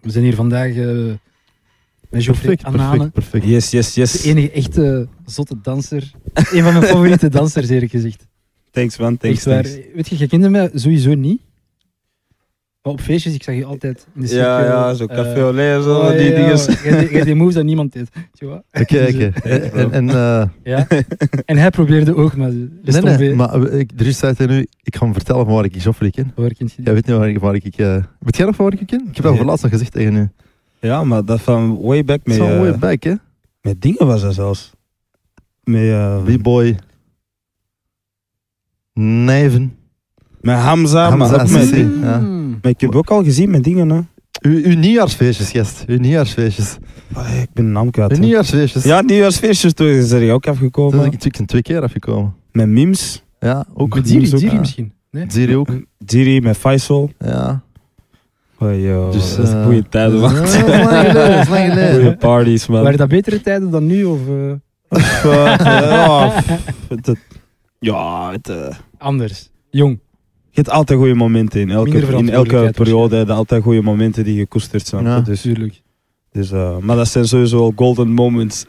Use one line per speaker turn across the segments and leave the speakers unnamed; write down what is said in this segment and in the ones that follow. We zijn hier vandaag eh met Geoffrey
Perfect,
Anane.
perfect, perfect.
Yes, yes,
De
yes.
enige echte zotte danser. Een van mijn favoriete dansers, eerlijk gezegd.
Thanks man, thanks.
Echt waar.
thanks.
Weet je, je kende mij sowieso niet. Maar op feestjes, ik zag je altijd in de cirkel.
Ja, ja, zo café
eh,
au lait, zo,
oh,
die
ja,
dingen.
ja, jij deed- jij deed moves dat niemand deed. Zie je wat?
Oké, oké.
Echt, bro.
En, en eh,
Ja. En hij probeerde ook, maar dat
nee,
stond
nee,
weer.
maar eh, ik, er is tijd en nu, ik ga hem vertellen van waar ik Joffrey ken.
Hoor, kind, Oh, je
Jij weet niet waar ik, waar ik eh, weet jij nog waar ik je ken? Ik heb dat
Nee.
voor laatst nog gezegd tegen u.
Ja, maar dat van way back
Het
met,
is wel een
eh,
mooie bike, hè?
met dingen was dat zelfs. Met, eh,
B-boy. Nijven.
met Hamza,
Hamza
maar ook met
Sissi.
dingen.
ja.
Mm.
Maar ik heb ook al gezien met dingen, hè.
Uw, uw nieuwjaarsfeestjes, gast. Uw nieuwjaarsfeestjes.
Ah, ik ben een naam kwijt.
Uw
hè.
nieuwjaarsfeestjes.
Ja, nieuwjaarsfeestjes toen is er
Toen
ook
ben
afgekomen.
ik ik ben twee keer afgekomen.
Met memes.
Ja, ook.
Met Diri,
Ook-
Diri
ja.
misschien. Nee?
Ziri ook.
Diri met Faisal.
Ja.
Oh, joh,
Dus,
dat is
eh,
goede tijden,
dat
man.
is- dat is lang geleden, dat is lang geleden.
Goeie parties, man.
Waren dat betere tijden dan nu? Of eh,
Pff, eh, ja, pff, het- het- ja, het, eh,
anders? Jong.
je hebt altijd goede momenten in
Minder
elke, in elke
verantwoordelijkheid dus,
periode. heb je altijd goede momenten die gekoesterd zijn.
Ja.
Dus,
Tuurlijk.
dus, eh, maar dat zijn sowieso wel golden moments.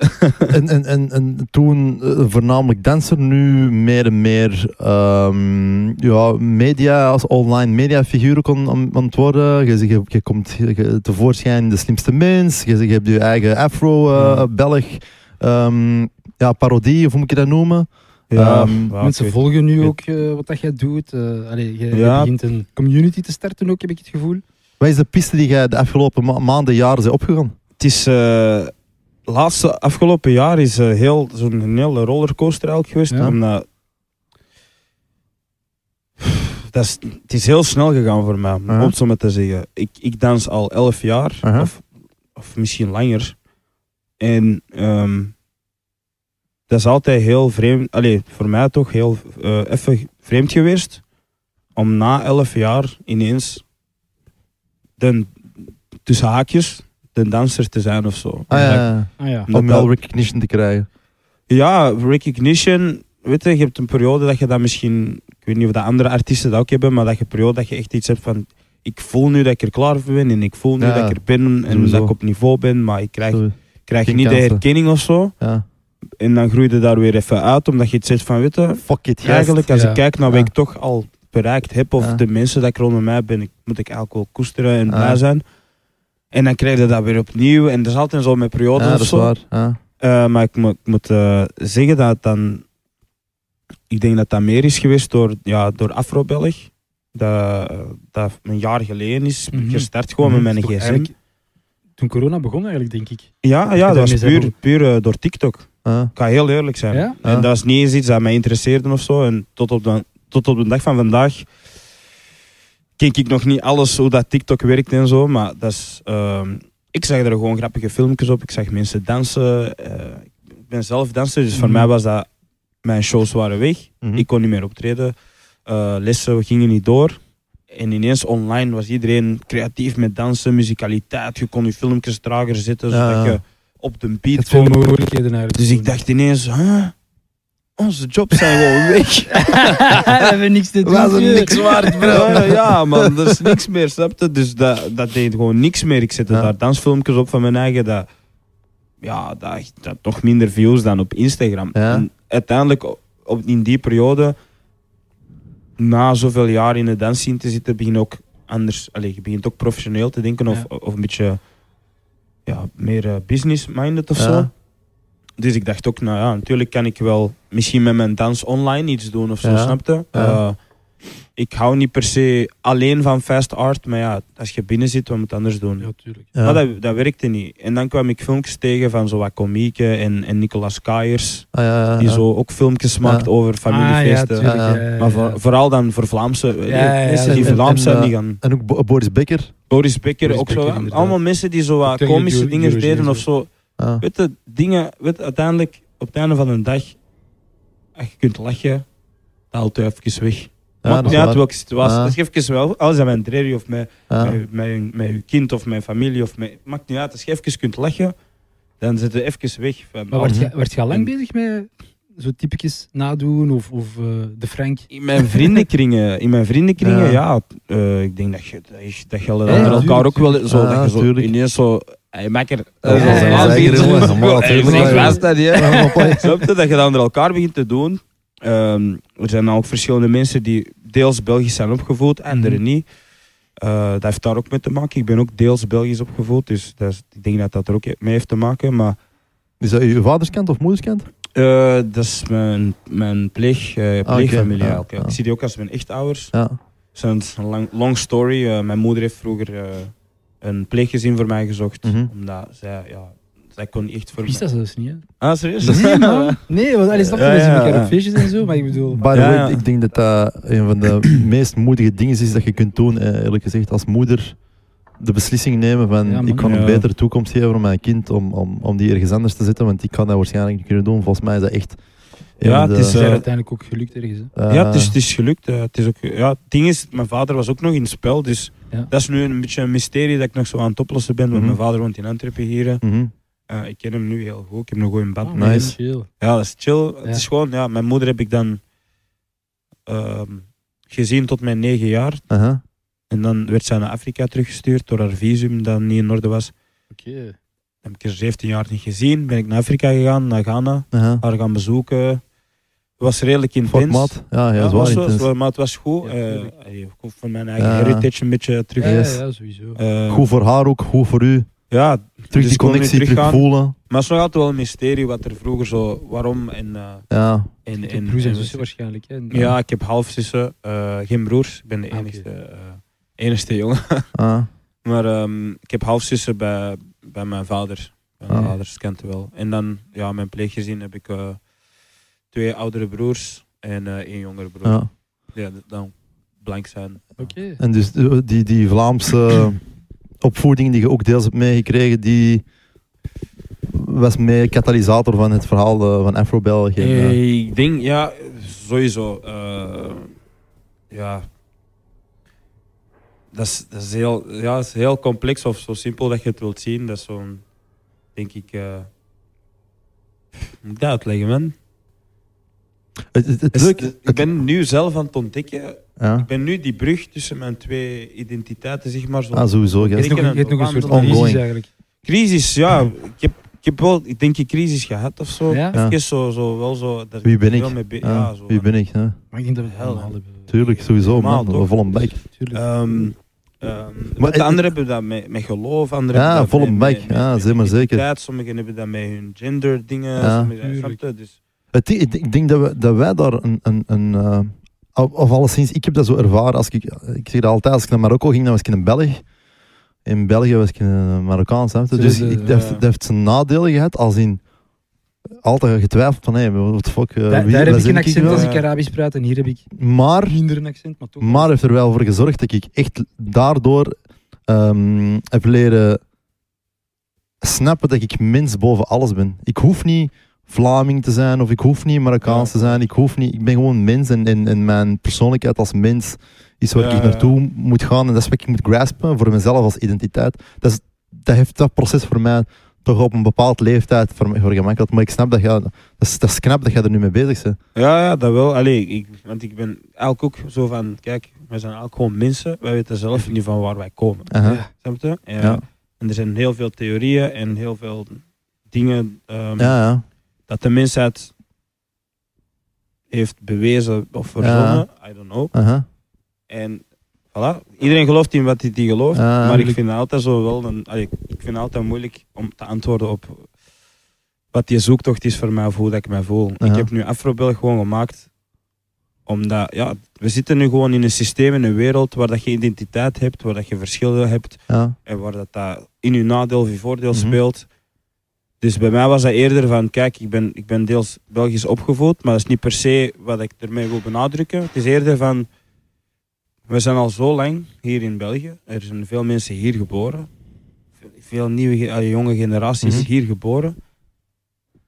En, en, en, en toen eh, voornamelijk danser, nu meer en meer ehm, ja, media, als online mediafiguur kon aan aan het worden. Je, je, je komt je- tevoorschijn de slimste mens, je, je hebt je eigen
Ja.
afro-belg, ehm, ja, parodie, of hoe moet je dat noemen? Ehm,
ja,
Mensen
oké. dus-
volgen nu ook eh, wat dat jij doet. Eh allee, jij, jij
Ja.
begint een community te starten ook, heb ik het gevoel.
Wat is de piste die jij de afgelopen ma- maanden, jaren zijn opgegaan?
Het is... eh, laatste afgelopen jaar is eh, heel, zo'n hele rollercoaster eigenlijk geweest.
Ja.
Omdat... Dat is, het is heel snel gegaan voor mij, om
Ja.
het zo maar te zeggen. Ik, ik dans al elf jaar,
Ja.
of, of misschien langer. En ehm, dat is altijd heel vreemd, allee, voor mij toch heel eh, even vreemd geweest. Om na elf jaar ineens de, tussen haakjes de danser te zijn of zo.
Ah, ja, ja.
Ah ja.
Omdat
Om
dat-
wel recognition te krijgen.
ja, recognition. Weet je, je hebt een periode dat je dat misschien. Ik weet niet of de andere artiesten dat ook hebben, maar dat je een periode dat je echt iets hebt van. Ik voel nu dat ik er klaar voor ben en ik voel nu
Ja,
dat ik er ben en
sowieso.
dat ik op niveau ben, maar ik krijg,
Zo,
krijg
geen
niet de
kansen.
herkenning of zo.
Ja.
En dan groeide daar weer even uit, omdat je het zegt van, weet je,
Fuck it, gast.
eigenlijk als
ja.
ik kijk naar wat
Ja.
ik toch al bereikt heb, of
Ja.
de mensen dat ik rondom mij ben, ik- moet ik eigenlijk wel koesteren en
Ja.
blij zijn. En dan krijg je dat weer opnieuw en dat is altijd zo met periodes
Ja,
of
dat is
zo.
waar. Ja.
Eh, maar ik, mo- ik moet eh, zeggen dat het dan... Ik denk dat dat meer is geweest door, ja, door Afro-Belg. Dat, dat een jaar geleden is
Mhm.
gestart gewoon
Mhm.
Is
met mijn
toch
gsm.
eigenlijk- Toen corona begon eigenlijk, denk ik.
Ja,
je
ja dat
daarmee
was
zou
puur,
doen.
puur eh, door TikTok. Ik
Ja.
ga heel eerlijk zijn.
Ja?
Ja.
En dat is niet eens iets dat mij interesseerde of zo. En tot op de, tot op de dag van vandaag kijk ik nog niet alles hoe dat TikTok werkt en zo. Maar dat is, ehm, ik zag er gewoon grappige filmpjes op. Ik zag mensen dansen. eh, ik ben zelf danser, dus voor
Mhm.
mij was dat... Mijn shows waren weg.
Mhm.
Ik kon niet meer optreden. Eh, lessen gingen niet door. En ineens online was iedereen creatief met dansen, muzikaliteit. Je kon je filmpjes trager zetten,
Ja,
Ah.
zodat
ja.
je op de
Je
beat
had veel
kon.
mogelijkheden naar
Dus ik dacht ineens, huh? onze jobs zijn gewoon weg.
Ah, We hebben niks te doen.
Was er
joh.
niks waard, bro.
ja, ja, man, er is niks meer, snap je? Dus dat, dat deed gewoon niks meer. Ik zette
Ja.
daar dansfilmpjes op van mijn eigen. Dat, ja, dat, dat toch minder views dan op Instagram.
Ja.
En uiteindelijk, op, op- in die periode, na zoveel jaar in de dansscene te zitten, begin je ook anders, allez, je begint ook professioneel te denken of, of een beetje ja, meer eh, business-minded of
Ja.
zo. Dus ik dacht ook, nou ja, natuurlijk kan ik wel misschien met mijn dans online iets doen of zo, Eh,
Ja.
snapte?
Ja.
ik hou niet per se alleen van fast art, maar ja, als je binnen zit, we moeten anders doen.
Ja, tuurlijk.
Ja.
Maar Ah, dat, dat werkte niet. En dan kwam ik filmpjes tegen van zo wat komieken en, en Nicolas Kaiers,
Ah, ja, ja,
die
ja.
zo ook filmpjes maakt over familiefeesten.
Ah, ja,
Ja,
tuurlijk. ja,
maar
ja.
voor- vooral dan voor Vlaamse,
ja, ja,
mensen die
zeker.
Vlaams zijn,
En,
die
eh,
gaan...
En ook Bo- Boris Becker.
Boris Becker,
Boris
ook
Becker,
zo.
inderdaad.
Allemaal mensen die zo wat
Tegen
komische
Euro-
dingen
Eurovisie
deden
en
of
zo.
zo.
Ja.
Weet je, dingen, weet je, uiteindelijk, op het einde van de dag, als je kunt lachen, dat haalt u even weg.
Ja,
Maakt
dat
niet
is
uit
waar.
welke situatie.
Ah.
Ja.
Als je even wel, als je met een trailer of met,
Ja.
met, met, met je kind of met je familie of met, maakt niet uit. Als je even kunt lachen, dan zit je even weg. Van,
Maar werd je, werd je al lang bezig met eh, zo typetjes nadoen of, of eh, de Frank.
In mijn vriendenkringen, in mijn vriendenkringen
Ja.
ja, t- eh, ik denk dat je dat, je- dat je onder
Ja,
elkaar
tuurlijk.
ook wel zo,
Ja,
dat je zo
tuurlijk.
ineens zo, hey makker,
Ja,
ja, ja,
zeker, jongen. Normaal, tuurlijk,
ik
ja.
was dat,
Ja,
ja.
maar play.
Snap je, dat je dat onder elkaar begint te doen. Ehm, er zijn nou ook verschillende mensen die deels Belgisch zijn opgevoed, anderen
Mhm.
niet. Eh, dat heeft daar ook mee te maken. Ik ben ook deels Belgisch opgevoed, dus dat is- ik denk dat dat er ook mee heeft te maken. Maar
Is dat je vaderskant of moederskant?
eh, dat is mijn, mijn pleeg, eh,
Ah, oké. ah.
pleegfamilie
Ja,
eigenlijk. ja.
ja.
Ik zie die ook als mijn echtouwers.
Ja.
Het is een lang, long story. Eh, mijn moeder heeft vroeger eh, een pleeggezin voor mij gezocht.
Mhm.
Omdat zij, ja, zij kon niet echt voor
Wist
mij...
dat zelfs niet, hè?
Ah, serieus?
Nee, man. Nee, want allee, snap je,
Ja,
wij zien
ja,
elkaar
ja.
op feestjes en zo, maar ik bedoel...
By the
Ja,
way,
ja.
ik denk dat dat een van de meest moedige dingen is dat je kunt doen, eh, eerlijk gezegd, als moeder. De beslissing nemen van
Ja, man.
ik kan een
Ja.
betere toekomst geven voor mijn kind om, om, om die ergens anders te zetten, want ik kan dat waarschijnlijk niet kunnen doen. Volgens mij is dat echt. een
Ja,
van de,
het is,
Ze
eh,
zijn uiteindelijk ook gelukt ergens, hè.
eh,
ja, het is, het is gelukt. Eh, het is ook, ja, het ding is, mijn vader was ook nog in het spel. Dus
Ja.
dat is nu een beetje een mysterie dat ik nog zo aan het oplossen ben. Want
Mhm.
mijn vader woont in Antwerpen hier. hè.
mhm.
Eh, ik ken hem nu heel goed. Ik heb nog een goede band
Ah,
met hem.
nice.
chill.
Ja, dat is chill. Het is
Ja.
gewoon, ja, mijn moeder heb ik dan ehm, gezien tot mijn negen jaar.
Aha.
En dan werd zij naar Afrika teruggestuurd door haar visum dat niet in orde was.
Oké.
heb ik er 17 jaar niet gezien. Ben ik naar Afrika gegaan, naar Ghana.
Aha.
Haar gaan bezoeken. Het was redelijk intens.
Fuck, maat. Ja, ja,
Ja,
dat is
was
waar
wel-
intens.
was wel- maar het was goed.
Ja,
Eh,
tuurlijk.
allee, ik kom van mijn eigen
Ja.
heritage een beetje terug.
Ja,
Eh,
ja,
Yes.
ja, sowieso.
Goed voor haar ook, goed voor u.
Ja,
Terug
Dus
die
gewoon weer
connectie, terug
teruggaan.
voelen.
maar het is nog altijd wel een mysterie wat er vroeger zo... Waarom en... eh
Ja.
en,
En
en,
broers en
en-
zussen waarschijnlijk, hè.
Ja, ik heb halfzussen. eh, geen broers. Ik ben de
Ah, oké.
enigste, eh, enigste jongen.
Ah.
Maar ehm, ik heb halfzussen bij, bij mijn vader. Bij mijn
Ah.
vaders kent hij wel. En dan, ja, mijn pleeggezin heb ik eh, twee oudere broers en eh, één jongere broer. Ja,
ja.
dat dan blank zijn.
Oké.
En dus eh, die, die Vlaamse opvoeding die je ook deels hebt meegekregen, die was mee katalysator van het verhaal eh, van Afro-België.
Eh, ik denk, ja, sowieso. eh, ja. Dat is, dat, is heel, ja, dat is heel complex of zo simpel dat je het wilt zien. Dat is zo'n, denk ik... eh, moet ik dat uitleggen, man?
Het, het, het
Het is-
leuk-
ik ben nu zelf aan het ontdekken
ja.
Ik ben nu die brug tussen mijn twee identiteiten, zeg maar. Zo'n
Ah, sowieso.
Je
gast.
hebt nog,
Ik ken
je hebt nog een
een
soort
ongoing.
crisis eigenlijk.
crisis, ja. Ik heb, ik heb wel, ik denk, een crisis gehad of zo.
Ja?
Ja.
Even zo, zo, wel zo. daar
Wie ben ik?
wel mee be-
Ja,
ja, zo.
wie ben ik? Ja.
Maar ik denk dat we het
Hel,
helemaal
hè.
hebben. eh,
Tuurlijk, sowieso.
Normaal,
Man,
toch?
vol een bek.
Tuurlijk.
Ehm, ehm, want
het-
de anderen hebben dat met, met geloof, anderen
Ja,
hebben
vol
dat
een
met-
bek.
met-
Ja,
met
zeg maar zeker.
identiteit, Sommigen hebben dat met hun gender dingen.
Ja.
sommigen-
Tuurlijk.
snap je? Dus,
Het, i- het- ik denk dat, we, dat wij daar een. een, een eh, of of alleszins, ik heb dat zo ervaren. Als ik, ik zeg dat altijd, als ik naar Marokko ging, dan was ik een Belg. In België was ik een Marokkaan. snap je?
Zo
Dus
is het,
ik, dat,
ja.
heeft, dat heeft zijn nadelen gehad, als in. Altijd getwijfeld van, hé, wat de fuck. eh,
daar
wie-
daar
waar
heb ik
ben
een accent
wel?
als
Ja.
ik Arabisch praat en hier heb ik
Maar,
minder een accent, maar toch.
maar heeft er wel voor gezorgd dat ik echt daardoor ehm, heb leren snappen dat ik mens boven alles ben. Ik hoef niet Vlaming te zijn of ik hoef niet Marokkaans
Ja.
te zijn. Ik, hoef niet, ik ben gewoon mens en, en, en mijn persoonlijkheid als mens is waar
Ja,
ik
ja.
naartoe moet gaan en dat is wat ik moet graspen voor mezelf als identiteit. Dat, is, dat heeft dat proces voor mij toch op een bepaald leeftijd voor, voor gemakkeld. Maar ik snap dat je, dat is, dat is knap dat je er nu mee bezig bent.
ja, ja, dat wel. Allee, ik, want ik ben eigenlijk ook zo van, kijk, wij zijn eigenlijk gewoon mensen. Wij weten zelf niet van waar wij komen.
Aha.
Ja.
Snap je? Ja.
Ja.
En er zijn heel veel theorieën en heel veel dingen ehm,
Ja, ja.
dat de mensheid heeft bewezen of verzonnen. I don't know.
Aha.
En voilà. Iedereen gelooft in wat hij die gelooft.
Ah,
maar ik
tuurlijk.
vind het altijd zo wel een, allee, ik vind het altijd moeilijk om te antwoorden op wat die zoektocht is voor mij of hoe dat ik mij voel.
Aha.
Ik heb nu Afrobel gewoon gemaakt omdat ja, we zitten nu gewoon in een systeem, in een wereld waar dat je identiteit hebt, waar dat je verschillen hebt
Ja.
en waar dat, dat in uw nadeel of uw voordeel
Mhm.
speelt. Dus bij mij was dat eerder van, kijk, ik ben, ik ben deels Belgisch opgevoed, maar dat is niet per se wat ik ermee wil benadrukken. Het is eerder van, we zijn al zo lang hier in België. Er zijn veel mensen hier geboren. Veel nieuwe, ge- eh, jonge generaties
Mhm.
hier geboren.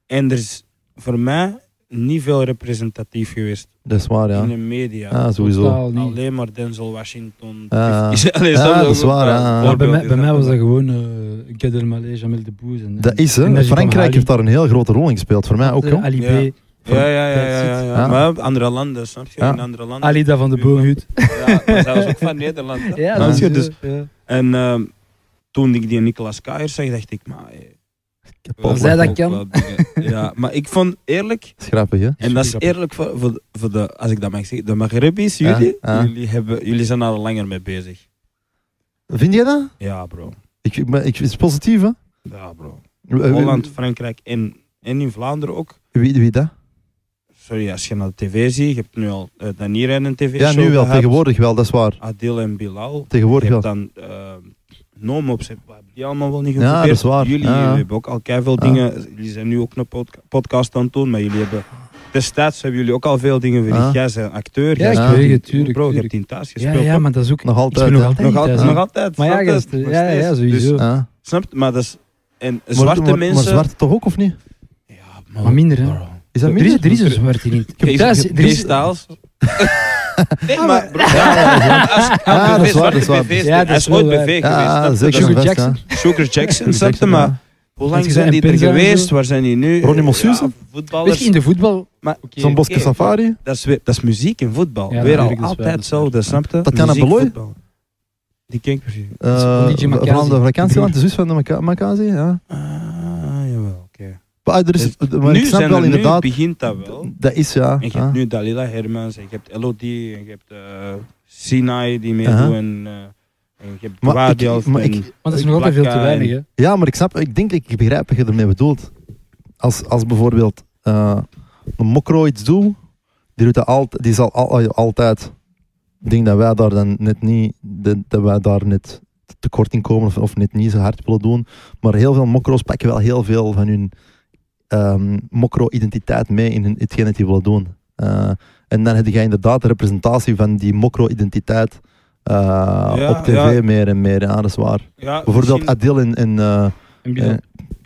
En er is voor mij niet veel representatief geweest
Dat is waar, ja.
in de media.
Ah, sowieso.
Totaal niet.
Alleen maar Denzel Washington.
Ah.
50 Allee,
Ja,
snap je?
dat is waar, ah.
Een
ja, ja.
Maar bij, mij,
voorbeeld
bij
is
mij
dat.
was dat gewoon eh Gad Elmaleh, Jamel Debouze. En,
Dat is,
en
hè.
Najib
Frankrijk
Amhari.
heeft daar een heel grote rol in gespeeld. Voor mij ook,
Eh,
joh.
Ali
Ja.
B.
Ja, ja, ja. ja, ja, ja.
Ah.
Maar op andere landen, snap je?
Ja.
In andere landen.
Alida van de Boomhut.
Ja, maar zelfs ook van Nederland. hè.
Ja,
dat
dat
is
is
goed, dus-
Dus, ja.
En ehm, toen ik die Nicolas Kaier zag, dacht ik, maar... eh,
Als hij dat kan.
wel dingen. Ja, maar ik vond eerlijk,
Schrappig, hè?
en dat is
Supergrappig.
eerlijk voor, voor, de- voor de, als ik dat mag zeggen, de Maghrebis,
Ja,
jullie,
ja.
Jullie, hebben, jullie zijn daar al langer mee bezig.
Vind jij dat?
Ja, bro.
Ik, ik, ben- ik, het is positief, hè?
Ja, bro.
Eh, wie-
Holland, Frankrijk en, en in Vlaanderen ook.
Wie, wie dat?
Sorry, als je naar de tv ziet, je hebt nu al eh, Danira in een tv-show
Ja, nu wel.
gehad.
Tegenwoordig wel, dat is waar.
Adil en Bilal. Je
Tegenwoordig
hebt
wel.
dan uh, Noom op zich. We hebben die allemaal wel niet
Ja, dat
geprobeerd.
is waar.
Jullie,
Ja, ja.
jullie hebben ook al keiveel
Ja.
dingen. Jullie zijn nu ook een podca- podcast aan het doen, maar jullie hebben... Destijds hebben jullie ook al veel dingen verricht.
Ja.
Jij bent acteur.
Ja,
jij
ik
speelt
weet
in-
het, tuurlijk,
Bro, je
tuurlijk.
hebt in thuis
ja,
gespeeld.
ja,
ook.
maar dat is ook...
Nog
ik speel nog
altijd. hè?
altijd
nog,
niet
al-
thuis,
hè?
nog altijd.
Maar ja,
nog altijd,
gasten,
nog
ja, ja,
steeds.
ja,
Dus,
sowieso.
Ah.
snap je? Maar dat is... En
Maar-
zwarte
maar-
mensen...
Maar zwarte toch ook, of niet?
Ja,
Maar minder, hè.
bro.
Is dat
Er is,
minder?
er is een zwart hier niet. Ik heb
Kees-
thuis- er
Kees
is-
Staals. Nee, maar... bro,
Ah, dat is
Als
waar, dat
zwarte
is waar.
BV's,
Ja, dat
hij
is
is ooit
wel waar.
BV
Ja,
geweest.
Ah, zeker.
snap
Sugar
je?
best, hè.
Jackson.
Sugar Jackson, snap je? Maar Hoe lang
Mensen
zijn
zijn
die
in
er
Pisa en
geweest?
zo.
Waar zijn die nu?
Ronnie Mossoes?
Ja,
Weet je,
voetballers.
in de voetbal...
Maar
Oké.
Zo'n Bosque
Oké.
Safari?
dat, is weer, dat is muziek en voetbal.
Ja,
weer al
natuurlijk, dat is waar,
altijd
dat is waar.
zo, dat snap je?
Tatjana
Muziek,
Beloy?
voetbal. Die ken ik precies.
van
Eh,
DJ
van
Makazi,
de vakantieland,
broer.
de zus van de Maka- Makazi, ja.
Ah, jawel, oké.
Maar, ah, er is, maar ik
Nu
snap
zijn
wel
er, nu
inderdaad,
begint dat wel.
dat is ja. Ah.
En je
ja.
hebt nu Dalila Hermans, en je hebt Elodie, en je hebt eh, Sinai die meedoet,
Aha.
en, eh, en je hebt
Maar ik-
Guardian.
maar ik-
Maar dat is
Ik
nog altijd veel
plak,
te
eh,
weinig, hè.
Ja, maar ik snap, ik denk, ik begrijp wat je ermee bedoelt. Als, als bijvoorbeeld eh, een mokro iets doet, die, doet dat altijd, die zal al, altijd. Ik denk dat wij daar dan net niet, dat, dat wij daar net tekort in komen of, of net niet zo hard willen doen. Maar heel veel mokro's pakken wel heel veel van hun ehm mokro-identiteit mee in hun, hetgeen dat die willen doen. Eh, en dan heb je inderdaad de representatie van die mokro-identiteit eh,
Ja,
op tv
ja.
meer en meer. Ja, dat is waar.
Ja,
Bijvoorbeeld
misschien-
Adil en, en, eh,
En
eh,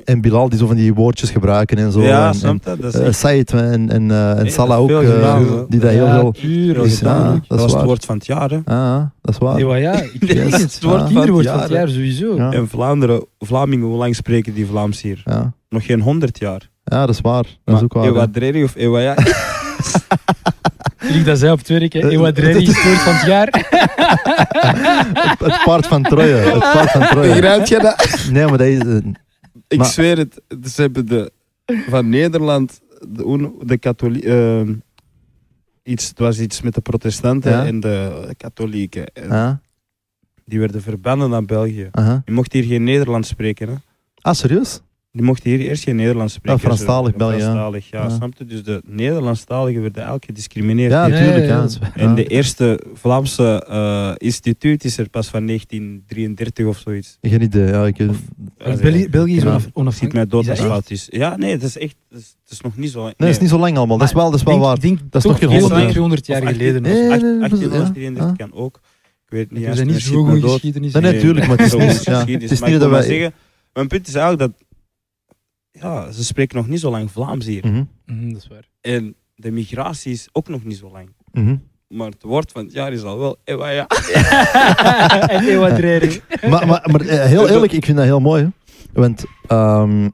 en Bilal die zo van die woordjes gebruiken en zo.
Ja,
en, en,
snap je? Dat is
eh,
echt-
Said eh, en, en, eh, en
Nee,
Salah
dat
ook,
is veel
eh,
gedaan, hè.
die dat heel
Ja,
veel...
tuurlijk.
is, ja,
tuurlijk.
dat
dat
is
was het
waar.
woord van het jaar, hè.
Ah, ah, dat is waar.
Nee, maar ja, ik
Dit
weet
is
het.
het
Het wordt
waar.
kinderwoord van
Ja,
het jaar, sowieso.
Ja.
En Vlaanderen, Vlamingen, hoe lang spreken die Vlaams hier?
Ja.
Nog geen 100 jaar.
ja, dat is waar. Dat
Maar
is ook waar.
Ewa
hè.
Dreri of Ewa Ja.
Ik dat zij op het werk, hè.
Eh,
Ewa Dredi is het woord van het jaar.
Het, het paard van Troje. Het paard van Troje.
je dat?
Nee, maar dat is... eh,
Ik
Maar-
zweer het. Ze hebben de, van Nederland de, un- de katholiek... iets, het was iets met de protestanten
Ja.
en de katholieken. En
ah,
Die werden verbannen naar België.
aha.
Die mochten hier geen Nederlands spreken. Hè?
Ah, serieus?
Die mochten hier eerst geen Nederlands spreken.
Ja, Franstalig
Zo,
België, ja.
Franstalig, ja.
Ja.
Snap je? Dus de Nederlandstaligen werden eigenlijk gediscrimineerd.
Ja,
hier.
ja,
natuurlijk.
ja,
Ja,
dat is waar.
Ja.
En de eerste Vlaamse eh, instituut is er pas van 1933 of zoiets.
Ah. Geen idee. Ja, ik,
Ja,
België, België is
Ja.
onaf,
ziet
onafhankelijk.
mij dood
Is
als
dat echt?
fout is. Ja, nee, het is echt. Het is, het is nog niet zo. Nee,
nee, dat is niet zo lang allemaal. Dat is wel, dat is wel
Denk-
waar.
Denk,
is
toch
nog geen
heel
100
lang
jaar.
200 jaar geleden.
Nee,
of-
nee, nee,
1833
ja.
kan ook. Ik weet
We
niet. juist,
zijn
maar
niet
ziet
zo
mij
goed
dood.
geschiedenis.
Nee, nee,
Nee.
tuurlijk, maar het is
zo
niet-
goed
ja,
geschiedenis.
het is
Maar
niet
ik wil
dat
maar
wij-
zeggen, mijn punt is eigenlijk dat. Ja, ze spreken nog niet zo lang Vlaams hier.
Mhm,
Mhm, dat is waar.
En de migratie is ook nog niet zo lang.
mhm.
Maar het woord van het jaar is al wel. eh, ja.
en Ewa Dredi.
maar, maar, maar eh, heel eerlijk, ik vind dat heel mooi. hè. Want ehm,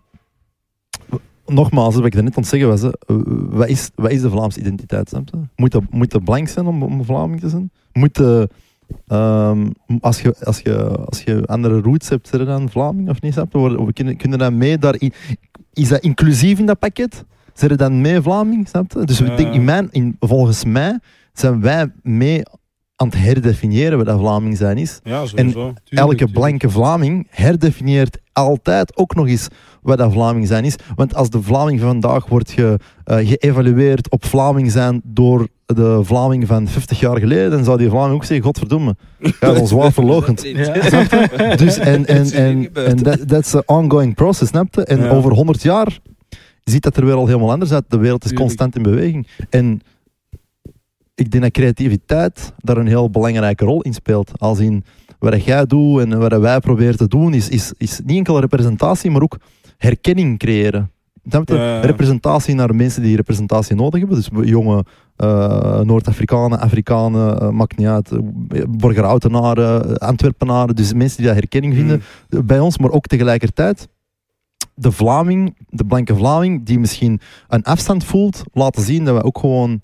nogmaals, wat ik daarnet aan het zeggen was, hè, eh, wat, is, wat is de Vlaamse identiteit? Snap je? Moet, dat, moet dat blank zijn om, om Vlaming te zijn? Moet de, ehm, als, je, als, je, als je andere roots hebt, zijn er dan Vlaming of niet? Snap je? Worden- Kunnen, kunnen dat mee? Daar, in- is dat inclusief in dat pakket? Zijn er dan mee Vlaming? Snap je? Dus ik denk, in mijn, in, volgens mij zijn wij mee aan het herdefiniëren wat dat Vlaming zijn is.
Ja, sowieso.
Elke blanke Vlaming herdefinieert altijd ook nog eens wat dat Vlaming zijn is. Want als de Vlaming van vandaag wordt ge, eh, geëvalueerd op Vlaming zijn door de Vlaming van 50 jaar geleden, dan zou die Vlaming ook zeggen, godverdomme, dat is ons zwaar verlogend.
Ja.
Dus en, en,
Dat is hier
en,
gebeurd.
en dat dat is een ongoing process, snap je? En
Ja.
over 100 jaar ziet dat er weer al helemaal anders uit. De wereld is
Tuurlijk.
constant in beweging. En ik denk dat creativiteit daar een heel belangrijke rol in speelt. Als in wat jij doet en wat wij proberen te doen, is, is, is niet enkel representatie, maar ook herkenning creëren. Snap je?
Ja.
Representatie naar mensen die representatie nodig hebben. Dus jonge eh, Noord-Afrikanen, Afrikanen, eh, maakt niet uit. eh, Hmm.
Hmm.
Borgerhoutenaren, eh, Antwerpenaren. Dus mensen die dat herkenning vinden bij ons, maar ook tegelijkertijd de Vlaming, de blanke Vlaming, die misschien een afstand voelt, laten zien dat we ook gewoon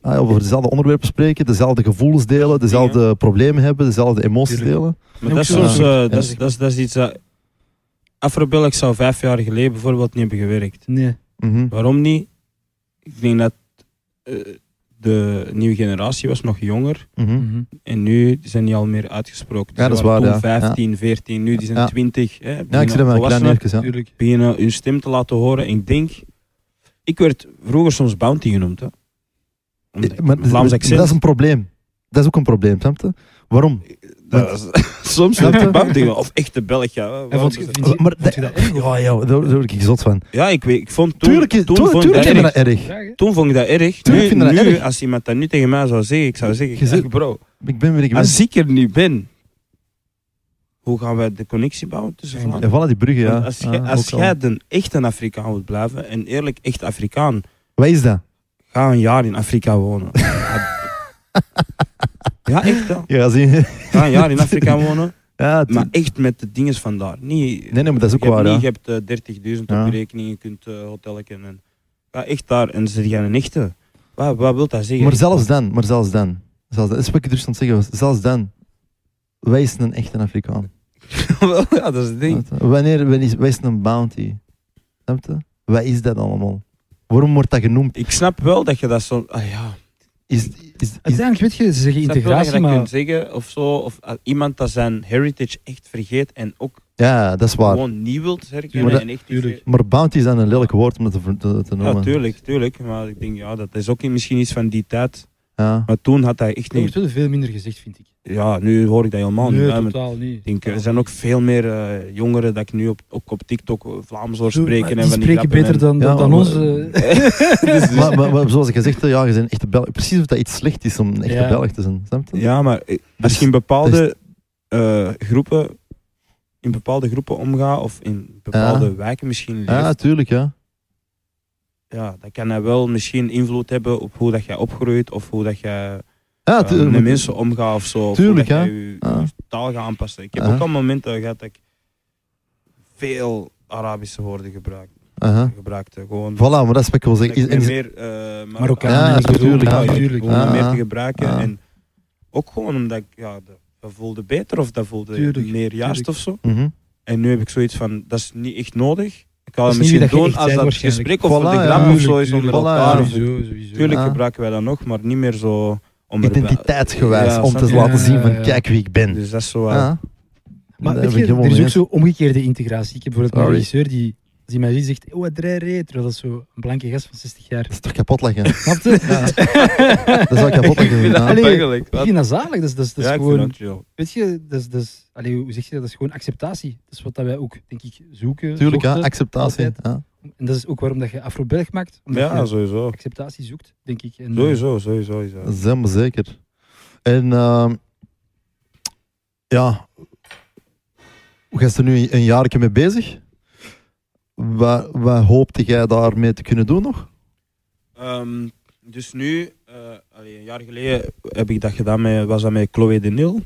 ah, over dezelfde onderwerpen spreken, dezelfde gevoelens delen, dezelfde problemen hebben, dezelfde emoties
Tuurlijk.
delen.
Maar
Ook
dat is,
zo'n
soms,
soort-
eh, dat, is, dat, is, dat is iets dat... Afrobillig zou vijf jaar geleden bijvoorbeeld niet hebben gewerkt.
Nee.
Mhm.
Waarom niet? Ik denk dat eh, de nieuwe generatie was nog jonger.
Mhm.
Mhm.
En nu zijn die al meer uitgesproken.
Ja,
Ze
dat is
waren
waar,
toen
ja.
15, 14, nu die zijn
Ja.
20. Hè,
Ja, ik zie dat wel een klein
volwassenen
neertjes, ja.
Tuurlijk.
beginnen hun stem te laten horen. Ik denk... Ik werd vroeger soms Bounty genoemd. Hè. Omdat ik
Eh, Maar
een Vlaams accent.
Dat is een probleem. Dat is ook een probleem, snap je? Waarom?
dat is- soms
Snap
werd
je?
ik Bounty genoemd. Of echte Belg. Ja, hè.
En vond je, vind je-
Maar
vond je dat erg? of-
Ja, ja, daar, daar word ik zot van.
ja ik, weet, ik vond toen...
tuurlijk is-
toen
tuurlijk-
vond ik
tuurlijk
dat
vind
erg.
ik dat erg.
Vraag, hè?
Toen vond ik dat erg.
Tuurlijk
nu,
vind ik dat
nu,
erg.
als iemand dat nu tegen mij zou zeggen, ik zou zeggen,
Je zegt-
"Echt, bro,
Ik ben weer ik ben.
als ik er nu ben, hoe gaan wij de connectie bouwen tussen
Ja,
Ja,
Vlaanderen?
voilà, die bruggen, ja.
Want Als, jij-
Ja,
als
ook
jij
al.
dan echt een Afrikaan wilt blijven, en eerlijk echt Afrikaan,
Wat is dat?
ga een jaar in Afrika wonen. ja, echt hè.
Ja, zie je.
Ga een jaar in Afrika wonen,
Ja, het-
maar echt met de dinges vandaar. Niet,
nee, nee, maar dat is ook
je hebt
waar, ja.
niet, Je hebt eh, 30.000 op
Ja.
je rekening, je kunt eh hotelken en... Ga echt daar en ze gaan een echte. Wat, wat wil dat zeggen?
Maar zelfs dan, maar zelfs dan. Zelfs dan. Dat is wat ik dus aan het zeggen was. Zelfs dan. Wij zijn een echte Afrikaan.
Wel, ja, dat is het ding.
Weet je? Wanneer, wij is- wij zijn een bounty. Snap je? Wat is dat allemaal? Waarom wordt dat genoemd?
Ik snap wel dat je dat soms. Ah ja, ik
Is, is, is,
Uiteindelijk weet je, ze zeggen
snap wel dat je
integratie,
dat kunt
maar
zeggen of zo. Of als iemand dat zijn heritage echt vergeet en ook
ja, dat is waar.
gewoon niet wilt herkennen.
Maar dat-
en echt
Tuurlijk.
Maar bounty is dan een lelijk woord om dat te, ver- te, te noemen.
Ja, tuurlijk, tuurlijk. Maar ik denk, ja, dat is ook misschien iets van die tijd.
Ja.
Maar toen had hij echt
er wordt
niet.
wel veel minder gezegd, vind ik.
Ja, nu hoor ik dat helemaal niet.
nee,
hè, maar
totaal niet.
ik denk, er
Totaal
zijn
niet.
ook veel meer eh, jongeren dat ik nu op, ook op TikTok eh, Vlaams hoor
Zo,
spreken.
maar
en eh. Dus,
Die
van die
spreken beter dan, dan,
Ja,
dan
maar-
onze.
eh. maar, maar, maar zoals ik gezegd heb, ja, je bent een echte Belg. Precies of dat iets slecht is om een echte
Ja.
Belg te zijn. Snap je?
Ja, maar eh, als
Dus-
je in bepaalde eh, groepen, in bepaalde groepen omgaat of in bepaalde wijken misschien leeft,
Ja,
ja.
tuurlijk, ja.
dan kan dat wel misschien invloed hebben op hoe dat jij opgroeit of hoe dat jij
Ja,
eh,
tuurlijk. Ah,
met mensen omgaat of zo. Of
Tuurlijk,
hoe
hè.
dat jij je,
Ja.
je taal gaat aanpassen. Ik heb
Aha.
ook al momenten gehad dat ik veel Arabische woorden gebruik,
Aha.
gebruikte. Gewoon
Voilà, maar dat is wat ik wil
dat
zeggen.
ik
Is-
me
is-
meer eh, Mar-
Marokkaan
Ja,
en zo,
natuurlijk,
ja,
ja.
natuurlijk.
Gewoon om
Ah,
meer te
ah,
gebruiken.
ah.
En ook gewoon omdat ik, ja, dat, dat voelde beter of dat voelde
Tuurlijk,
meer juist
tuurlijk.
of zo.
Mhm.
En nu heb ik zoiets van, dat is niet echt nodig. Ik ga
Dat is
het
niet
misschien
dat je
doen
echt
als
bent
dat
waarschijnlijk.
gesprek of voor de
Voilà,
grap
ja.
of zo is
Tuurlijk,
onder
tuurlijk.
elkaar.
Voilà, Ah.
Of-
Sowieso, sowieso.
dus- Tuurlijk
Ja.
gebruiken wij dat nog, maar niet meer zo... Om er-
Identiteitsgewijs,
Ja,
om
snap
te
je?
laten
Ja,
zien van
ja, ja.
kijk wie ik ben.
Dus dat is zo... eh,
Ja.
Maar
Daar
weet
ben ik
je, er
helemaal
is
mee
ook
eens.
zo omgekeerde integratie. Ik heb bijvoorbeeld een
Sorry.
regisseur die, die mij ziet zegt, oh, wat rij, rij, terwijl dat is zo een blanke gast van 60 jaar.
Dat is toch kapot leggen?
Snap je?
Dat zou ik kapot
ik
leggen.
vind dat
ja.
Allee,
belachelijk.
Ik
Wat?
vind dat zalig. Dat is, dat is, dat is
Ja, ik vind
gewoon,
dat chill.
weet je, dat is, dat is, allee, hoe zeg je dat? Dat is gewoon acceptatie. Dat is wat dat wij ook, denk ik, zoeken.
Tuurlijk, ja,
zochten.
acceptatie.
Altijd.
Ja.
En dat is ook waarom dat je Afro-Belg maakt. Omdat
Ja,
je
sowieso.
acceptatie zoekt, denk ik. En,
Sowieso, sowieso. sowieso.
Dat is helemaal zeker. En ehm, ja, hoe gaat ze er nu een jaartje mee bezig? Wat, wat hoopte jij daarmee te kunnen doen nog?
Ehm, dus nu, eh, allee, een jaar geleden heb ik dat gedaan met, was dat met Chloe de Nil.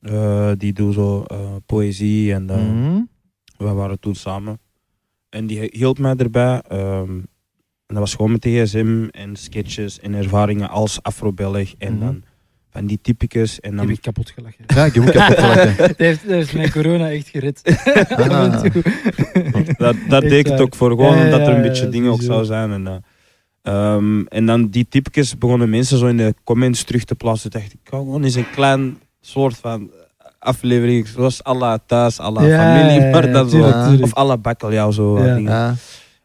Eh, die doet zo eh, poëzie en eh,
Mhm.
we waren toen samen. En die hielp mij erbij. ehm, en dat was gewoon met TSM en sketches en ervaringen als Afro-Belg. En
Mhm.
dan van die typicus. En
eh, heb
dan,
ik kapot gelachen.
Ja, ik heb ook kapot gelachen.
dat, heeft, dat heeft mijn corona echt gered.
Ah.
Af en toe.
dat dat
Echt
deed ik het
waar.
ook voor, gewoon
Ja, ja,
omdat er
ja,
een
ja,
beetje dingen ook
sowieso.
zou zijn. En, eh, ehm, en dan die typicus begonnen mensen zo in de comments terug te plaatsen. Toen dacht ik, kan gewoon eens een klein soort van aflevering. Zoals alla thuis, alla familie, maar dan zo.
tuurlijk, tuurlijk.
Of alla bakkeljauw, zo. wat
Ja.
dingen.
Ja.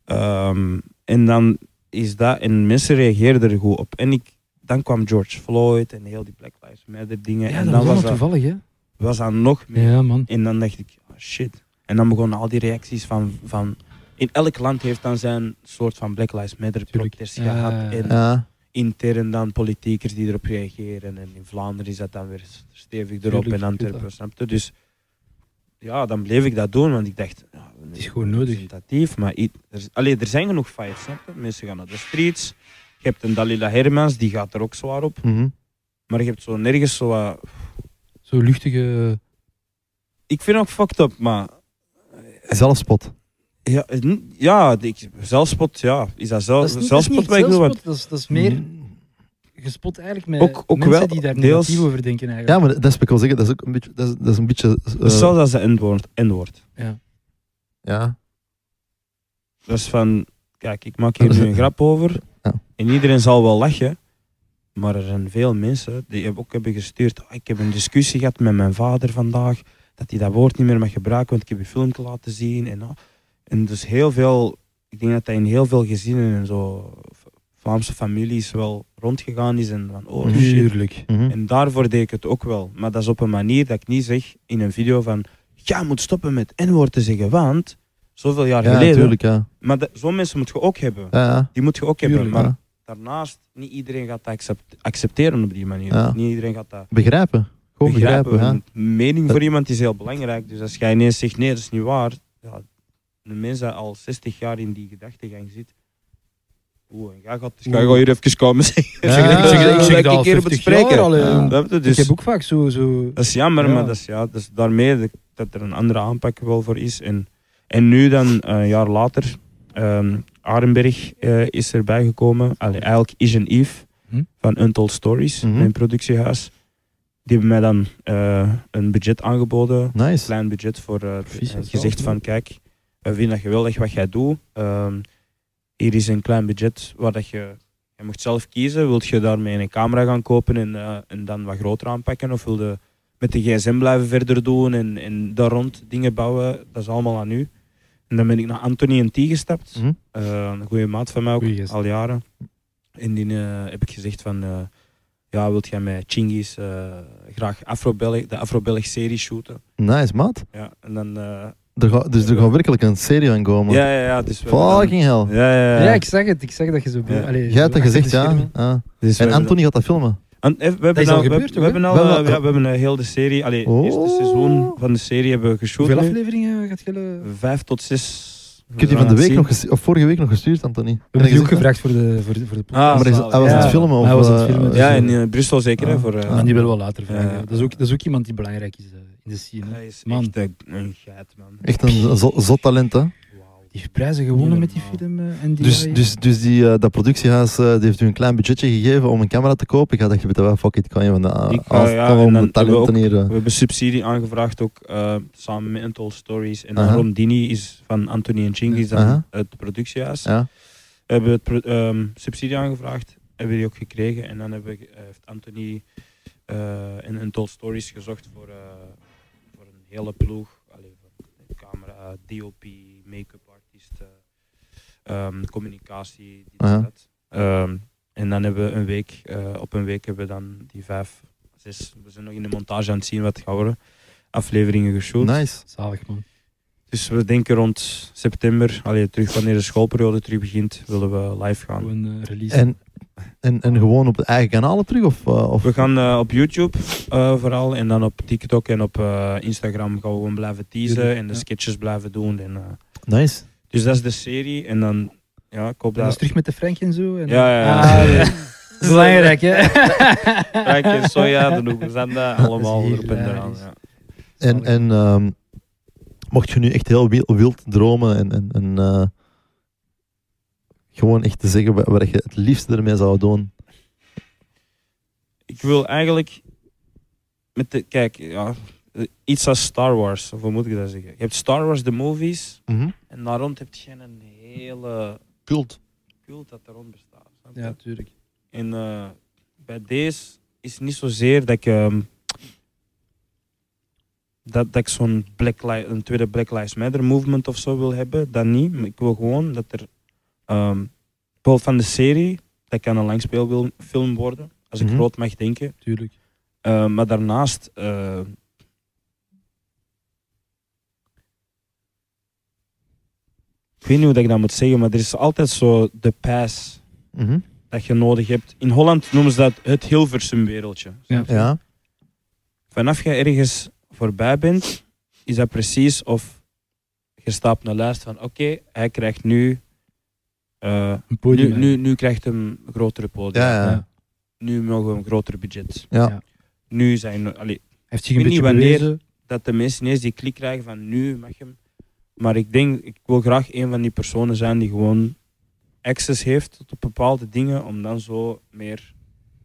Ehm, en dan is dat, en mensen reageerden er goed op. En ik, dan kwam George Floyd en heel die Black Lives Matter dingen.
Ja,
en
dat
dan
was
was
allemaal
dat,
toevallig, hè?
was dat nog meer.
Ja, man.
En dan dacht ik, ah, shit. En dan begonnen al die reacties van, van... In elk land heeft dan zijn soort van Black Lives Matter
Tuurlijk.
protest
Ja,
gehad.
ja, ja.
En
Ja.
intern dan politiekers die erop reageren. En in Vlaanderen is dat dan weer stevig erop.
Tuurlijk,
en Antwerpen, snap je? Dus ja, dan bleef ik dat doen. Want ik dacht, ja,
Het is gewoon nodig.
representatief, maar i- er, is- allee, er zijn genoeg fights. Snap je? Mensen gaan naar de streets. Je hebt een Dalila Hermans, die gaat er ook zwaar op.
Mhm.
Maar je hebt zo nergens zo. eh, wat-
Zo luchtige...
ik vind ook fucked up, maar
Zelfspot.
Ja, eh, n- ja ik, zelfspot, ja. Is dat, zelf,
Dat is niet- dat is
zelfspot
niet
wat ik doe? want-
zelfspot, Dat is, dat is
Mm.
meer
Mhm.
gespot eigenlijk met
Ook- ook
mensen
wel,
die daar
deels.
negatief over denken
Ja,
eigenlijk.
maar dat is wat ik wil zeggen. Dat is ook een beetje. Dat is, dat is een beetje eh,
Dus zelfs als een N-woord. N-woord.
ja.
Dat is Dus van, kijk, ik maak hier
Dat is
nu
het.
een grap over.
Ja.
En iedereen zal wel lachen. Maar er zijn veel mensen die heb- ook hebben gestuurd. "Ah, Ik heb een discussie gehad met mijn vader vandaag. Dat hij dat woord niet meer mag gebruiken, want ik heb een filmpje laten zien. En, ah." en dus heel veel, ik denk dat dat in heel veel gezinnen en zo, V- Vlaamse families wel rondgegaan is. En van, oh
Mhm.
shit.
Tuurlijk.
Mhm.
En daarvoor deed ik het ook wel. Maar dat is op een manier dat ik niet zeg in een video van... Jij moet stoppen met N-woord te zeggen, want... Zoveel jaar
Ja,
geleden.
natuurlijk. Ja.
Maar dat- zo'n mensen moet je ook hebben.
Ja, ja.
Die moet je ook hebben.
Tuurlijk,
maar
Ja.
daarnaast, niet iedereen gaat dat accept- accepteren op die manier.
Ja.
Niet iedereen gaat dat
Begrijpen. Gewoon begrijpen.
begrijpen.
ja.
Een mening
Dat-
voor iemand is heel belangrijk. Dus als jij ineens zegt, nee, dat is niet waar. Ja, een mens dat al 60 jaar in die gedachtegang zit... Oeh, en jij gaat... Dus jij gaat hier even komen zeggen.
Ja,
Zeg dat-
ik zeg-
dat-
ik zeg
dat ik hier bespreken.
Ja.
Snap je?
Ik
Dus-
heb ook vaak zo... zo
dat is jammer,
Ja.
maar dat is, ja, dat is daarmee dat, dat er een andere aanpak wel voor is. En, en nu dan, eh, een jaar later, ehm Arenberg eh, is erbij gekomen. Allee, eigenlijk is een Eve
Hm?
van Untold Stories,
Mhm.
mijn productiehuis. Die hebben mij dan eh, een budget aangeboden
Nice.
klein budget voor eh, het
Proficiat
het
zelf,
gezicht
hè?
van kijk, we vinden dat geweldig wat jij doet. Ehm, hier is een klein budget waar dat je, je mocht zelf kiezen. Wilt je daarmee een camera gaan kopen en, eh, en dan wat groter aanpakken? Of wil je met de gsm blijven verder doen en, en daar rond dingen bouwen? Dat is allemaal aan u. En dan ben ik naar Anthony en T gestapt.
Mhm.
Eh, een goede maat van mij ook,
Mm. Goeie gast.
al jaren. En die eh, heb ik gezegd van, eh, ja, wilt jij met Chingis eh, graag Afro-Belg, de Afro-Belg-serie shooten?
Nice, maat.
Ja, en dan... eh,
Er gaat, dus er gaat werkelijk een serie aan komen.
ja, ja, ja. Dus we hebben
Fucking hell.
dan- ja, ja, ja.
Ja, ik zag het. Ik zag dat je zo...
Ja.
Allee,
Jij hebt
zo
dat gezegd,
achter de
ja.
schermen.
ja.
Dus we
En
hebben-
Anthony gaat dat filmen.
An- eh, we hebben
is al
al, we-
gebeurd,
we,
toch, hè?
hebben al
We
eh,
hebben-
ja, we hebben een heel de serie... Allee, het
Oh.
eerste seizoen van de serie hebben we geshoot.
Hoeveel
nu.
afleveringen gaat je...
Vijf tot zes.
Ik heb die van de week nog gestu- of vorige week nog gestuurd, Anthony. En
We
hij
hebben die
gezegd-
ook gevraagd voor de, voor de, voor de podcast.
Ah,
Maar hij,
zalig.
hij was
ja.
aan het filmen. Of,
Hij was aan het
eh,
filmen, dus-
Ja, in eh, Brussel zeker, hè.
Ah.
Voor, eh,
Maar die willen we later vragen.
Ja.
Dat, is ook, dat is ook iemand die belangrijk is eh, in de scene. hè.
Hij is
Man.
echt eh, een geit, man.
Echt een zo- zot talent, hè.
Wauw.
Die heeft prijzen gewonnen
Niet
met die
normaal.
film. eh, en die
Dus,
wij-
dus, dus die, eh, dat productiehuis eh, die heeft u een klein budgetje gegeven om een camera te kopen. Ik had dacht, je weet je wat, fuck it, kan je van de,
Ik,
uh,
eh, ja, en dan
de talenten
hebben
hier... eh.
We hebben subsidie aangevraagd ook, eh, samen met Untold Stories. En dan
Aha.
Ron Dini is van Anthony en Chingis, dan
Aha.
het productiehuis.
ja.
hebben we het pro- ehm, subsidie aangevraagd, hebben die ook gekregen. En dan hebben, we- eh, heeft Anthony eh in Untold Stories gezocht voor, eh, voor een hele ploeg. Allee, voor de camera, DOP, make-up artiest, eh, ehm, communicatie, dit en
Aha.
dat. Ehm, en dan hebben we een week, eh, op een week hebben we dan die vijf, zes, we zijn nog in de montage aan het zien wat het gaat worden, afleveringen geshoot.
Nice.
Zalig, man.
Dus we denken rond september, allee, terug wanneer de schoolperiode terug begint, willen we live gaan.
Gewoon eh, release.
En, en, en gewoon op de eigen kanalen terug? Of, eh, of
We gaan eh, op YouTube eh, vooral en dan op TikTok en op eh, Instagram gaan we gewoon blijven teasen
Tuurlijk,
en de
ja.
sketches blijven doen. En, eh,
Nice.
dus dat is de serie en dan, ja, ik hoop
En dat is
dat...
terug met de Frank en zo. En
Ja, ja, ja.
Ah, dat is belangrijk, hè?
Frank en Soja, de Noekezanda, allemaal
Dat is
erop en eraan.
hilarisch.
Oh, Ja.
En, en ehm, mocht je nu echt heel wild, wild dromen en, en, en eh, gewoon echt te zeggen wat, wat je het liefste ermee zou doen.
Ik wil eigenlijk, met de, kijk, ja, eh, iets als Star Wars, of hoe moet ik dat zeggen? Je hebt Star Wars, de movies, en daar rond heb je een hele
Cult.
cult dat er rond bestaat. snap je?
Ja, tuurlijk.
En eh, bij deze is niet zozeer dat ik, ehm, dat, dat ik zo'n Black Li- een tweede Black Lives Matter movement of zo wil hebben. Dat niet. Maar ik wil gewoon dat er ehm, bijvoorbeeld van de serie, dat kan een langspeelfilm worden, als ik
Mhm.
groot mag denken.
tuurlijk.
Eh, maar daarnaast. eh, ik weet niet hoe ik dat moet zeggen, maar er is altijd zo de pass
Mhm.
dat je nodig hebt. In Holland noemen ze dat het Hilversum-wereldje.
Ja.
Ja.
Vanaf je ergens voorbij bent, is dat precies of je staat op een lijst van oké, hij krijgt nu, eh,
Een
nu,
podium.
nu, nu krijgt hem een grotere podium.
Ja, ja.
Ja.
Nu mogen we een groter budget.
Ja.
Ja.
Nu zijn allee,
Heeft zich
Ik
een
weet
beetje
niet wanneer-
bewezen.
dat de mensen ineens die klik krijgen van nu mag hem. Maar ik denk, ik wil graag een van die personen zijn die gewoon access heeft tot bepaalde dingen, om dan zo meer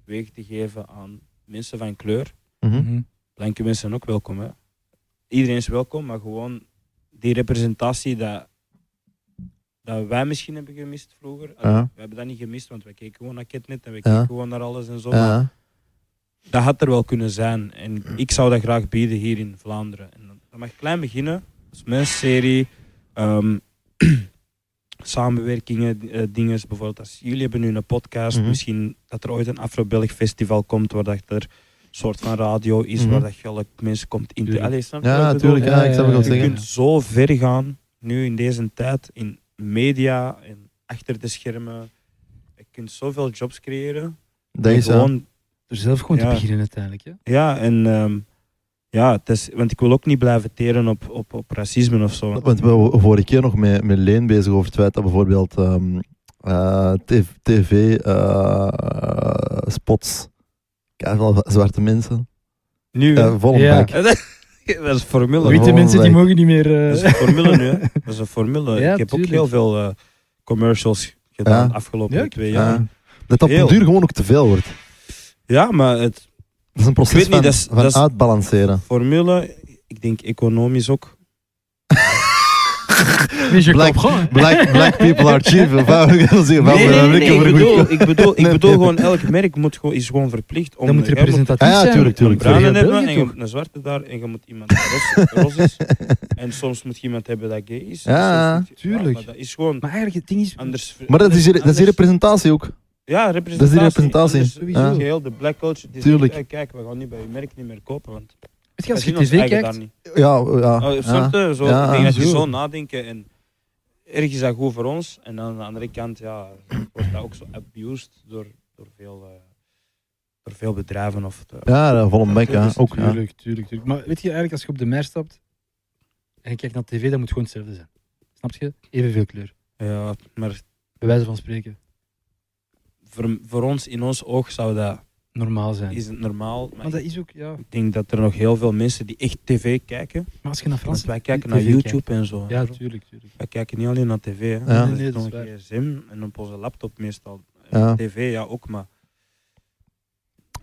weeg te geven aan mensen van kleur.
Mhm.
blanke mensen zijn ook welkom. Hè? Iedereen is welkom, maar gewoon die representatie dat, dat wij misschien hebben gemist vroeger. Allee,
Ja.
We hebben dat niet gemist, want we keken gewoon naar Ketnet en we
Ja.
keken gewoon naar alles en zo. maar
Ja.
Dat had er wel kunnen zijn. En ik zou dat graag bieden hier in Vlaanderen. En dat- dat mag klein beginnen. Dus mijn serie, ehm, samenwerkingen, eh, dingen. Bijvoorbeeld, als jullie hebben nu een podcast.
Mhm.
Misschien dat er ooit een Afro-Belg festival komt waar dat er een soort van radio is
Mhm.
waar dat je alle mensen komt in.
Tuurlijk.
Allee, snap je
Ja,
wat ik bedoel? Eh,
natuurlijk. Ja,
Ja,
ik snap
ja,
wat
ja.
je
Je
zeggen.
kunt zo ver gaan nu in deze tijd in media en achter de schermen. Je kunt zoveel jobs creëren.
Dat is ja.
gewoon
Door zelf gewoon
Ja.
te beginnen uiteindelijk. Hè?
ja, en ehm, ja, het is, want ik wil ook niet blijven teren op, op, op racisme of zo.
eh, Want we waren vorige keer nog met, met Leen bezig over het feit dat bijvoorbeeld ehm, eh, tv-spots. eh, zwarte mensen.
Nu,
eh, vol een
Ja.
bak.
dat is een formule.
Weet-
Witte
gewoon
mensen die
like-
mogen niet meer...
Dat is
eh,
een formule nu, hè. Dat is een formule.
Ja,
ik heb ook
tuurlijk.
heel veel eh, commercials gedaan de
Ja.
afgelopen
Ja, ik-
twee jaar.
Ja. Eh, Dat dat op
Heel.
den duur gewoon ook te veel wordt.
Ja, maar het
Dat is een proces
weet niet,
van,
dat is-
van
dat is-
uitbalanceren.
formule, ik denk economisch ook.
Wees je
Black-
kop gewoon.
Black, black people are cheap. Van- van- van-
eh,
Nee, nee,
van-
nee,
van-
ik bedoel, ik bedoel, ik
Nee,
bedoel
nee.
gewoon, elk merk moet gewoon, is gewoon verplicht om...
Dat moet
jij moet
representatief
Ah, Ja, ja,
zijn.
tuurlijk,
een
tuurlijk.
Voor heel
bruine hebben en
België
je
toch?
moet een zwarte daar en je moet iemand die ros, ros is. En soms moet je iemand hebben dat gay is.
Ja,
En soms moet je-
tuurlijk.
maar dat is gewoon
Maar eigenlijk, het ding is...
anders.
Maar dat is, hier, dat is hier
anders-
representatie ook.
Ja, representatie.
representatie.
Anders
Ja.
Sowieso. Heel de black culture. Die
Tuurlijk.
Zegt, "Hey, eh, kijk, we gaan nu bij je merk niet meer kopen, want
Weet je,
we
als je
zien ons
tv
eigen
kijkt...
daar niet.
Ja, ja.
Oh,
Ah, ja.
snap je? Zo,
Ja,
ik denk dat je
zo.
zo nadenken en erg is dat goed voor ons. En aan de andere kant ja, wordt dat ook zo abused door, door, veel, eh, door veel bedrijven. Of de-
Ja, ja, vol een bek, ja.
is
Ook, ja.
Tuurlijk, tuurlijk, tuurlijk. Maar weet je, eigenlijk als je op de mer stapt en je kijkt naar tv, dat moet gewoon hetzelfde zijn. Snap je? Evenveel kleur.
eh, ja, maar
Bij wijze van spreken.
voor, voor ons, in ons oog, zou dat,
Normaal zijn.
is het normaal. Maar
Maar dat is ook, ja...
ik denk dat er nog heel veel mensen die echt tv kijken.
Maar als je naar
Want
Frans...
wij kijken naar
TV
YouTube en zo.
Ja, tuurlijk, tuurlijk.
wij kijken niet alleen naar tv. Hè.
Ja.
Dat is
Nee, dat is
nog een
waar.
gsm en op onze laptop meestal.
Ja.
TV, ja, ook, maar...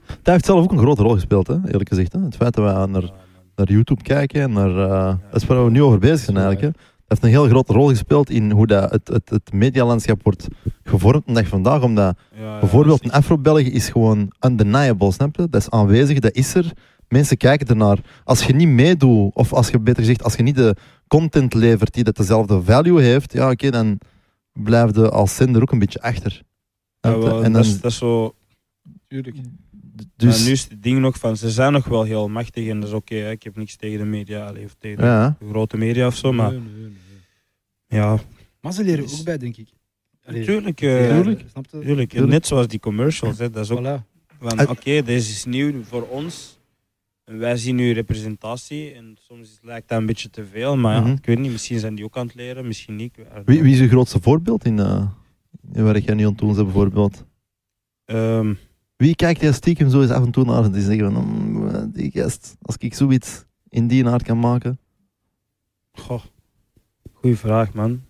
Dat heeft zelf ook een grote rol gespeeld, hè, eerlijk gezegd. Hè. Het feit dat we naar,
ja, man.
naar YouTube kijken, en naar, eh, dat is waar we nu over bezig zijn eigenlijk. Hè. Dat heeft een heel grote rol gespeeld in hoe dat het, het, het medialandschap wordt gevormd een dag vandaag. Omdat
Ja, ja,
Eh, bijvoorbeeld een
dat
Afro-Belg is gewoon undeniable, snap je? Dat is aanwezig, dat is er. Mensen kijken ernaar. Als je niet meedoet, of als je beter gezegd, als je niet de content levert die dat dezelfde value heeft, ja oké, dan blijf je als zender ook een beetje achter.
is-
Snap je?
ja, wel,
en
dat,
dan,
is, dat is zo...
Tuurlijk.
dus,
maar nu is het ding nog van, ze zijn nog wel heel machtig en dat is oké. hè. ik heb niks tegen de media, allee, of tegen
ja.
de grote media of zo, maar...
Nee, nee, nee.
Ja,
Maar ze leren ook bij, denk ik. Allee,
natuurlijk.
ja,
eh,
tuurlijk. Snap je?
tuurlijk.
Tuurlijk.
Net zoals die commercials, hè, dat is ook
Voilà.
Van
Uit-
oké, deze is nieuw voor ons. En wij zien nu representatie. En soms is- lijkt dat een beetje te veel. Maar ja,
Mhm.
ik weet niet, misschien zijn die ook aan het leren, misschien niet. Ik weet-
Wie, wie is je grootste voorbeeld in, eh, in waar jij nu aan toe bent, bijvoorbeeld?
Ehm,
Wie kijkt jij stiekem zo eens af en toe naar en die zeggen van, "Mm, eh, die gast, als ik zoiets in die aard kan maken?
goh, goeie vraag, man.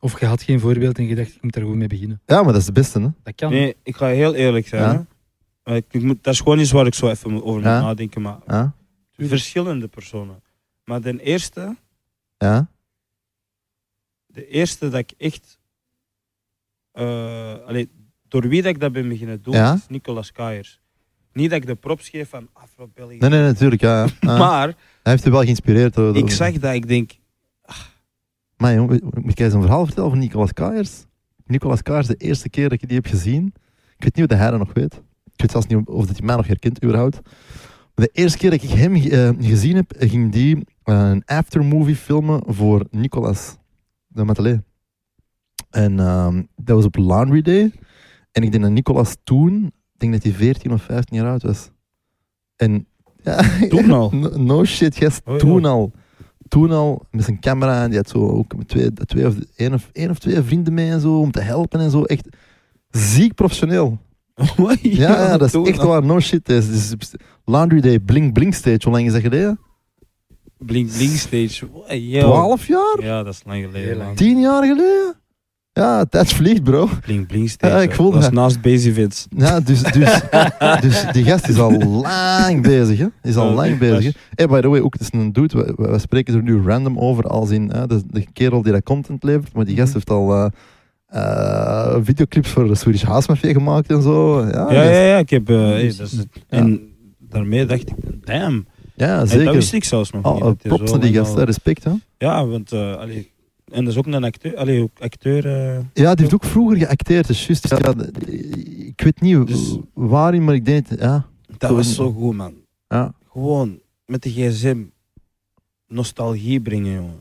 Of je had geen voorbeeld en je dacht, ik moet daar gewoon mee beginnen.
Ja, maar dat is het beste, hè?
Dat kan.
Nee, ik ga heel eerlijk zijn.
Ja.
hè. Ik, ik moet, dat is gewoon iets waar ik zo even moet- over moet
Ja.
nadenken. Maar
Ja?
verschillende personen. Maar de eerste,
Ja?
de eerste dat ik echt. eh, allee, door wie dat ik dat ben beginnen doen,
Ja.
is Nicolas Kaiers. Niet dat ik de props geef van afro
Nee, nee, natuurlijk, ja. ja. Ja.
Maar
Hij heeft je wel geïnspireerd. hoor.
ik zag dat, ik denk,
Maar jong, moet ik eens een verhaal vertellen van Nicolas Kaiers? Nicolas Kaiers, de eerste keer dat ik die heb gezien, ik weet niet of dat hij dat nog weet. Ik weet zelfs niet of dat hij mij nog herkent, überhaupt. Maar de eerste keer dat ik hem eh, gezien heb, ging die eh, een aftermovie filmen voor Nicolas de Matelet. En ehm, dat was op Laundry Day. En ik denk dat Nicolas toen, ik denk dat hij 14 of 15 jaar oud was. En ja,
Toen al?
no, no shit, yes,
Oh, ja.
toen al. Toen al, met zijn camera, en die had zo ook met twee, twee of, één of, één of twee vrienden mee en zo, om te helpen en zo. Echt ziek professioneel. Ja, ja, dat is echt waar, no shit. Dat is, dat is- Laundry Day, Blink Blink Stage, hoe lang is dat geleden?
Blink Blink Stage. Wow, yo.
12 jaar?
Ja, dat is lang geleden.
Heel
man.
lang.
10 jaar geleden? Ja, tijd vliegt, bro.
Blink Blink Stage.
Ja, ik
hoor.
voel
dat is
dat.
naast Basivits.
Ja, dus, dus, dus die gast is al lang bezig, hè? Is al
Oh,
lang
die
bezig. hè.
gast.
Hey, by the way, ook het is een dude. We, we- we spreken er nu random over, als in hè, de, de kerel die dat content levert. Maar die gast
Mhm.
heeft al eh, eh, videoclips voor de Swedish House Mafia gemaakt en zo. Ja,
Ja,
dus-
ja, ja. Ik heb... eh, hey, dat is-
ja.
En daarmee dacht ik, damn.
ja
En dat
zeker.
wist ik zelfs nog
Oh,
niet.
eh,
dat hij
props
zo
naar die
lang
gast,
al-
hè, respect. Hè?
Ja, want... eh, allee, en dat is ook een acteur. Allee, ook acteur... eh,
Ja, die heeft ook vroeger geacteerd, dus juist. Ja, de- de- ik weet niet
Dus-
waarin, maar ik denk het. Ja,
dat
Toen-
was zo goed, man.
ja,
Gewoon met de gsm nostalgie brengen, jongen.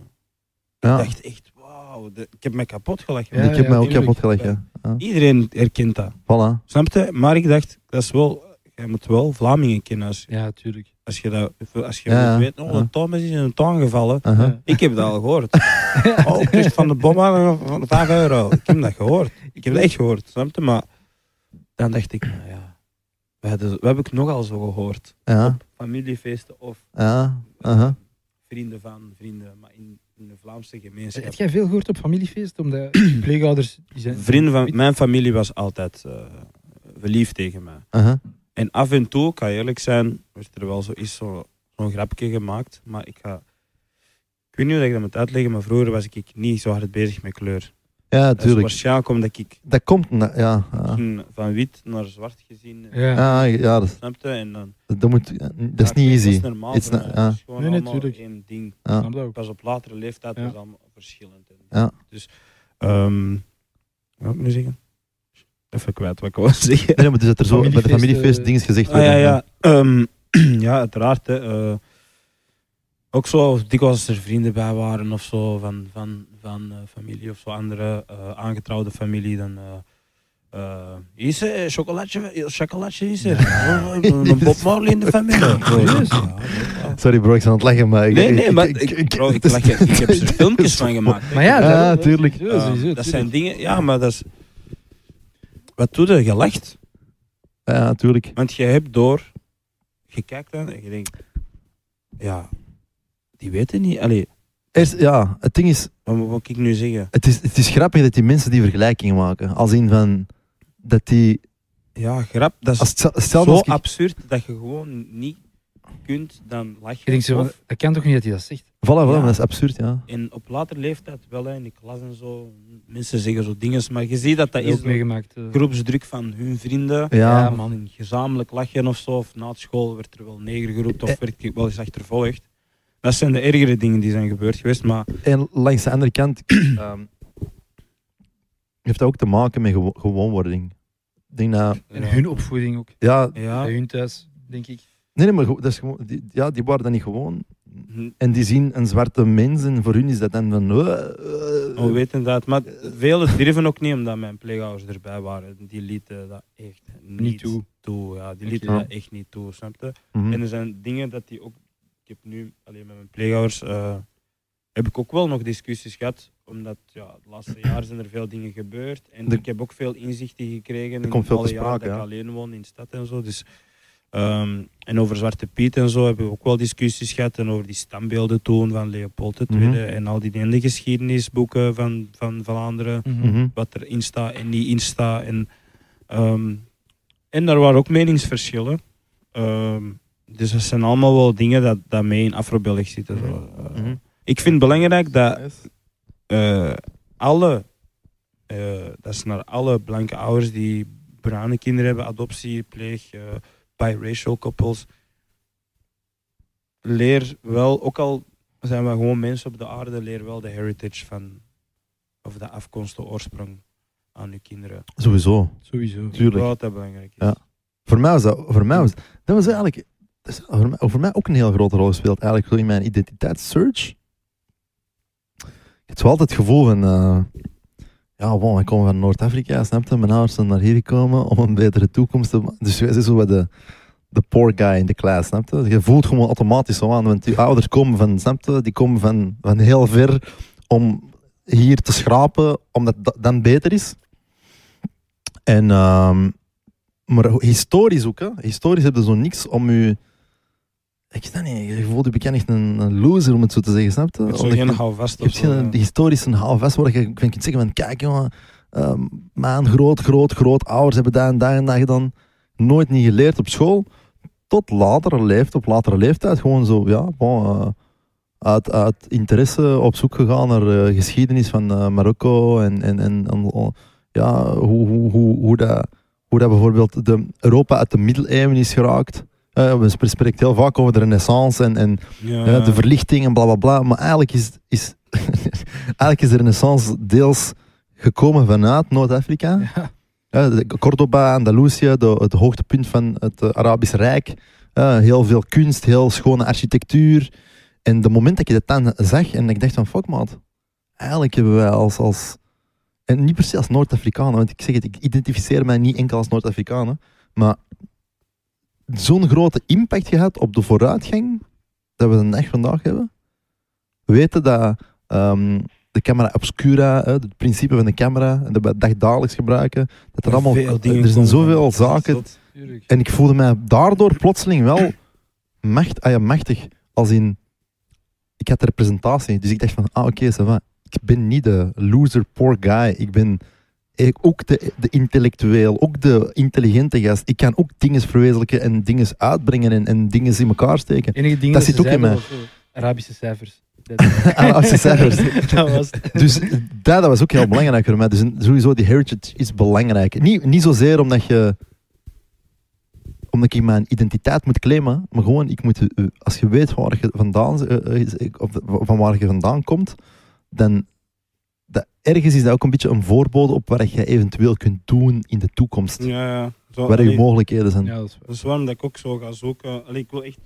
ja.
Ik dacht echt, wauw. de- Ik heb me kapot gelachen.
Ja,
ik heb
ja,
mij ook
tuurlijk.
kapot gelachen. Ja.
Iedereen herkent dat.
Voilà.
Snap je? Maar ik dacht, dat is wel... Je moet wel Vlamingen kennen als,
Ja, tuurlijk.
als je dat... Als je
Ja,
weet, oh,
ja.
een Thomas is in een tuin gevallen.
aha.
Ja.
Ik heb dat al gehoord. oh, ik kreeg van de bom aan van 5 euro. Ik heb dat gehoord. Ik heb dat echt gehoord, snap je? Maar dan dacht ik, nou ja... We hadden, wat heb ik nogal zo gehoord?
Ja,
Familiefeesten of
ja, aha.
vrienden van vrienden, maar in, in de Vlaamse gemeenschap.
Heb jij veel gehoord op familiefeesten? Omdat je pleegouders... Die zijn...
Vrienden van mijn familie was altijd eh verliefd tegen mij.
aha.
En af en toe, ik ga eerlijk zijn, werd er wel zo is zo, zo'n grapje gemaakt. Maar ik ga. Ik weet niet hoe ik dat moet uitleggen, maar vroeger was ik niet zo hard bezig met kleur.
Ja,
Dat is
tuurlijk. Ah.
waarschijnlijk omdat ik
Dat komt, na- ja. Ja,
toen van wit naar zwart gezien eh,
Ja.
ja, ja dat,
snapte. En dan,
dat, moet, dat is
Ja,
niet
ik weet,
easy.
Dat is normaal.
It's
voor
not- ah.
mij.
ja.
Dat is gewoon
Nee, nee,
allemaal
tuurlijk.
één ding.
Ja.
Snap dat ook.
Pas op latere leeftijd
Ja.
was allemaal verschillend. En-
Ja.
Dus, ehm wat moet ik nu zeggen? Even kwijt wat ik wou zeggen.
Nee, maar dus dat er zo bij de
Familiefeest,
familiefeest
eh,
dingen gezegd
Ah, ja,
worden.
ja. Ehm, ja, uiteraard. Hè, eh, ook zo, dikwijls als er vrienden bij waren of zo, van, van, van eh, familie of zo, andere eh, aangetrouwde familie, dan... eh eh, is er een chocolatje, een chocolatje is er? Oh, Een Bob Marley in de familie.
Serieus?
Ja, ja.
Sorry bro, ik ben aan het lachen, maar... ik-
Nee,
ik-
nee,
ik-
maar
ik-
ik,
ik-
bro, ik,
het is-
lach, ik heb er filmpjes van gemaakt. hè.
Maar ja,
Ja,
daarom-
tuurlijk.
sowieso,
Eh,
sowieso,
dat
tuurlijk.
zijn dingen, ja, maar dat is... Wat doe je? Je lacht.
Ja, tuurlijk.
Want je hebt door, je kijkt dan en je denkt, ja, die weten niet. Allee,
Eerst, ja, het ding is,
wat moet ik nu zeggen?
het is, het is grappig dat die mensen die vergelijkingen maken. Als in van, dat die...
Ja, grap, dat is
Als, het-
zo
hetzelfde als ik-
absurd dat je gewoon niet kunt dan lachen.
Je denkt zo van,
Of-
dat kan toch niet dat hij dat zegt?
Voilà, voilà,
Ja.
maar dat is absurd, ja.
en op later leeftijd wel, hè, in de klas en zo, mensen zeggen zo dingen, maar je ziet dat dat
Dat is
is
ook meegemaakt. eh.
door groepsdruk van hun vrienden.
Ja,
Ja,
Of een gezamenlijk lachen of zo, of na school werd er wel neergeroepen
Eh.
of werd je wel eens achtervolgd. Dat zijn de ergere dingen die zijn gebeurd geweest, maar
En langs de andere kant ehm, heeft dat ook te maken met gewo- gewoonwording. Ik denk dat,
En hun opvoeding ook.
ja,
ja,
Bij hun thuis, denk ik.
nee, nee maar gewo- dat is gewoon, die, ja, die waren dat niet gewoon.
ja.
En die zien een zwarte mens en voor hun is dat dan van. eh, eh,
We weten dat, maar velen durven ook niet omdat mijn pleegouders erbij waren. Die lieten dat echt niet,
Niet toe.
toe, Ja, die lieten
Oké.
dat echt niet toe, snap je?
mhm.
En er zijn dingen dat die ook... Ik heb nu alleen met mijn pleegouders... eh, heb ik ook wel nog discussies gehad, omdat ja, het laatste jaar zijn er veel dingen gebeurd. En
Er-
ik heb ook veel inzichten gekregen in
komt veel
alle
te
jaren dat
sprake,
ik alleen woon in de stad en zo. Dus, ehm, en over Zwarte Piet en zo hebben we ook wel discussies gehad. En over die standbeelden toen van Leopold II
Mhm.
en al die ene geschiedenisboeken van, van Vlaanderen.
Mhm.
Wat erin staat en niet in staat. En, ehm, en daar waren ook meningsverschillen. Ehm, dus dat zijn allemaal wel dingen dat, dat mee in Afro-België zitten. zo. Eh,
Mhm.
ik vind het belangrijk dat eh, alle, eh, dat is naar alle blanke ouders die bruine kinderen hebben, adoptie, pleeg, eh, biracial koppels. Leer wel, ook al zijn we gewoon mensen op de aarde, leer wel de heritage van, of de afkomst, de oorsprong aan je kinderen.
Sowieso,
Sowieso.
tuurlijk.
Wat dat belangrijk is.
Ja. Voor mij was dat, voor mij was, dat was eigenlijk, dat is voor, mij, voor mij ook een heel grote rol gespeeld. Eigenlijk gewoon in mijn identiteitssearch. Ik had zo altijd het gevoel van, eh, ja, bon, wij komen van Noord-Afrika, snap je? Mijn ouders zijn naar hier gekomen om een betere toekomst te ma- Dus je zit zo bij de, de poor guy in de klas, snap je? Je voelt gewoon automatisch zo aan, want die ouders komen van, snap je? Die komen van, van heel ver om hier te schrapen, omdat dat dan beter is. En, ehm, maar historisch ook, hè? historisch heb je zo niks om je Ik snap niet, je voelt je bekend echt een, een loser, om het zo te zeggen, snap je?
Het is
Omdat
geen
je-
houvast
je hebt
of zo,
geen
ja.
historische houvast waar je van kunt zeggen van kijk jongen, ehm mijn groot, groot, groot ouders hebben daar en daar en dat gedaan. Nooit niet geleerd op school. Tot latere leeftijd, op latere leeftijd, gewoon zo, ja, bon, eh, uit, uit interesse op zoek gegaan naar eh, geschiedenis van eh, Marokko en, en, en, en, oh, ja, hoe, hoe, hoe, hoe, dat, hoe dat bijvoorbeeld de Europa uit de middeleeuwen is geraakt. Eh, we spreken heel vaak over de renaissance en, en
Ja,
ja, de verlichting en bla bla bla. Maar eigenlijk is, is, eigenlijk is de Renaissance deels gekomen vanuit Noord-Afrika.
Ja.
Ja, de Cordoba, Andalusië, de, het hoogtepunt van het eh, Arabisch Rijk. Eh, heel veel kunst, heel schone architectuur. En de moment dat je dat dan zag en ik dacht van fuck maat, eigenlijk hebben wij als, als en niet per se als Noord-Afrikanen, want ik zeg het, ik identificeer mij niet enkel als Noord-Afrikanen, maar zo'n grote impact gehad op de vooruitgang dat we de dag vandaag hebben. Weten dat ehm, de camera obscura, hè, het principe van de camera, en dat we het dagdagelijks gebruiken, dat er
Maar
allemaal, eh,
veel dingen
er zijn
komen
zoveel
van-
zaken
Dat-
Tuurlijk.
en ik voelde mij daardoor plotseling wel macht, ah ja, machtig. Als in, ik had de representatie. Dus ik dacht van, ah oké, ça va. ik ben niet de loser, poor guy. Ik ben eigenlijk ook de, de intellectueel, ook de intelligente gast. Ik kan ook dingen verwezenlijken en dingen uitbrengen en, en dingen in elkaar steken.
Enige ding
Dat
dat ze
zit ook in
zeiden
mij.
was, eh, Arabische cijfers.
Arabische cijfers.
dat was het.
Dus dat, dat was ook heel belangrijk voor mij. Dus sowieso, die heritage is belangrijk. Niet, niet zozeer omdat je omdat ik mijn identiteit moet claimen, maar gewoon, ik moet, eh, als je weet waar je vandaan, eh, eh, of van waar je vandaan komt, dan dat, ergens is dat ook een beetje een voorbode op wat je eventueel kunt doen in de toekomst.
Ja, ja. Zo,
Waar je
allee,
mogelijkheden zijn.
Ja, dat is waar.
Dat is waarom dat ik ook zo ga zoeken. Allee, ik wil echt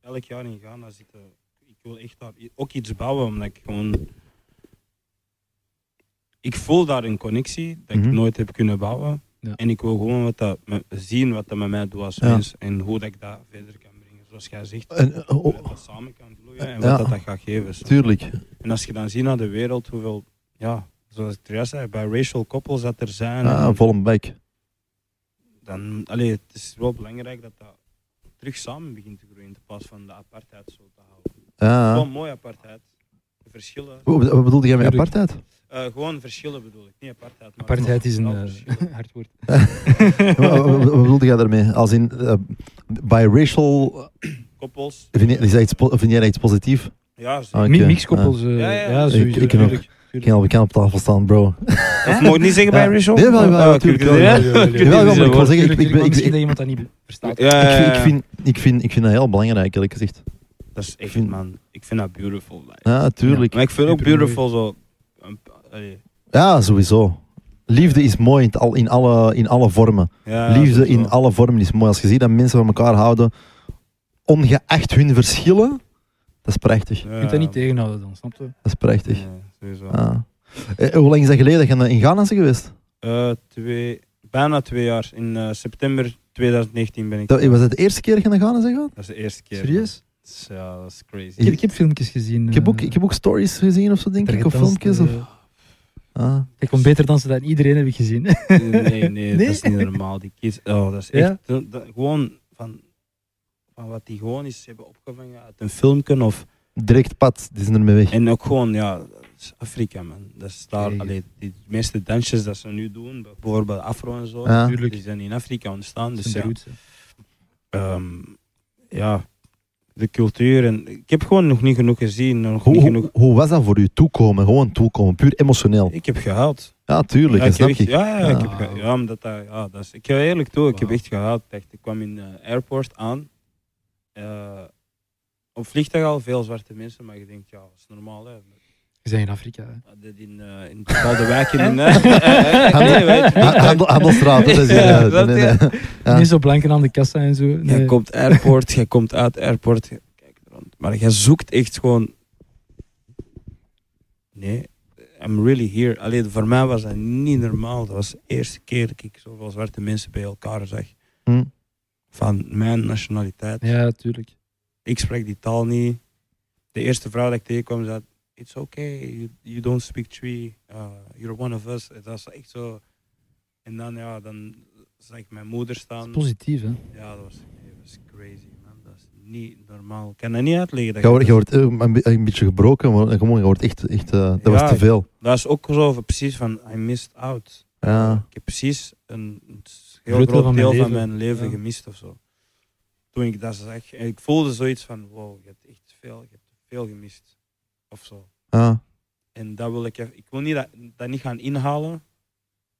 elk jaar in Ghana zitten. Ik wil echt daar i- ook iets bouwen, omdat ik gewoon... Ik voel daar een connectie dat
Mhm.
ik nooit heb kunnen bouwen.
Ja.
En ik wil gewoon wat dat, me- zien wat dat met mij doet als
Ja.
mens en hoe dat ik dat verder kan brengen. Zoals jij zegt,
En, eh,
hoe
oh,
dat, dat samen kan vloeien en wat
Ja.
dat, dat gaat geven. snap je?
tuurlijk.
En als je dan ziet naar de wereld, hoeveel... Ja, zoals ik juist zei, biracial koppels dat er zijn.
Ah,
en-
vol een bek.
dan, allee, het is wel belangrijk dat dat terug samen begint te groeien in plaats van de apartheid zo te houden.
Ja.
Gewoon mooi apartheid. Verschillen.
Wat wat Ah. bedoelde jij met
Tuurlijk.
apartheid?
eh, gewoon verschillen bedoel ik, niet apartheid. Maar
Apartheid is een
wel
eh,
verschillen.
hard woord.
Wat- Wat wat bedoelde jij daarmee? Als in eh, biracial
Koppels.
Vind je, is dat iets, po- vind jij dat iets positiefs?
Ja, zeker.
Ah,
Mi-
oké.
Mixkoppels. eh,
Ja, ja,
ja,
ja.
sowieso.
Ik- ik ook.
tuurlijk,
Ik kan
tuurlijk.
al bekend op tafel staan, bro.
Of mogen niet zeggen
Ja.
bij Rachel?
Nee, wel, wel,
Ah,
natuurlijk
oké,
wel.
ja.
Jawel, jawel,
Jawel,
jawel.
maar ik wil zeggen, ik-
Tuurlijk,
ik ben-
maar
ik-
Misschien
ik-
dat iemand dat niet verstaat.
Ja, ja,
Ik, vind-
ja,
ik,
ja.
vind, ik, vind, ik vind dat heel belangrijk, eerlijk gezegd.
Dat is echt,
vind-
man. Ik vind dat beautiful. like.
Ja, tuurlijk. Ja,
Maar ik vind ook
Supermooi.
beautiful zo... een pa- allee,
sowieso. Liefde is mooi in, het al, in, alle, in alle vormen.
ja,
Liefde
dat is
in
wel-
alle vormen is mooi. Als je ziet dat mensen van elkaar houden, ongeacht hun verschillen, dat is prachtig.
Je
Ja,
kunt dat niet tegenhouden dan, snap je?
Dat is prachtig.
nee, sowieso.
Ah. Eh, hoe lang is dat geleden dat je naar- in Ghana bent geweest?
Eh, twee, bijna twee jaar. In eh, september 2019 ben ik.
Dat, was dat de eerste keer dat je naar Ghana bent gegaan?
Dat is de eerste keer.
Serieus?
man. Dat is- Ja, dat is crazy.
Ik heb, ik heb filmpjes gezien.
Ik heb, ook,
eh,
ik heb ook stories gezien of zo, denk
daar
ik, of
gedanst,
filmpjes.
eh,
Of, ah.
Ik kon beter dansen dan iedereen, heb ik gezien.
Nee, nee, dat is niet normaal. Die kids, oh, dat is
Ja?
echt eh, dat- gewoon van, van wat die gewoon is hebben opgevangen uit een filmpje. Of,
Direct pad, die zijn ermee weg.
en ook gewoon, ja, dat is Afrika, man. Dat is daar,
Hey.
allee, die meeste dansjes dat ze nu doen, bijvoorbeeld afro en zo,
Ja.
Tuurlijk.
die zijn in Afrika ontstaan. Dus
Zijn
ja,
roots, hè.
ehm, ja, de cultuur. En, ik heb gewoon nog niet genoeg gezien, nog
Hoe,
niet genoeg
hoe, hoe was dat voor u? Toekomen, gewoon toekomen, puur emotioneel.
Ik heb gehuild.
Ja, tuurlijk,
Ja,
dat
ik heb
snap ik.
echt- ja, ja, ik heb
Ah.
gehuild. Ja, omdat dat, ja, dat is, ik ga eerlijk toe, ik heb
Wauw.
echt gehuild. Echt. Ik kwam in de airport aan. Eh, op vliegtuig al veel zwarte mensen, maar je denkt, ja, dat is normaal. Hè.
We zijn in Afrika. hè.
Dit in, eh, in bepaalde wijken. in, eh, eh, eh, nee, weet je
Ha-
niet.
handel- Handelstraat, dat is
Ja,
ja,
dat,
nee, nee.
ja.
Ja.
Niet zo blanken aan de kassa en zo.
Jij
Nee.
komt airport, jij komt uit airport. jij kijkt rond. Maar jij zoekt echt gewoon... Nee, I'm really here. Alleen voor mij was dat niet normaal. Dat was de eerste keer dat ik zoveel zwarte mensen bij elkaar zag.
Hm.
Van mijn nationaliteit.
Ja, tuurlijk.
Ik spreek die taal niet. De eerste vrouw dat ik tegenkwam zei... It's okay, you, you don't speak tree. Uh, you're one of us. Dat was echt zo... En dan, ja, dan zag ik mijn moeder
Dat
staan.
is positief, hè?
Ja, dat was, nee, dat was crazy, man. Dat is niet normaal. Ik kan dat niet uitleggen. Dat,
Je wordt,
je-
je wordt eh, een, be- een beetje gebroken, maar gewoon, je wordt echt, echt eh, dat
Ja,
was te veel.
dat is ook zo van, precies van, I missed out.
Ja.
Ik heb precies een, een heel
Groot deel
groot
van
deel
mijn
van
leven.
mijn leven
Ja.
gemist of zo. Toen ik dat zag, en ik voelde zoiets van, wow, je hebt echt veel, je hebt veel gemist. Of zo.
Ja.
En dat wil ik even, ik wil niet dat, dat niet gaan inhalen,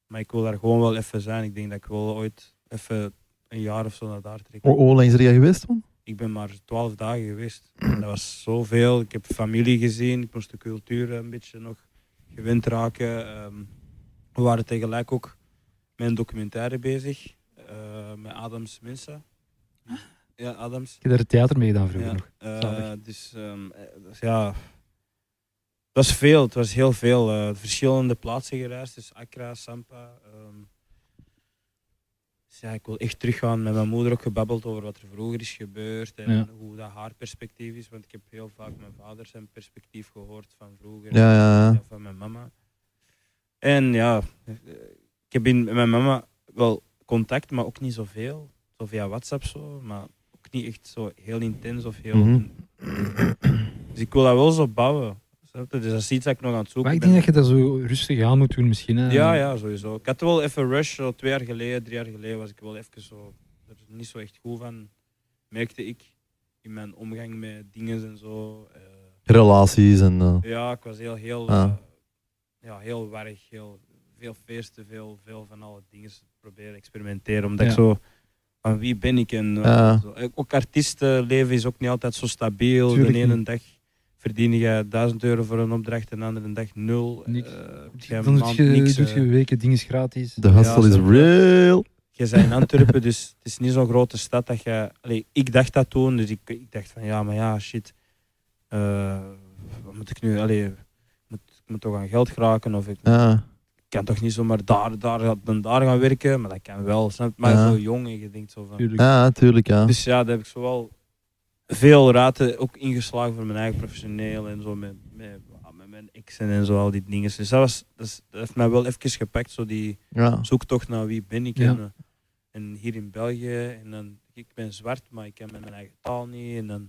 maar ik wil daar gewoon wel even zijn. Ik denk dat ik wel ooit even een jaar of zo naar daar trek.
Hoe hoe lang is er jij geweest toen?
Ik ben maar twaalf dagen geweest. En dat was zoveel. Ik heb familie gezien, ik moest de cultuur een beetje nog gewend raken. Ehm, we waren tegelijk ook met een documentaire bezig, eh, met Adams Mensen. Ja, Adams.
Ik heb daar theater mee gedaan vroeger
Ja,
nog.
eh,
Zalig.
dus, ehm, eh, dus ja, het was veel. Het was heel veel. eh, verschillende plaatsen gereisd, dus Accra, Sampa. ehm. dus ja, ik wil echt teruggaan. Met mijn moeder ook gebabbeld over wat er vroeger is gebeurd en
Ja.
hoe dat haar perspectief is. Want ik heb heel vaak mijn vader zijn perspectief gehoord van vroeger,
Ja, ja, ja.
ja, van mijn mama. En ja, eh, ik heb in, met mijn mama wel contact, maar ook niet zoveel. Zo via WhatsApp zo, maar ook niet echt zo heel intens of heel...
Mhm.
Dus ik wil dat wel zo bouwen. snap je? Dus dat is iets dat ik nog aan het zoeken
Maar ik
ben.
denk dat je dat zo rustig aan moet doen misschien. Hè?
Ja, ja, sowieso. Ik had wel even rush, zo twee jaar geleden, drie jaar geleden was ik wel even zo... Er is niet zo echt goed van, merkte ik. In mijn omgang met dingen en zo. eh.
Relaties en... eh,
Ah.
ja, ik was heel, heel...
Ah.
eh, ja, heel warrig. Heel, veel feesten, veel, veel van alle dingen proberen experimenteren. Omdat ik
Ja. Ah.
zo... Van wie ben ik? En, eh,
Ja.
zo. Eh, Ook artiestenleven is ook niet altijd zo stabiel.
Tuurlijk
de ene
niet.
dag verdien je 1000 euro voor een opdracht en de andere dag nul.
Niks.
Eh, heb je
Dan
een
doe
maand
je,
niks,
doet
eh.
je weken dingen gratis.
de hustle
Ja,
is
snap je.
real.
Je bent in Antwerpen, dus het is niet zo'n grote stad dat je... Allee, ik dacht dat toen, dus ik, ik dacht van ja, maar ja, shit. Eh, wat moet ik nu? Allee, ik moet, ik moet toch aan geld geraken of ik
Ja.
kan toch niet zomaar daar, daar, dan daar gaan werken? Maar dat kan wel, snap je? Maar
Ja.
zo jong en je denkt zo van...
Tuurlijk.
ja, tuurlijk, ja.
Dus ja, daar heb ik zowel veel raten ook ingeslagen voor mijn eigen professioneel en zo met, met, ah, met mijn exen en zo, al die dingen. Dus dat, was, dat, is- dat heeft mij wel even gepakt, zo die
Ja.
zoektocht naar wie ben ik.
Ja.
En, eh, en hier in België, en dan, ik ben zwart, maar ik ken mijn eigen taal niet. En dan,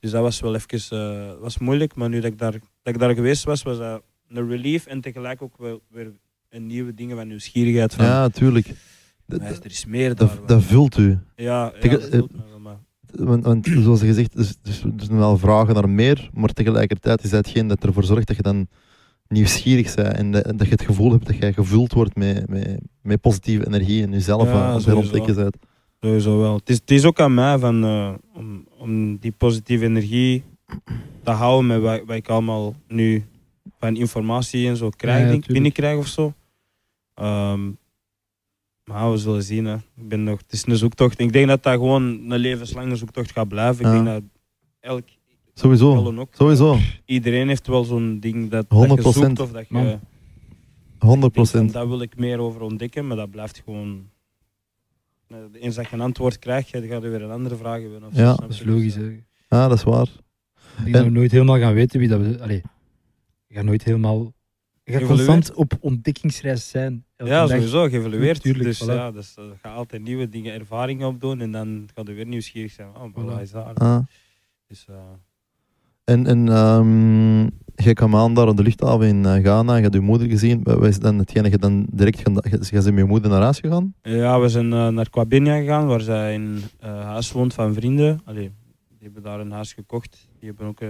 dus dat was wel even eh, was moeilijk, maar nu dat ik, daar, dat ik daar geweest was, was dat een relief en tegelijk ook wel weer een nieuwe dingen van nieuwsgierigheid. Van,
Ja, tuurlijk. Dat,
"Maar er is meer daar.
dat,
wat."
dat vult u.
ja, ja,
Tegen-
dat voelt me wel, maar-
Want, want zoals gezegd, er is- er is- er zijn wel vragen naar meer, maar tegelijkertijd is dat hetgeen dat ervoor zorgt dat je dan nieuwsgierig bent en dat, dat je het gevoel hebt dat jij gevuld wordt met, met, met positieve energie en jezelf
Ja,
aan het
sowieso.
herontdekken bent.
Sowieso wel. Het is, het is ook aan mij van, eh, om, om die positieve energie te houden met wat, wat ik allemaal nu van informatie en zo krijg,
Ja, ja,
denk, ik,
tuurlijk.
binnenkrijg of zo. Ehm, maar we zullen zien. Hè. Ik ben nog, het is een zoektocht. Ik denk dat dat gewoon een levenslange zoektocht gaat blijven.
Ja.
Ik denk dat elk,
Oh,
Sowieso,
allen ook,
sowieso,
iedereen heeft wel zo'n ding dat, dat je
100%.
zoekt of dat je...
Man.
100
Ik denk
procent.
van, Daar wil ik meer over ontdekken, maar dat blijft gewoon. Eh, Eens dat je een antwoord krijgt, ga je gaat er weer een andere vraag hebben. Of zo,
Ja.
snap
Dat is
je?
logisch.
Dus,
Hè.
eh,
Ik
Ja, Ah, dat is waar.
denk dat we nooit helemaal gaan weten wie dat we... Allee, je gaat nooit helemaal... Je gaat
Evolueert.
constant op ontdekkingsreis zijn. Elke
Ja,
dag.
sowieso, geëvalueerd.
Tuurlijk,
dus
voilà.
ja, dus, eh, ga altijd nieuwe dingen, ervaringen opdoen en dan ga je weer nieuwsgierig zijn. Oh, voilà,
Voilà.
is daar.
Ja.
Dus, eh,
Ah. En, en ehm, jij kwam aan daar op de luchthaven in eh, Ghana, je hebt je moeder gezien. Wat is dan hetgeen dat je dan direct gaan, je, je bent met je moeder naar huis gegaan?
ja, we zijn eh, naar Kwabinia gegaan, waar zij in eh, huis woont van vrienden. Allee, die hebben daar een huis gekocht. Die, hebben ook, eh,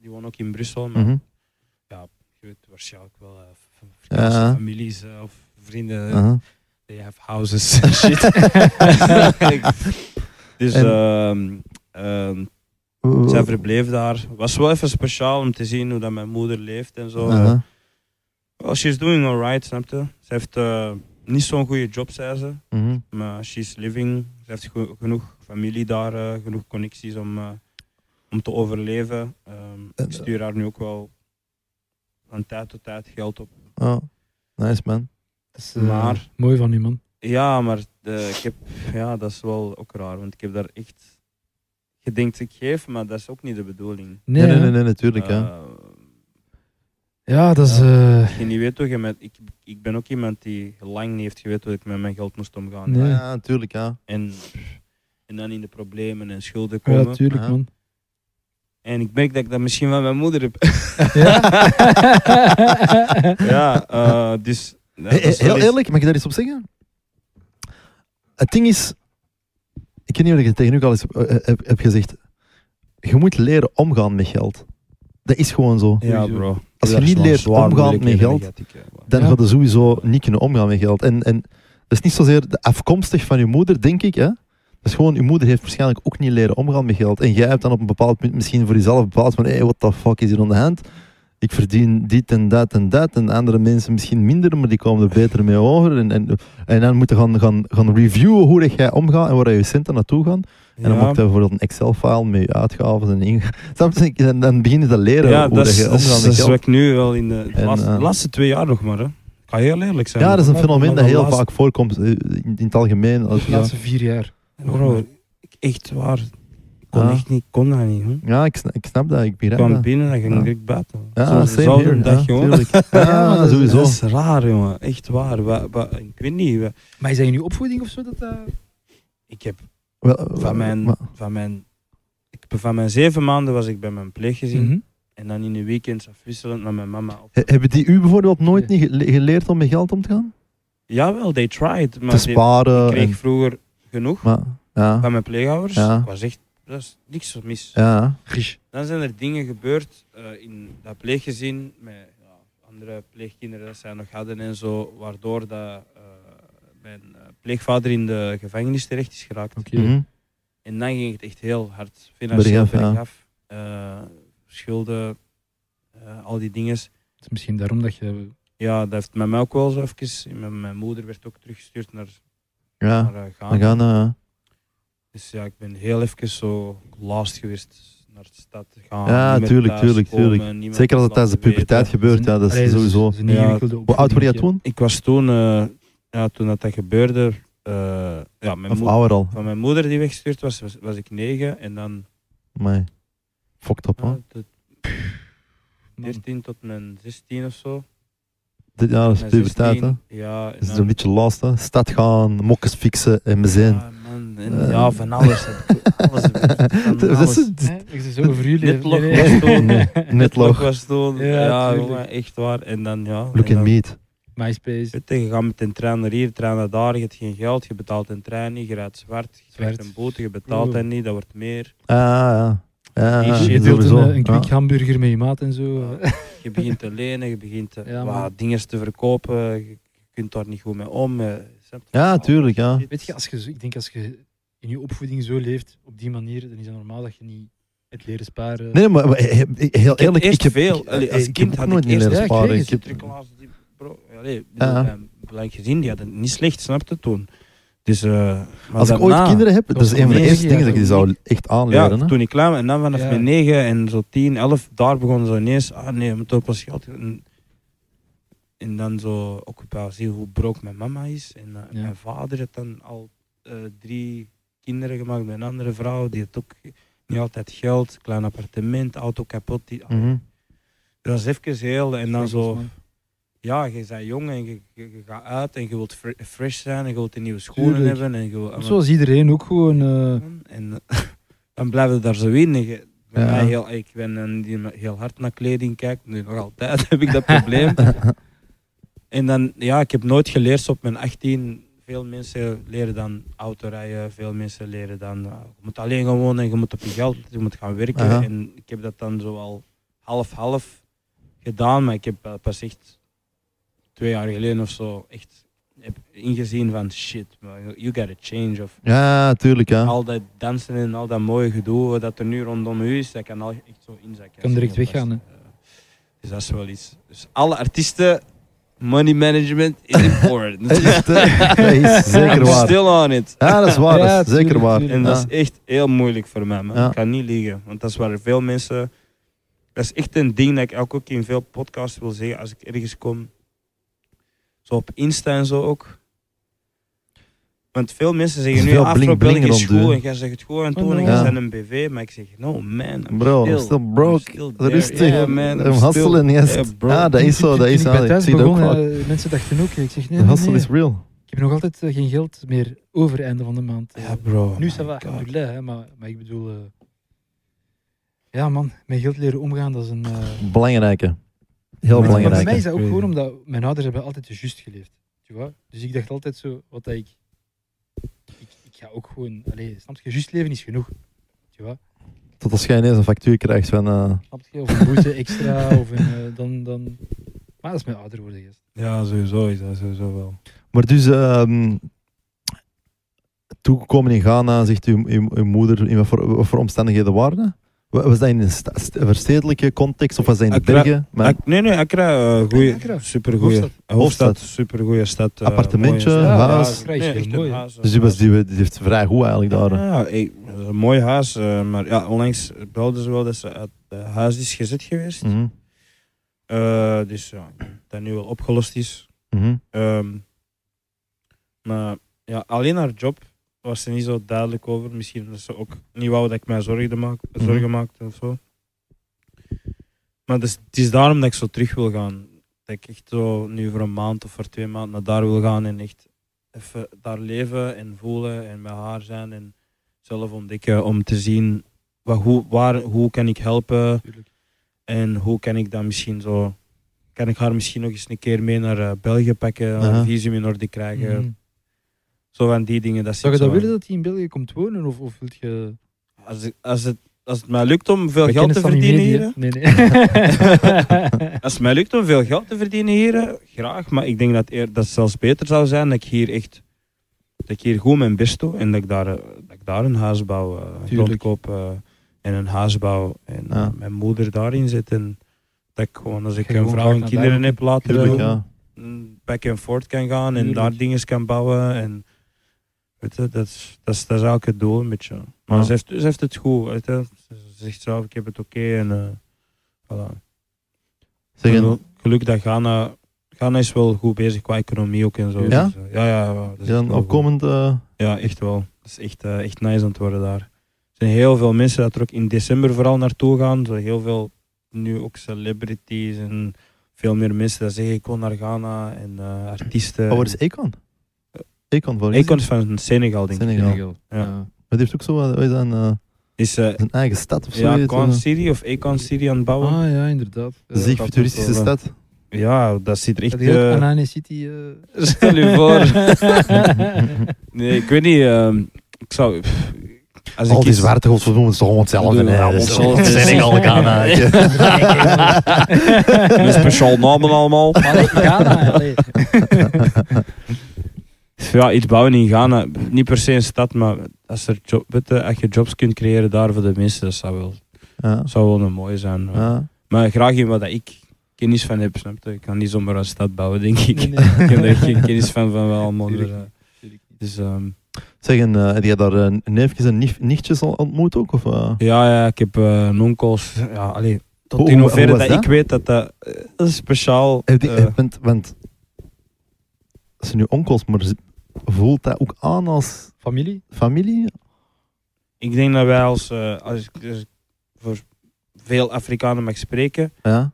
die wonen ook in Brussel, maar
Mhm.
je weet waarschijnlijk wel eh, v- v-
Ja.
families eh, of vrienden.
Aha.
They have houses and shit. dus
En-
ehm, ehm, zij verbleef daar. Was wel even speciaal om te zien hoe dat mijn moeder leeft en zo.
Aha.
Well, she's doing alright, snap je? Ze heeft eh, niet zo'n goede job, zei ze.
Mhm.
Maar she's living. Ze heeft geno- genoeg familie daar, eh, genoeg connecties om, eh, om te overleven. Ehm, ik
En- eh,
stuur haar nu ook wel van tijd tot tijd geld op.
Ja. Oh, Nice man.
Dat is, eh,
Maar-
Mooi van u, man.
Ja, maar de, ik heb, ja, dat is wel ook raar, want ik heb daar echt. Je denkt ik geef, maar dat is ook niet de bedoeling.
Nee,
Nee, nee,
hè?
nee, nee, natuurlijk. hè.
Eh,
Ja, dat is... eh,
als je niet weet hoe je met. Ik, ik ben ook iemand die lang niet heeft geweten hoe ik met mijn geld moest omgaan.
Nee.
Ja, natuurlijk, ja.
En En dan in de problemen en schulden
Ja,
komen.
tuurlijk,
Ja.
man.
en ik merk dat ik dat misschien van mijn moeder heb.
Ja.
ja, eh, dus... dat
He-
is wel
heel
iets-
eerlijk, mag ik daar iets op zeggen? Het ding is, ik weet niet of ik het tegen u al eens heb, heb, heb gezegd. Je moet leren omgaan met geld. Dat is gewoon zo.
Ja, bro.
Als je
Dat is
niet
wel
leert
zwaar
omgaan
moeilijk,
met
hè,
geld,
dat ik, ja, maar-
dan
Ja.
gaat je sowieso niet kunnen omgaan met geld. En, en dat is niet zozeer de afkomstig van je moeder, denk ik. Hè? Dat is gewoon, je moeder heeft waarschijnlijk ook niet leren omgaan met geld. En jij hebt dan op een bepaald punt misschien voor jezelf bepaald van, hé, hey, what the fuck is hier aan de hand? Ik verdien dit en dat en dat. En andere mensen misschien minder, maar die komen er beter mee over. En, en, en dan moeten gaan, gaan, gaan reviewen hoe dat jij omgaat en waar je centen naartoe gaan. En dan
Ja.
maak je bijvoorbeeld een Excel-file met je uitgaven en ingaan. Snap je? En Dan begin je te leren
Ja,
hoe
dat is,
je
dat is-
omgaat
dat
met
is wat
geld.
ik nu wel in de, de
En,
laatste,
eh,
de laatste twee jaar nog maar. Hè. Ik ga heel eerlijk zijn.
Ja, dat is een
Maar-
fenomeen
maar
dat
de
heel
laatste-
vaak voorkomt eh, in, in het algemeen. Als,
De
ja.
laatste vier jaar.
Bro, ik- echt waar. Ik kon
Ah.
echt niet, ik kon dat niet. Hoor.
Ja, ik, sna- ik snap dat, ik
Ik
begrijp
kwam
dat.
binnen en ging
Ja.
direct buiten.
Ja,
Zo-
same
dezelfde
here,
dag,
ja,
jongen.
tuurlijk. Ja, maar
dat is-
sowieso.
Dat is raar, jongen. Echt waar. Wa- wa- ik weet niet. wa-
Maar is dat in uw opvoeding of zo? Dat, eh,
Ik heb
Wel,
van mijn,
maar-
van mijn, ik, ben- van mijn zeven maanden was ik bij mijn pleeggezin.
Mhm.
En dan in de weekends afwisselend met mijn mama. Op.
He- hebben die u bijvoorbeeld nooit niet gele- geleerd om met geld om te gaan?
Jawel, they tried. Maar
te
die-
sparen.
ik kreeg
en-
vroeger genoeg
maar, ja,
van mijn pleegouders.
Ja.
Ik was echt, dat is niks mis.
ja,
Gish.
Dan zijn er dingen gebeurd eh, in dat pleeggezin met ja, andere pleegkinderen dat zij nog hadden en zo, waardoor dat, eh, mijn eh, pleegvader in de gevangenis terecht is geraakt.
Oké.
mhm.
En dan ging het echt heel hard financieel
Bergaf, ja.
bergaf. Eh, schulden, eh, al die dingen.
Het is misschien daarom dat je...
Ja, dat heeft met mij ook wel zo even. Mijn, mijn moeder werd ook teruggestuurd naar,
ja.
naar eh, Ghana.
We gaan, eh,
Dus ja, ik ben heel even zo last geweest naar de stad te gaan.
Ja,
niet meer
tuurlijk,
thuis
tuurlijk,
komen,
tuurlijk.
niemand
zeker als het tijdens
laten
de puberteit
weten.
gebeurt, ja, dat
Allee,
is sowieso.
dat is een ingewikkelde
Hoe oud word je
opvoeding,
toen?
Ik was toen, eh, ja, toen dat, dat gebeurde, eh, ja, mijn
Of
moed-
ouder al?
van mijn moeder die weggestuurd was, was, was ik negen. En dan
Amai. Fucked up,
ja,
man.
tot
ja.
13 tot mijn 16 of zo.
Dit jaar is
Mijn
puberteit, hè.
16, Ja, nou, en
Het is
dan-
een beetje last, hè. Stad gaan, mokkes fixen en bezin.
Ja, man, en,
Eh.
ja, van alles. heb ik- alles heb ik- van
Dat is-
alles.
Hè? Ik zeg zo voor jullie.
Net log
Nee,
was
nee.
toen.
Nee, net
Nog
log.
was toen.
Ja,
Ja,
tuurlijk.
jongen, echt waar. En dan, ja. en
Look at
dan-
me.
MySpace.
Weet je, je gaat met een trein naar hier, trein naar daar, je hebt geen geld, je betaalt een trein niet, je rijdt zwart, je krijgt
Zwart.
een boete, je betaalt
Oeh.
dat niet, dat wordt meer.
Ah, ja. Ja, ja,
Is
Je deelt
eh,
sowieso.
een, een quick
Ja.
hamburger met je maat en zo.
Je begint te lenen, je begint te,
Ja,
wat
man.
dingen te verkopen, je kunt daar niet goed mee om. eh, snap je?
Ja, tuurlijk, ja.
Weet je, als je, zo- ik denk als je in je opvoeding zo leeft, op die manier, dan is het normaal dat je niet het leren sparen.
Nee, maar, maar he- he- heel
Ik heb
eerlijk,
eerst
ik heb
veel.
ik-
Allee,
eh,
als
ik
kind
heb ook
had
nooit
ik
niet
eerst-
leren
Ja, ik
sparen.
kreeg
Ik heb,
Sinterklaas, die bro, allee,
Ja.
blijk gezien, die hadden niet slecht, snapte toen. Dus, eh, maar
als ik
daarna-
ooit kinderen heb, dat is
was
een van de
nee,
eerste
ja,
dingen dat ik die
toen
zou echt aanleren.
Ja,
hè.
toen ik klaar was. En dan vanaf
Ja.
mijn 9 en zo 10, 11, daar begonnen ze ineens. Ah nee, we moeten op ons geld. En, en dan zo ook wel zien hoe broek mijn mama is. En eh,
Ja.
mijn vader had dan al eh, drie kinderen gemaakt met een andere vrouw. Die had ook niet altijd geld, klein appartement, auto kapot. Die,
Mhm.
Dat is even heel.
Nou,
En dan zo, ja, je bent jong en je, je- je gaat uit en je wilt fre- fresh zijn en je wilt de nieuwe schoenen
Tuurlijk.
hebben. En je wilt,
Zoals iedereen ook gewoon. eh,
man. En eh, dan blijven we daar zo in. En je- bij
Ja.
mij heel, ik ben een die heel hard naar kleding kijkt. Nu nog altijd heb ik dat probleem. en dan, ja, ik heb nooit geleerd zo op mijn 18. Veel mensen leren dan autorijden. Veel mensen leren dan, eh, je moet alleen gaan wonen en je moet op je geld, je moet gaan werken.
Aha.
En ik heb dat dan zo al half-half gedaan. Maar ik heb eh, pas echt twee jaar geleden of zo echt heb ingezien van shit, man, you gotta change. Of
Ja, tuurlijk, ja.
al dat dansen en al dat mooie gedoe dat er nu rondom u is, dat kan al echt zo inzakken.
Kan direct
Heel vast.
weggaan, hè.
Eh, Dus dat is wel iets. Dus alle artiesten, money management is important.
Dat is, eh, dat is zeker waar.
Stil aan het.
Ja, dat is waar,
Ja,
dat is zeker
tuurlijk,
waar.
tuurlijk.
En dat
Ja.
is echt heel moeilijk voor mij, man.
Ja.
Ik kan niet liegen, want dat is waar veel mensen... Dat is echt een ding dat ik ook ook in veel podcasts wil zeggen als ik ergens kom. Zo op Insta en zo ook. Want veel mensen zeggen
Er is
nu, "Ah,
veel
afro
bling-bling
België is
rond,
goed
hè.
en jij zegt het goed en
Oh,
toen en
no.
jij
Ja.
bent een BV. Maar ik zeg, no man, I'm
Bro,
still,
I'm still
I'm
broke.
still there.
Rustig,
Yeah, man, I'm
I'm hustling,
still-
yes.
Yeah, bro.
Ja, dat is zo,
toen-
dat
toen
is
ik
zo.
bij
Ik
thuis
zie dat ook
begon,
vaak.
eh, mensen dachten ook. Ik zeg nee,
De
nee,
hustle
nee.
is real.
Ik heb nog altijd eh, geen geld meer over einde van de maand. eh.
Ja, bro.
nu
Oh my
is dat wel,
God.
alhamdulillah, hè, maar, maar ik bedoel... eh, ja man, met geld leren omgaan, dat is een... eh,
Belangrijke. Heel
Maar-
maar
belangrijke.
Bij mij is dat ook
Ik weet
gewoon
het.
omdat mijn ouders hebben altijd juist geleefd. Tu vois? Dus ik dacht altijd zo, wat dat ik, ik... Ik ga ook gewoon... Allee, snap je? Juist leven is genoeg. Tu vois?
Tot als jij ineens een factuur krijgt van... eh,
Snap je? Of een boete extra, of een... eh, dan, dan... Maar dat is mijn ouder worden, gast.
Ja, sowieso is dat sowieso wel.
Maar dus... ehm toegekomen in Ghana, zegt uw, uw, uw moeder, in wat voor, wat voor omstandigheden waren dat? Wa- Was dat in een sta- st- verstedelijke context of was dat in de
Accra-
bergen? Maar
Ak- nee, nee, Accra, eh goeie,
Accra.
supergoeie.
Hoofdstad.
Hoofdstad,
Hoofdstad.
supergoeie stad. eh,
Appartementje,
mooie stad.
huis.
Ja, Accra is heel
echt een
mooi, hè.
huis,
dus
een
die, was,
huis.
die, die heeft vrij goed eigenlijk daar.
Ja, ja, ey, dat is een mooi huis. eh, maar ja, onlangs belden ze wel dat ze uit het huis is gezet geweest.
Mhm,
Eh, dus ja, dat nu wel opgelost is.
mhm.
Ehm, maar ja, alleen haar job was ze niet zo duidelijk over. Misschien dat ze ook niet wou dat ik mij zorgen, maak, zorgen
Mhm.
maakte of zo. Maar dus, het is daarom dat ik zo terug wil gaan. Dat ik echt zo nu voor een maand of voor twee maanden naar daar wil gaan en echt even daar leven en voelen en bij haar zijn en zelf ontdekken om te zien wat, hoe, waar, hoe kan ik helpen.
Tuurlijk.
En hoe kan ik dan misschien zo... Kan ik haar misschien nog eens een keer mee naar eh, België pakken, om
Aha.
een visum in orde krijgen.
Mhm.
Zo van die dingen. Dat
Zou je
zit
dat
zo-
willen dat hij in België komt wonen? Of, of wil je...
Als, ik- als, het, als het mij lukt om veel
Wij
geld
kennen
te
Sammy
verdienen
Medi,
hier...
hè?
hè.
Nee, nee.
Als het mij lukt om veel geld te verdienen hier, hè, graag. Maar ik denk dat, eer, dat het zelfs beter zou zijn dat ik hier echt... Dat ik hier goed mijn best doe en dat ik daar, eh, dat ik daar een huis bouw, eh, grond
Tuurlijk.
koop eh, en een huis bouw. En
Ja.
eh, mijn moeder daarin zit. En dat ik gewoon, als ik
Je
een
gewoon
vrouw
vaak
en
naar
kinderen heb
Duitsland
later...
kunt.
Tuurlijk,
eh,
ja.
mm, back and forth kan gaan en
Tuurlijk.
daar dingen kan bouwen. En, weet je, dat, is, dat, is, dat is eigenlijk het doel een beetje. Maar
Ja.
ze, heeft, ze heeft het goed. Weet je. Ze zegt zelf, ik heb het oké. en eh voilà.
Zeg, en-
Gelu- Gelukkig dat Ghana... Ghana is wel goed bezig qua economie ook en zo.
Ja?
Dus, eh, ja, ja. ja, dat is
Ja,
echt
een
wel
opkomend. eh,
goed. Ja, echt wel. Dat is echt, eh, echt nice aan het worden daar. Er zijn heel veel mensen dat er ook in december vooral naartoe gaan. Zo heel veel, nu ook celebrities en veel meer mensen dat zeggen ik wil naar Ghana en eh, artiesten.
oh, waar is Econ? Econ voor
Ik kom van Senegal, denk ik.
Senegal.
Ja.
Maar die heeft ook zo wat- wat is dat, een, eh,
Is eh
een eigen stad of zo.
ja,
weet je,
Kwan
eh,
City of Akon City aan het bouwen?
Ah ja, inderdaad. Eh,
een ziek
dat
futuristische
is wel, eh,
stad.
Ja, dat zit er echt...
Had je ook
eh,
Anane City... eh,
stel je voor. nee, ik weet niet. ehm, ik zou... pff, als
Al
ik
die
iets-
zwarte gods doen het toch allemaal hetzelfde.
Ja,
Nee,
allemaal
dat is
hetzelfde.
Senegal, Ghana. weet je.
Met speciaal namen allemaal.
Allee, Ghana, allee.
Ja, iets bouwen in Ghana. Niet per se een stad, maar als, er job, weet je, als je jobs kunt creëren daar voor de mensen, dat zou wel,
Ja,
zou wel een mooie zijn.
ja.
Maar graag in wat ik kennis van heb, snap je? Ik kan niet zomaar een stad bouwen, denk ik.
Nee, nee.
ik heb er geen kennis van, van wel allemaal.
Tuurlijk
er, eh,
Tuurlijk niet.
Dus, ehm,
Zeg, en, eh, heb jij daar eh, neefjes en nief- nichtjes al ontmoet ook? Of, eh?
Ja, ja, ik heb eh nonkels. Ja, allee, tot
Hoe-
in
hoe-
hoeverre
hoe was
dat,
dat?
ik weet dat dat, eh, dat is speciaal
Heb die-
eh,
want, want dat zijn nu onkels, maar ze- voelt dat ook aan als
Familie?
familie?
Ik denk dat wij als, eh, als, ik- als ik voor veel Afrikanen mag spreken,
Ja,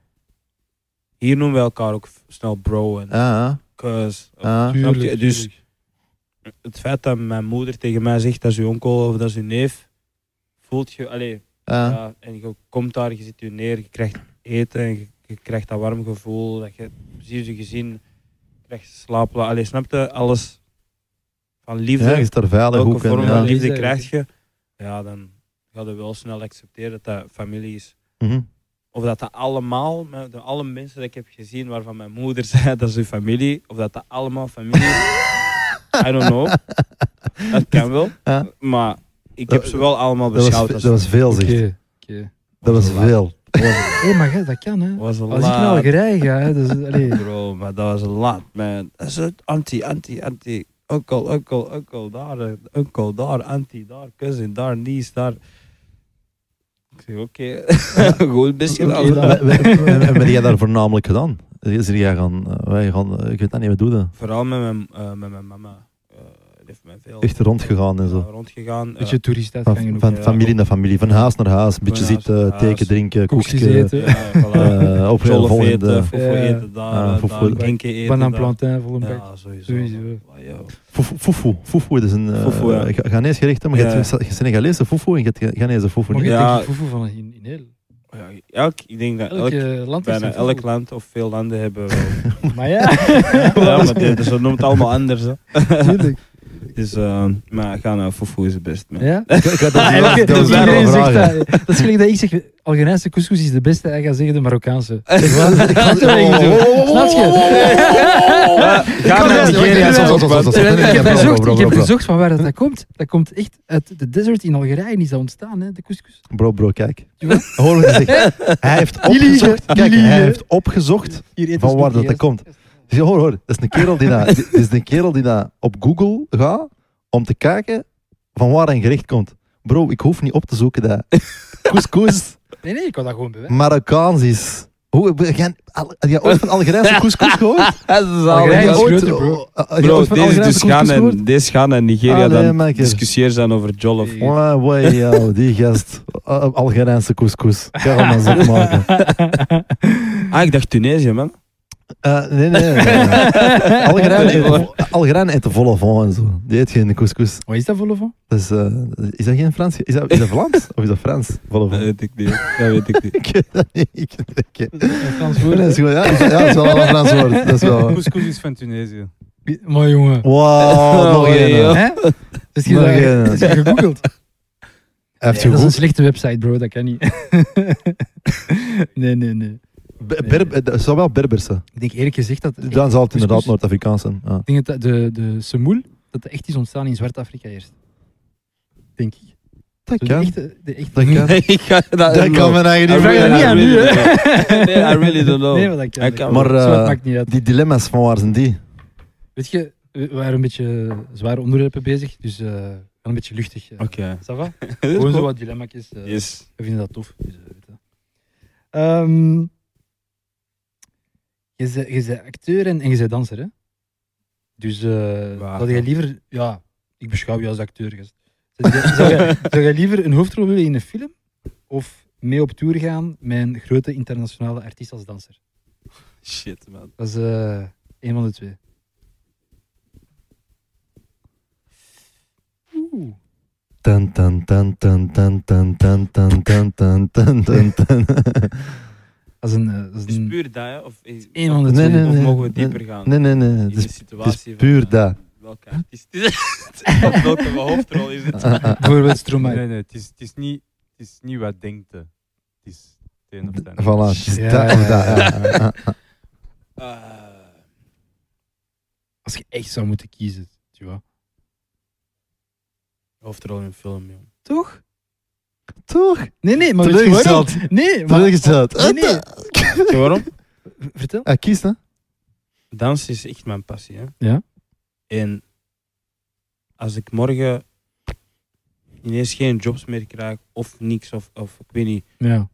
hier noemen we elkaar ook f- snel bro en
ja,
cuz. Of-
ja. ja.
Tuurlijk, dus-
tuurlijk.
Het feit dat mijn moeder tegen mij zegt dat is uw onkel of dat is uw neef, voelt je, allee,
ja.
ja, en je komt daar, je zit je neer, je krijgt eten, en je, je krijgt dat warm gevoel, dat je precies je gezin, je krijgt slapen, allee, snap je, alles van liefde.
Ja, je is daar veilig
welke
ook. en,
vorm
ja.
van liefde
Liefde,
krijg je, ja, dan ga je wel snel accepteren dat dat familie is.
Mhm.
Of dat dat allemaal, met de- alle mensen die ik heb gezien waarvan mijn moeder zei dat is hun familie, of dat dat allemaal familie is, I don't know. Dat kan wel.
Ja.
Maar ik heb ze wel allemaal
Dat was,
beschouwd.
dat
als-
was veel,
Oké.
zeg.
oké.
Dat was veel.
Hé, maar gij, dat kan, hè.
was een
Als ik naar
laat,
Algerije ga, hè, dus, allee.
bro, maar dat was een laat, man. Dat is het, anti, anti, anti. Onkel, onkel, onkel, daar, eh, onkel, daar, anti, daar, cousin, daar, niece, daar. Ik zeg, oké, gewoon een beetje
Oké,
laten.
dan.
Wat heb jij daar voornamelijk gedaan? Is er jij gaan, eh, wij gaan, eh, ik weet dat niet, wat doe je?
Vooral met mijn, eh, met mijn mama. Eh, Ik ben veel
Echt rondgegaan en zo.
rondgegaan. eh,
Beetje toerist
Van,
uitgangen.
van
ja.
familie naar familie, van huis naar huis. Een beetje
Van huis naar
zitten,
huis.
teken drinken,
Koekjes
koekjes.
eten.
ja, voilà.
eh op
Zolf
de
eten,
volgende.
foefo
Ja.
eten daar,
Ah,
eh,
foefo-
daar, drinken eten
Banaan
daar.
plantain, vol een bek.
Ja, sowieso.
Sowieso.
Ja, ja.
Fufu- Fufu. Fufu, dat is een eh
Fufu, ja.
Ga- Ghanese gerecht, hè, maar je
Ja.
hebt Sen- Senegalese fufu en je hebt Ghanese fufu.
Maar
niet?
je
Ja.
denkt foefoe van in, in heel.
Ja, elk, ik denk dat elk,
Elk eh, land is
bijna
een
elk
foefoe.
land of veel landen hebben wel.
Maar ja,
ja, maar dit, ze noemen het allemaal anders. Hè.
natuurlijk.
Dus, eh, maar gaan naar Fufu is het best. Man.
Ja?
Ik- ik had dat-
Ah,
dat-
elke-
dat- dat-
iedereen
dat-
zegt
vragen.
dat. Dat is gelijk dat ik zeg, Algerijnse couscous is de beste, hij gaat zeggen de Marokkaanse.
Snap
Snap je?
Oh, Ga naar Nigeria.
Ik
soms
kan
ook,
dat-
man.
Ik heb
bro,
gezocht-
bro,
ik heb
bro.
gezocht van waar dat, dat komt. Dat komt echt uit de desert in Algerije en is dat ontstaan, hè, de couscous.
Bro, bro, kijk.
Ja.
Hoor wat hij zegt. Hij heeft
Die liegen,
opgezocht,
die
kijk, hij
liegen.
heeft opgezocht
Hier eten
van
ze
waar dat,
koekjes.
dat komt. Dus hoor, hoor, dat is een kerel die, dat, dit is een kerel die dat op Google gaat om te kijken van waar een gerecht komt. Bro, ik hoef niet op te zoeken dat couscous
Nee, nee, ik kan dat gewoon bewijzen.
Marokkaans is. Hoe, heb jij- al- heb je ooit van Algerijnse couscous gehoord?
Algerije
Heb
is
je ooit-
groter, bro.
eh, heb je
Bro,
ooit van
deze
Algerijnse
is dus
couscous
gaan
gehoord?
en, deze gaan naar Nigeria,
Allee,
dan
makker.
discussiëren ze dan over Jollof.
Nee.
Wauw, wauw, joh, die gast. Eh, Algerijnse couscous. Ik ga hem eens opmaken.
Ah, ik dacht Tunesië, man.
Eh, nee, nee. nee, nee. Algerijnen eten- Algerijnen eten volle van en zo. Die eet geen couscous.
Wat is dat voor van?
Dat is, eh, is dat geen Frans? Is dat, is dat Vlaams of is dat Frans? Volle
Dat
van.
weet ik niet. Dat weet ik niet.
Ik weet dat niet. Ik weet dat niet.
Een Frans
Ja,
woord.
dat is
hè?
goed. Ja, dat is, ja, dat is wel een Frans woord. Dat is
Oh.
wel.
Couscous is van Tunesië.
Maar jongen.
Wow,
Oh,
nog
Oei,
één.
joh.
Hij
Hè? Is je
Maar,
dat-
eh,
is je gegoogeld?
heeft
Ja, dat is een
goed.
slechte website, bro. Dat kan niet. nee, nee, nee.
Be- Berb- eh, dat zou wel Berbers zijn.
Ik denk eerlijk gezegd dat... Ik
Dan zal het inderdaad
couscous-
Noord-Afrikaans zijn. Ja.
denk dat de, de semoel, dat dat echt is ontstaan in Zwart-Afrika eerst. Denk ik.
Dat
Zo
kan.
De echte, de echte...
Dat kan.
Ik ga dat
Dat kan me
I
eigenlijk
vraag je
niet
really-
niet aan
I
nu,
really
hè?
don't know. Nee, I uh, really don't know.
Nee, maar dat kan.
Hij
dat
kan-
kan.
Maar
Zo, het
eh,
maakt niet uit.
die dilemma's, van waar zijn die?
Weet je, we waren een beetje zware onderwerpen bezig, dus eh, wel een beetje luchtig. eh.
Oké.
Ça va?
Dit
Gewoon
is
zo
cool.
wat dilemma's. eh.
Yes.
We vinden dat tof. Dus, eh, weet je. Ehm, je bent- je bent acteur en, en je bent danser, hè? Dus eh
Waar,
zou jij
ja.
liever... Ja, ik beschouw je als acteur. gast. Zou jij- zou jij- zou jij liever een hoofdrol willen in een film? Of mee op tour gaan met een grote internationale artiest als danser?
Shit, man.
Dat is eh een van de twee. Oeh.
Tan, tan, tan, tan, tan, tan, tan, tan, tan, tan, tan, tan, tan.
Dat is een... eh, dat
Het
is
is
een,
puur dat, hè? Of, Mm. is-
een van de
Nee,
twee.
nee,
of
nee.
mogen we dieper gaan?
Nee, nee, nee.
In
Het
de
is, het is
situatie van,
puur
eh,
dat.
Welke artiest is het? Welke hoofdrol is het?
Bijvoorbeeld Stromae.
Nee, nee, het is, het is, niet, het is niet wat denkt. hè. Het is het een of het ander.
Voilà, het is
Ja,
dat
ja,
of dat.
ja.
ja, ja, ja.
Eh,
Als je echt zou moeten kiezen, tu vois.
hoofdrol in een film, joh.
Toch?
Toch?
Nee, nee, maar weet je waarom?
Teleurgesteld.
Nee, maar...
Teleurgesteld.
Nee, nee.
Weet je waarom?
V- Vertel.
Ah, kies, hè?
Dans is echt mijn passie, hè?
Ja.
En als ik morgen ineens geen jobs meer krijg, of niks, of, of ik weet niet,
Ja.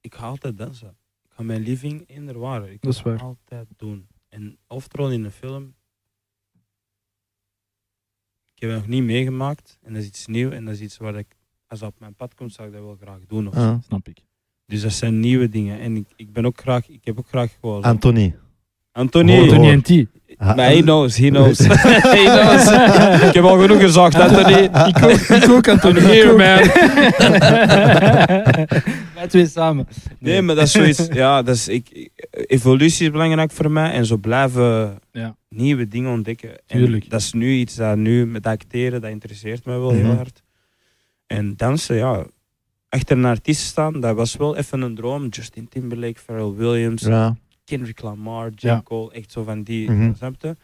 ik ga altijd dansen. Ik ga mijn living eender waar. Ik
Dat is
ga
waar.
altijd doen. En hoofdrol in een film. Ik heb het nog niet meegemaakt. En dat is iets nieuws. En dat is iets waar ik, als dat op mijn pad komt, zou ik dat wel graag doen. Of
Ah.
zo.
Ja.
Snap ik.
Dus dat zijn nieuwe dingen. En ik, ik ben ook graag, ik heb ook graag gewoon. zo-
Anthony. Ah, eh,
Anthony!
Hoor, hoor.
Anthony en T.
Ha-
Maar he knows, he knows. he knows. ik heb al genoeg gezegd, Anthony. Ik ook, ik ook Anthony. Here, man.
Wij twee samen.
Nee, maar dat is zoiets. Ja, dat is, ik, ik- evolutie is belangrijk voor mij. En zo blijven
Ja.
nieuwe dingen ontdekken. En
Tuurlijk.
Dat is nu iets dat nu met acteren, dat interesseert mij wel
Mhm.
heel hard. En dansen, ja. Achter een artiest staan, dat was wel even een droom. Justin Timberlake, Pharrell Williams,
Ja.
Kendrick Lamar, J.
Ja.
Cole, echt zo van die
Mhm.
concepten.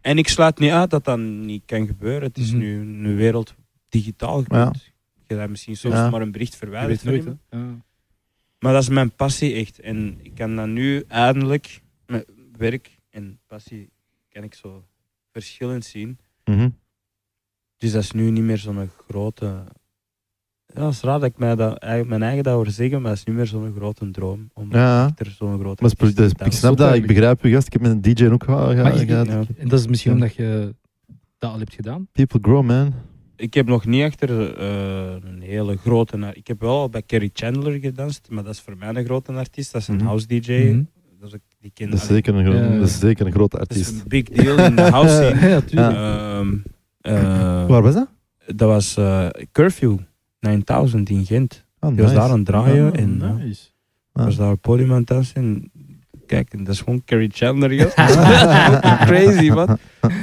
En ik sluit niet uit dat dat niet kan gebeuren. Het is
Mhm.
nu een wereld digitaal. Je
Ja.
kunt- Je hebt misschien soms
Ja.
maar een bericht
Je weet
verwijderd van
nooit,
iemand.
hè. Ja.
Maar dat is mijn passie echt. En ik kan dat nu eindelijk met werk en passie kan ik zo verschillend zien.
Mhm.
Dus dat is nu niet meer zo'n grote... Ja, het is raar dat ik mij dat, eigenlijk mijn eigen dat hoor zeggen, maar dat is niet meer zo'n grote droom. Om
Ja.
er zo'n grote...
Maar dat is-
artiest te
ik
dansen.
snap dat, ik begrijp je gast. Ik heb met een DJ ook gehad.
Maar is-
gehad.
Ja.
En dat is misschien
Ja.
omdat je dat al hebt gedaan?
People grow, man.
Ik heb nog niet achter eh, een hele grote... na- Ik heb wel al bij Kerry Chandler gedanst, maar dat is voor mij een grote artiest. Dat is een
Mhm.
house DJ.
Mhm.
Dat is ook- die ken,
Dat is
allee,
zeker een, gro-
Ja, ja.
dat is zeker een grote
dat is
artiest.
een big deal in de house scene.
Ja, tuurlijk.
Ehm, eh,
Waar was dat?
dat was eh, Curfew 9000 in Gent.
Ah,
Die was
nice. Ah.
daar aan het draaien en eh,
Ah, nice.
was daar op podium aan het dansen. En Kijk, en dat is gewoon Carrie Chandler, joh. Crazy, man.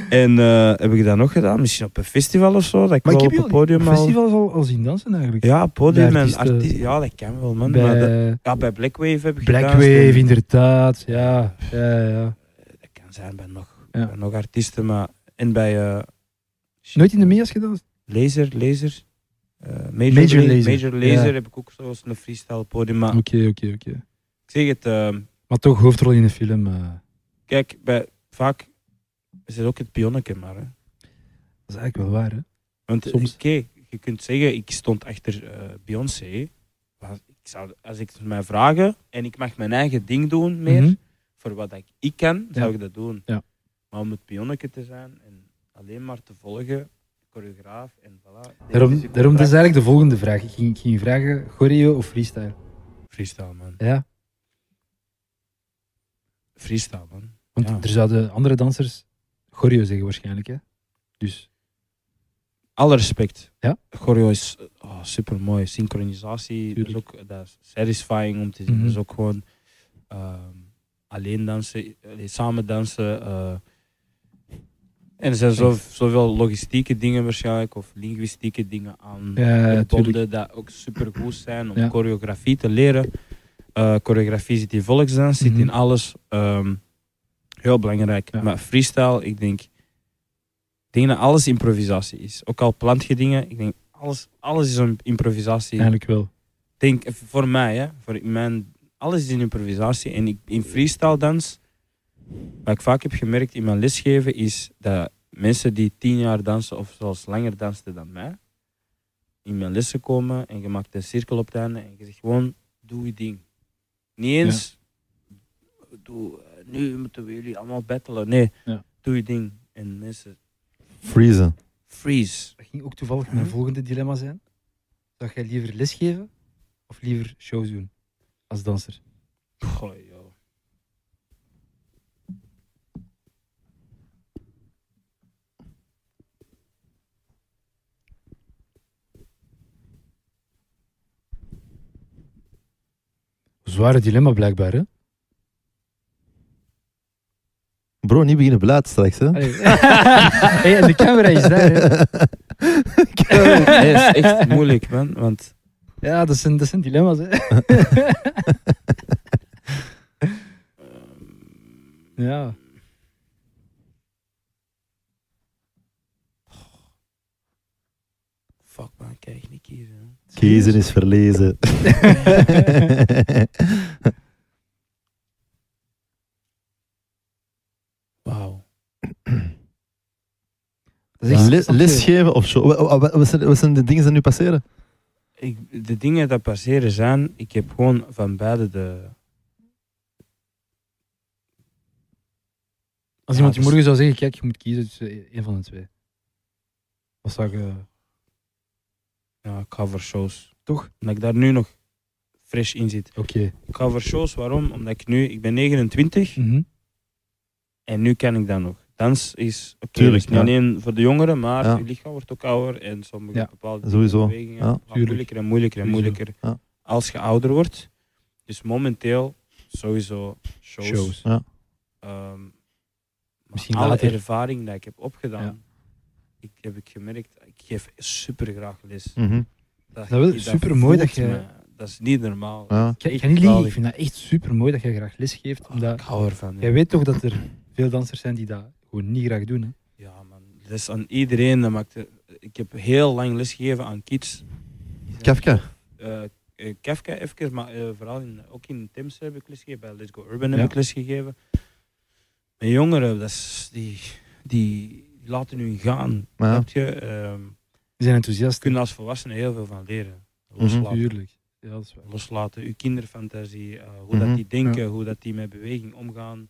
En eh, heb ik dat nog gedaan? Misschien op een festival of zo? Dat ik
Maar ik heb
wel op
je
een
al
podium al...
festivals al, al zien dansen eigenlijk.
Ja, podium
Bij
en
artiesten.
artiest. Ja, dat kan wel, man. Maar dat-
Bij
ja, bij Blackwave heb ik gedanst en-
Blackwave, inderdaad. Ja, ja, ja.
Dat kan zijn bij nog,
Ja.
bij nog artiesten, maar... En bij... eh, shit,
Nooit in de MEA's gedanst?
Laser, Laser. eh, Major,
Major
La-
Laser,
Major Laser
ja.
heb ik ook zoals een freestyle podium. Maar
Oké, oké, oké.
ik zeg het... ehm,
Maar toch hoofdrol in een film. eh,
Kijk, bij, vaak is het ook het pionnetje maar. Hè.
dat is eigenlijk wel waar, hè?
Want
Soms.
oké, je kunt zeggen, ik stond achter eh, Beyoncé. Maar ik zou, als ik het mij vragen en ik mag mijn eigen ding doen meer,
Mhm.
voor wat ik, ik kan, zou
Ja.
ik dat doen.
Ja.
Maar om het pionnetje te zijn en alleen maar te volgen, choreograaf en voilà.
Daarom,
Dit je
daarom dat is
contract.
eigenlijk de volgende vraag. Ik ging, ik ging vragen, choreo of freestyle?
Freestyle, man.
Ja,
Freestyle, man.
want
Ja.
er zouden andere dansers choreo zeggen waarschijnlijk, hè? Dus,
Alle respect.
Ja?
Choreo is super mooi. Synchronisatie dat is ook dat is satisfying om te zien.
Mhm.
Dat is ook gewoon ehm, alleen dansen, eh, samen dansen. eh. en er zijn zo, zoveel logistieke dingen waarschijnlijk of linguïstieke dingen aan
ja, Eh, tuurlijk.
verbonden dat ook super goed zijn om
Ja.
choreografie te leren. Eh, choreografie zit in volksdans, zit
Mhm.
in alles. Ehm, heel belangrijk.
Ja.
Maar freestyle, ik denk, ik denk dat alles improvisatie is. Ook al plant je dingen, ik denk alles, alles is een improvisatie. Ik
Eigenlijk wel.
Denk eh, voor mij, hè, voor mijn, alles is een improvisatie. En ik, in freestyle dans, wat ik vaak heb gemerkt in mijn lesgeven, is dat mensen die tien jaar dansen of zelfs langer dansten dan mij, in mijn lessen komen en je maakt een cirkel op het einde en je zegt gewoon, doe je ding. Niet eens, doe, eh, nu moeten we jullie allemaal battelen. Nee,
Ja.
doe je ding. En mensen,
Freezen.
freeze.
Dat ging ook toevallig mijn
Huh?
volgende dilemma zijn. Zou jij liever lesgeven of liever shows doen als danser?
Goh, joh.
Zware dilemma blijkbaar, hè?
Bro, niet beginnen beleid straks, hè?
Allee. hey, en de camera is daar, hè?
Nee, het is echt moeilijk, man. Want
Ja, dat zijn, dat zijn dilemma's, hè?
ehm,
ja.
Fuck man, ik kan echt niet kiezen. hè.
Kiezen is verlezen.
Wauw.
Dat is echt-
Les-
snap je?
Lesgeven of zo. Wa- wa- wa- Wat zijn, wat zijn de dingen die nu passeren?
Ik, de dingen dat passeren zijn, ik heb gewoon van beide de...
Als iemand
Ja,
je morgen zou zeggen, kijk, je moet kiezen tussen een van de twee. Wat zou je...
dus- Ja, ik ga voor shows.
Toch?
Omdat ik daar nu nog fresh in zit.
Oké.
Ik ga voor shows, waarom? Omdat ik nu, ik ben 29
Mhm.
en nu kan ik dat nog. Dans is, oké,
Tuurlijk,
dat is niet
ja.
alleen voor de jongeren, maar
Ja.
je lichaam wordt ook ouder en sommige
Ja.
bepaalde
Sowieso.
bewegingen
Ja.
gaan
Tuurlijk.
moeilijker en moeilijker en
Sowieso.
moeilijker
Ja.
als je ouder wordt. Dus momenteel sowieso shows.
Shows.
Ehm, maar
Misschien
alle
later.
ervaring die ik heb opgedaan, ik, heb ik gemerkt, ik geef super graag les.
Mhm.
Dat wel
je
supermooi dat
voelt
je-
me. Dat is niet normaal.
Ja.
Ik ga- ik ga
Echt
niet liegen,
zalig.
ik vind dat echt super mooi dat jij graag les geeft.
Ah, ik
Omdat...
hou ervan.
Jij
Ja,
weet toch dat er veel dansers zijn die dat gewoon niet graag doen, hè?
ja man, dat is aan iedereen. Dat maakt, ik heb heel lang lesgegeven aan kids.
Kafka.
eh eh, Kefka even, maar eh, vooral in, ook in Tim's heb ik lesgegeven, bij Let's Go Urban
Ja.
heb ik lesgegeven. Mijn jongeren, dat is, die, die laten hun gaan.
Ja.
Snap je? Ehm,
Die zijn enthousiast.
kunnen als volwassenen heel veel van leren.
Mhm.
Loslaten.
Tuurlijk. Ja, dat is waar.
Loslaten, uw kinderfantasie, eh, hoe
Mhm.
dat die denken, hoe dat die met beweging omgaan.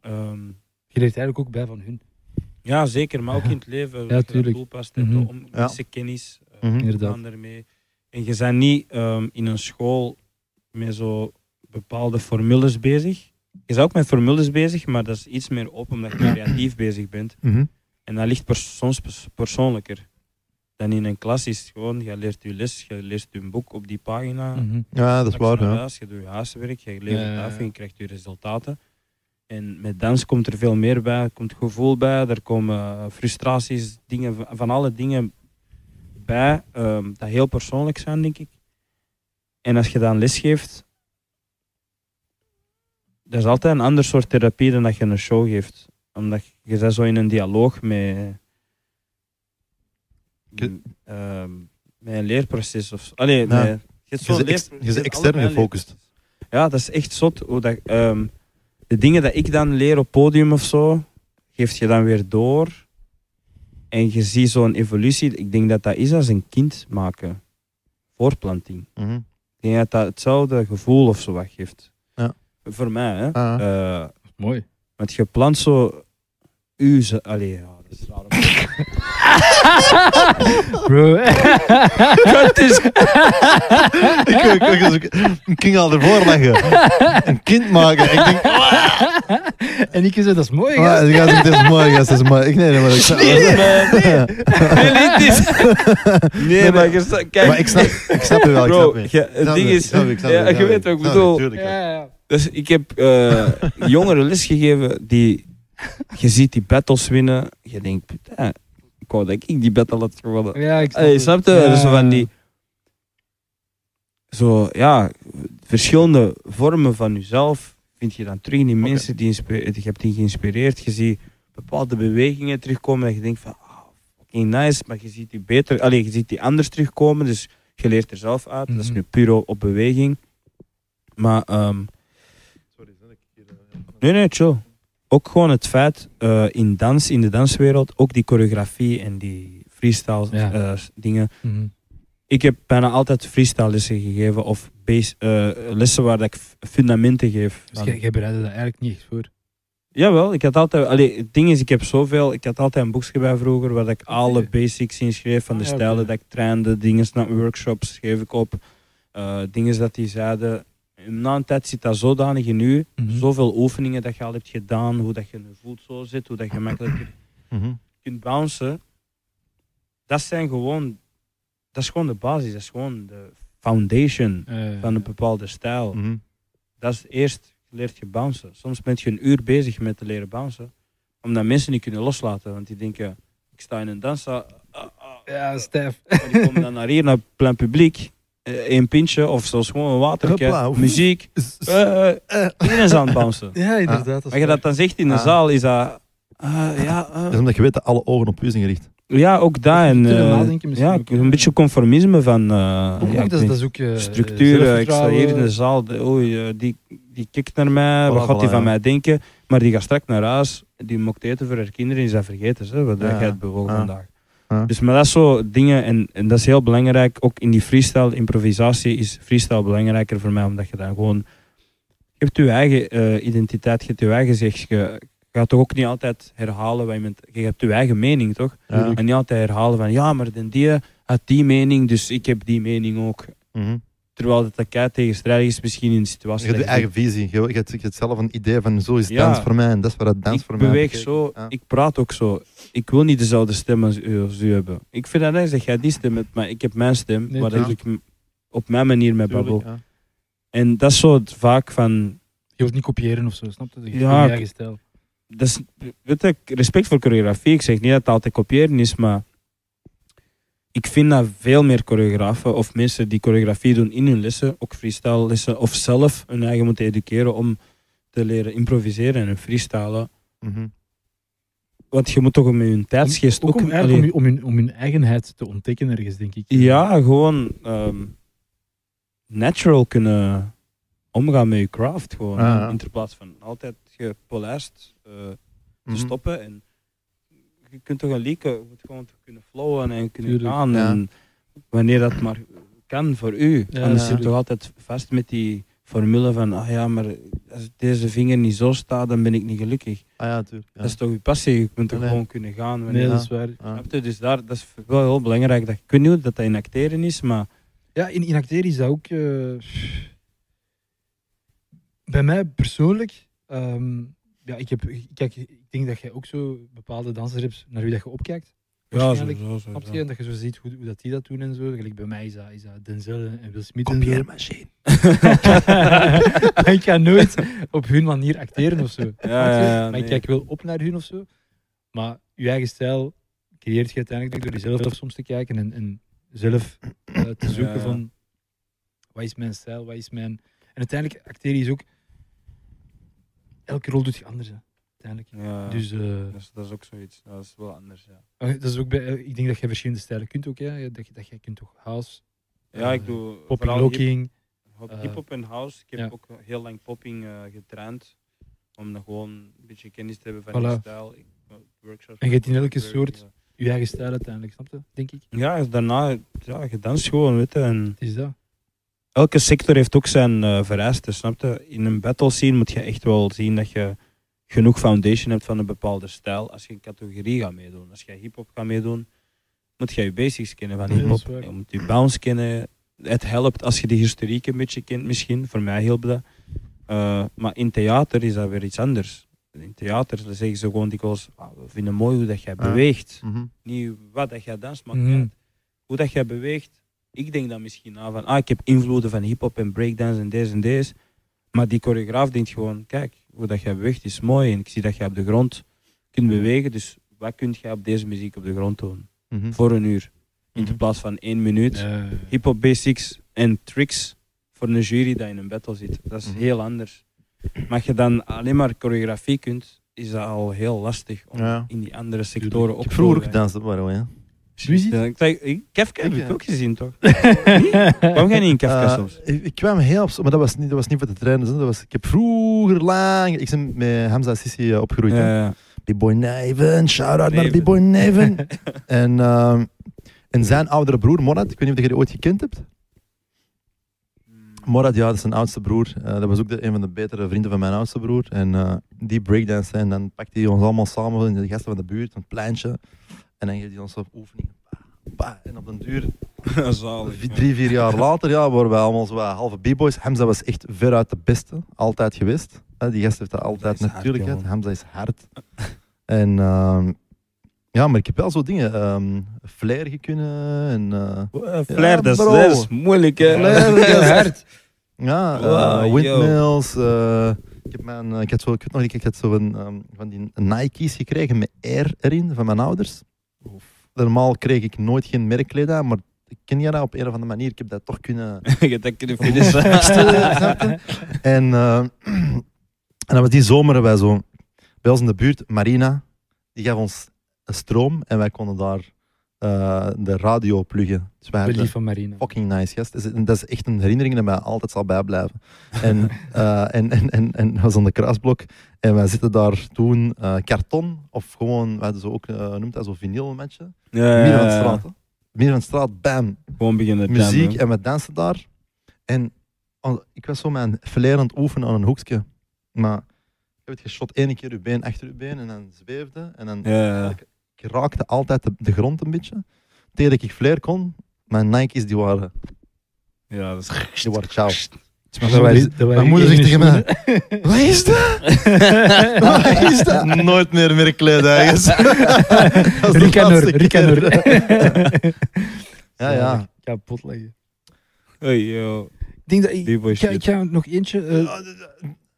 Ehm,
Je leert eigenlijk ook bij van hun.
Ja, zeker, maar ook in het leven.
Ja, tuurlijk.
Doelpast en
Mhm.
om
Ja.
mensen kennis, eh,
Mhm.
Inderdaad.
gaan ermee. En je bent niet ehm, in een school met zo bepaalde formules bezig. Je bent ook met formules bezig, maar dat is iets meer open omdat je creatief bezig bent.
Mhm.
En dat ligt pers- soms pers- persoonlijker dan in een klas. Is het gewoon, je leert je les, je leest je boek op die pagina.
Mhm.
Ja, dat is waar.
Straks naar
Ja.
huis, je doet je huiswerk, je levert
Ja, ja,
af
ja.
en je krijgt je resultaten. En met dans komt er veel meer bij, er komt gevoel bij, er komen eh, frustraties, dingen, van- van alle dingen bij, ehm, dat heel persoonlijk zijn, denk ik. En als je dan lesgeeft, dat is altijd een ander soort therapie dan dat je een show geeft. Omdat je- je bent zo in een dialoog met,
Je-
ehm, met een leerproces. Of, allee,
Ja.
met- je hebt
Je
zo'n
bent ex-
leer-
je bent
hebt
extern
allebei
gefocust.
leerproces. Ja, dat is echt zot. Hoe dat, ehm, de dingen dat ik dan leer op podium of zo, geef je dan weer door. En je ziet zo'n evolutie. Ik denk dat dat is als een kind maken. Voorplanting.
Mhm.
Ik denk dat dat hetzelfde gevoel of zo wat geeft.
Ja.
Voor mij, hè.
Ah, ja.
Eh,
Mooi.
want je plant zo... U... ze- Allee, ja, dat is raar. om-
Bro.
Het is... ik, ik, dus ik, ik, ik ging al ervoor leggen. Een kind maken. Ik denk,
en ik zei, dat is mooi.
ah,
gast.
die gast, dit is mooi, gast, dit is mooi. Ik nee, nee, maar ik
Nee, nee, nee, het is- Nee, maar je sta- kijk...
Maar ik snap, ik snap je wel. Ik
Bro,
snap je.
je-
Ik
het
snap
ding
je, ik
is...
snap je, ik snap
ja, je weet wat ik bedoel.
Ja, ja.
Dus ik heb eh, jongeren lesgegeven die... Je ziet die battles winnen. Je denkt, putain, ik wou dat ik die battle had gewonnen.
ja, ik snap
Hey,
het.
snap je?
Ja.
Dus van die... Zo, ja, verschillende vormen van jezelf vind je dan terug in die
Oké.
mensen die, inspe- die je hebt die geïnspireerd. Je ziet bepaalde bewegingen terugkomen dat je denkt van, ah, fucking nice, maar je ziet die beter, allee, je ziet die anders terugkomen, dus je leert er zelf uit. Dat is
Mhm.
nu puur op beweging. Maar, ehm, nee, nee, chill. Ook gewoon het feit eh, in dans, in de danswereld, ook die choreografie en die freestyle
Ja.
eh, s- dingen,
Mhm.
ik heb bijna altijd freestyle lessen gegeven of base, eh, lessen waar dat ik f- fundamenten geef.
Dus jij, jij bereidde dat eigenlijk niet echt voor.
Jawel, ik had altijd, allee, het ding is, ik heb zoveel, ik had altijd een boekje bij vroeger waar dat ik alle basics in schreef van de
Ah, ja,
stijlen
oké.
dat ik trainde, dingen, snap, workshops schreef ik op, eh, dingen dat die zeiden. En Na een tijd zit dat zodanig in u,
Mhm.
zoveel oefeningen dat je al hebt gedaan, hoe dat je nu voelt zo zit, hoe dat je makkelijker
Mhm.
kunt bouncen, dat zijn gewoon, dat is gewoon de basis, dat is gewoon de foundation
Eh,
van een bepaalde stijl.
Mhm.
Dat is eerst leert je bouncen. Soms ben je een uur bezig met te leren bouncen, omdat mensen niet kunnen loslaten, want die denken, ik sta in een dansa, ah, ah,
ja, stijf.
maar die komen dan naar hier, naar plein publiek, eh, een pintje of zelfs gewoon een
Hopla,
waterke,
oef.
muziek, eh, eh, iedereen is aan het bouncen.
Ja, inderdaad.
Als je dat dan zegt in de
Ah.
zaal, is dat, ah, ja, eh,
Dat is omdat je weet dat alle ogen op u zijn gericht.
ja, ook dat. En, eh, Ja, ik- een beetje conformisme van eh,
Ook,
ja,
ook
ik
dat,
weet-
dat is ook... eh,
structuur. Ik sta
zelfvertrouwen.
hier in de zaal, de- oei, eh, die, die kijkt naar mij,
Voilà,
wat gaat die
voilà,
van
ja.
mij denken? Maar die gaat straks naar huis, die mokt eten voor haar kinderen, die is dat vergeten, hè, wat
Ja,
jij
ja.
het bewoog
Ja.
vandaag.
Ja.
Dus maar dat is zo dingen, en, en dat is heel belangrijk, ook in die freestyle, improvisatie is freestyle belangrijker voor mij, omdat je dan gewoon, je hebt je eigen eh, identiteit, je hebt je eigen zeg, je gaat toch ook niet altijd herhalen, wat je, bent- je hebt je eigen mening, toch?
Ja.
En niet altijd herhalen van, ja, maar den die had die mening, dus ik heb die mening ook.
Mhm.
Terwijl dat elkaar tegenstrijdig is, misschien in de
Je
situatie.
hebt je
dat je
eigen visie. Je, je, hebt, je hebt zelf een idee van zo is
Ja.
dans voor mij en dat is wat dans
denkt,
voor
Ik
mij
beweeg
betekent.
zo,
Ja.
ik praat ook zo. Ik wil niet dezelfde stem als u, als u hebben. Ik vind dat nice dat jij die stem hebt, maar ik heb mijn stem,
Nee,
waar dat
tuurlijk.
ik m- op mijn manier mee
Tuurlijk,
babbel.
ja.
En dat is zo het vaak van,
Je wilt niet kopiëren of zo, snap je? Je
Ja,
hebt je
ik-
eigen stijl.
dat is, weet je, respect voor choreografie. Ik zeg niet dat het altijd kopiëren is, maar ik vind dat veel meer choreografen of mensen die choreografie doen in hun lessen, ook freestyle lessen, of zelf hun eigen moeten educeren om te leren improviseren en freestylen.
Mhm.
Want je moet toch met hun tijdsgeest ook...
Ook om,
allee,
eigenlijk om, je- om, hun, om hun eigenheid te ontdekken ergens, denk ik.
ja, gewoon ehm, natural kunnen omgaan met je craft. Gewoon,
Ah, ja.
In ter plaats van altijd gepolijst eh, te
Mhm.
stoppen. En je kunt toch een leaken, je moet gewoon kunnen flowen en kunnen
Tuurlijk,
gaan.
ja.
En wanneer dat maar kan voor u.
Ja,
Anders
ja.
zit je toch altijd vast met die formule van, ah ja, maar als deze vinger niet zo staat, dan ben ik niet gelukkig.
Ah ja, Ah. natuurlijk.
Dat is toch je passie, je moet toch
Nee.
gewoon kunnen gaan. Wanneer
Nee,
Ja.
dat is waar.
Snap je? Dus daar, dat is wel heel belangrijk. Dat, ik weet niet hoe dat, dat in acteren is, maar
Ja, in, in acteren is dat ook... eh, bij mij persoonlijk... ehm, ja, ik, heb, kijk, ik denk dat jij ook zo bepaalde dansers hebt naar wie dat je opkijkt. Waarschijnlijk.
zo, zo,
Snap je? Dat je zo ziet hoe, hoe dat die dat doen en zo. Gelijk bij mij is dat, is dat Denzel en Will Smith. en zo.
Kopieermachine.
ik ga nooit op hun manier acteren of zo.
Ja, ja, ja,
maar
Eh, nee.
ik kijk wel op naar hun of zo. Maar je eigen stijl creëert je uiteindelijk door jezelf soms te kijken en, en zelf eh, te zoeken
Ja.
van wat is mijn stijl, wat is mijn. En uiteindelijk acteren is ook. Elke rol doet je anders. Hè, uiteindelijk.
Ja,
Dus eh,
dat, is, dat is ook zoiets. Dat is wel anders, ja.
dat is ook bij, eh, ik denk dat je verschillende stijlen kunt ook. Hè, dat, je, dat je kunt toch house,
Ja, ik
Eh,
doe
popping,
vooral
locking.
hip- hop-
eh,
hip-hop en house. Ik heb
ja.
ook heel lang popping eh, getraind. Om dan gewoon een beetje kennis te hebben van
Voilà.
die stijl. Ik, eh, workshops,
En je hebt in elke
work,
soort-
ja.
Je eigen stijl uiteindelijk, snap je? Denk ik.
Ja, daarna, ja, je danst gewoon, weet je. En
Het is dat.
elke sector heeft ook zijn eh vereisten, snap je? In een battle scene moet je echt wel zien dat je genoeg foundation hebt van een bepaalde stijl. Als je een categorie gaat meedoen, als je hip-hop gaat meedoen, moet je je basics kennen van
Ja, dat is
hip-hop.
waar.
Je moet je bounce kennen. Het helpt als je de historiek een beetje kent, misschien. Voor mij hielp dat. Eh, maar in theater is dat weer iets anders. In theater zeggen ze gewoon dikwijls, "Ah, we vinden mooi hoe dat jij
Ja.
beweegt
Mhm,
niet wat dat jij danst, maar
Mhm.
kijk, hoe dat jij beweegt. Ik denk dan misschien aan van, ah, ik heb invloeden van hip-hop en breakdance en deze en deze. Maar die choreograaf denkt gewoon, kijk, hoe dat jij beweegt is mooi. En ik zie dat jij op de grond kunt bewegen. Dus wat kun jij op deze muziek op de grond doen?
mhm.
Voor een uur. In plaats van één minuut. Hip-hop basics en tricks voor een jury dat in een battle zit. Dat is
Mhm.
heel anders. Maar als je dan alleen maar choreografie kunt, is dat al heel lastig om
Ja.
in die andere sectoren op
Ik
te
heb vroeger
rollen.
gedanst, by the way.
Suzy?
Ja, ik zei, ik- Kefka heb
Ik,
ik
eh,
ook gezien, toch? Waarom ga je niet in Kefka
Eh,
soms?
ik, ik kwam heel op, maar dat was niet, dat was niet voor de trainers. hè. Dat was, ik heb vroeger lang, ik ben met Hamza Sissi eh, opgegroeid. hè.
Ja,
Big Boy Neven, shout out naar
Neven.
Big Boy Neven. en, ehm, en zijn oudere broer Morad, ik weet niet of je die ooit gekend hebt. Morad, ja, dat is zijn oudste broer. Eh, dat was ook de, een van de betere vrienden van mijn oudste broer. En eh, die breakdance, en dan pakt hij ons allemaal samen in de gasten van de buurt, een pleintje. En dan geeft hij ons op oefeningen. Bah, bah. En op den duur,
ja. Zalig.
vi- drie, vier jaar later, ja, worden we allemaal zo wat halve b-boys. Hamza was echt veruit de beste, altijd geweest. Eh, die gast heeft dat altijd
is hard,
natuurlijk gehad.
jongen.
Hamza is hard. en ehm, ja, maar ik heb wel zo dingen. ehm flair gekunnen en... eh,
Eh,
Ja,
Flair, dat is-
bro.
dat is moeilijk, hè?
Flair, dat is
hard.
Ja, eh,
Wow, yo.
windmills. eh, ik, heb mijn, eh, ik, had zo, ik weet nog niet, ik had zo een, ehm, van die Nike's gekregen met Air erin van mijn ouders. Normaal kreeg ik nooit geen merkkleed aan, maar ik ken je dat op een of andere manier. Ik heb dat toch kunnen
Je hebt dat kunnen finishen.
fixen, snap je? En, eh, en dat was die zomer bij zo, bij ons in de buurt, Marina, die gaf ons een stroom en wij konden daar eh, de radio pluggen. Dus
Wel
wij hadden-
lief van Marina.
fucking nice gast. Dat is- Dat is echt een herinnering die mij altijd zal bijblijven. En, eh en, en, en, en dat was aan de kruisblok. En wij zitten daar toen eh, karton, of gewoon, we hadden zo ook, eh noemt dat zo vinylmatje.
Ja,
Midden van de
ja,
straat. hè. Midden van de straat, bam.
Gewoon beginnen te
Muziek
jammen.
en we dansen daar. En al- ik was zo mijn flair aan het oefenen aan een hoekje. Maar ik heb het geschot één keer uw been achter uw been en dan zweefde. En dan
Ja, ja.
ik raakte altijd de, de grond een beetje. Tegen dat ik flair kon, mijn Nike's die waren,
Ja, dat is...
die waren ciao.
Maar
Mijn moeder- Mijn moeder zegt tegen mij: Wat is dat? Wat is dat? Nooit meer meer kleden ergens. Dat is de
Ricanor,
laatste keer.
Ricanor.
Ja, ja.
Kapot leggen.
Hey, yo.
Ik denk dat ik...
Die boy
Ik ga, ik
shit.
ga nog eentje... eh,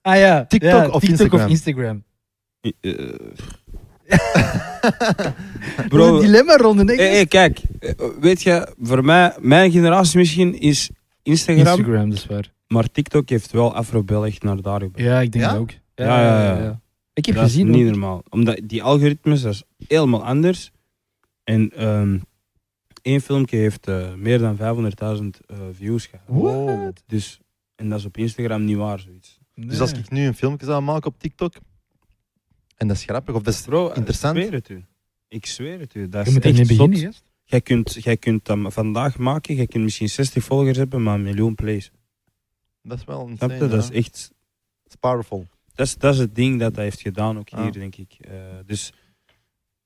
ah ja.
TikTok
ja,
of
TikTok
Instagram?
of Instagram.
Eh,
Bro.
Bro,
dilemma ronde, nee.
hey, hey, kijk. eh, Weet je, voor mij, mijn generatie misschien is Instagram.
Instagram, dat is waar.
Maar TikTok heeft wel Afro-Bel echt naar daar gebracht.
Ja, ik denk
Ja?
dat ook.
Ja, ja, ja.
Ik heb
dat
gezien...
is niet
hoor.
normaal. Omdat die algoritmes, dat is helemaal anders. En ehm één filmpje heeft eh, meer dan 500.000 eh, views gehad.
What?
Dus, en dat is op Instagram niet waar, zoiets.
Dus als
Nee.
ik nu een filmpje zou maken op TikTok, en dat is grappig, of dat is
Bro,
Interessant.
ik zweer het u. Ik zweer het u. Dat
Je
is
moet ermee
echt
beginnen,
zot.
gast.
Jij kunt, jij kunt dat vandaag maken, jij kunt misschien 60 volgers hebben, maar een miljoen plays.
Dat is wel
Snap
insane.
je?
ja.
Dat is echt
It's powerful.
Dat is, dat is het ding dat hij heeft gedaan, ook hier,
Ah.
denk ik. Eh, dus,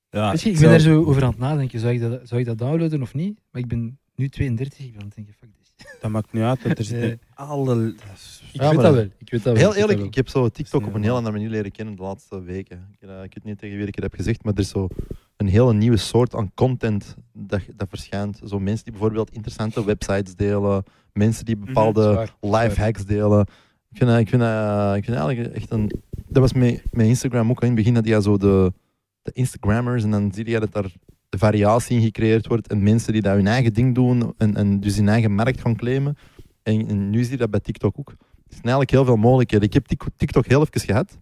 ja,
Weet je, ik ben
Ah, zou-
daar zo over aan het nadenken. Zou ik, dat, zou ik dat downloaden of niet? Maar ik ben nu 32. Ik ben aan het denken, fuck this.
Dat maakt niet uit, want er zitten
Eh.
alle... dat is-
Ik
Ja,
weet
maar-
dat wel. Ik weet dat wel. ik weet
Heel
dat
eerlijk,
wel.
ik heb zo TikTok op een heel
Ja.
andere manier leren kennen de laatste weken. Ik, eh, ik weet niet tegen wie ik het heb gezegd, maar er is zo een hele nieuwe soort aan content dat, dat verschijnt. Zo mensen die bijvoorbeeld interessante websites delen, mensen
Mhm,
die bepaalde
Zwaar, zwaar.
live hacks delen. Ik vind, dat- ik, vind, dat- ik vind dat eigenlijk echt een. Dat was met, met Instagram ook al in het begin dat je zo de, de Instagrammers en dan zie je dat daar de variatie in gecreëerd wordt en mensen die daar hun eigen ding doen en, en dus hun eigen markt gaan claimen. En, en nu zie je dat bij TikTok ook. Er zijn eigenlijk heel veel mogelijkheden. Ik heb Tik- TikTok heel even gehad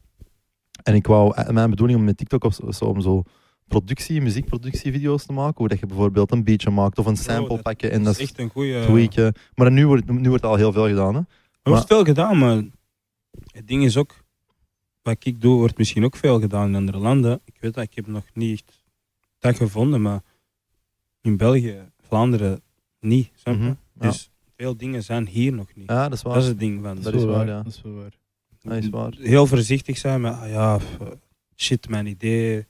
en ik wou eh, mijn bedoeling om met TikTok of zo, zo- om zo productie, muziekproductievideo's te maken, hoe dat je bijvoorbeeld een beatje maakt of een sample
Oh, dat-
pakken en dat is
echt eh, een goede...
tweaken. Maar nu wordt, nu wordt al heel veel gedaan. Hè?
Er wordt veel gedaan, maar het ding is ook... Wat ik doe, wordt misschien ook veel gedaan in andere landen. Ik weet dat, ik heb nog niet echt dat gevonden, maar in België, Vlaanderen, niet. Snap je?
Mhm, ja.
Dus veel dingen zijn hier nog niet.
Ja, dat is waar.
Dat is het ding van...
Dat is
wel
waar, ja.
Dat is wel waar.
Dat is waar.
Heel voorzichtig zijn met, ah ja, f- shit, mijn idee.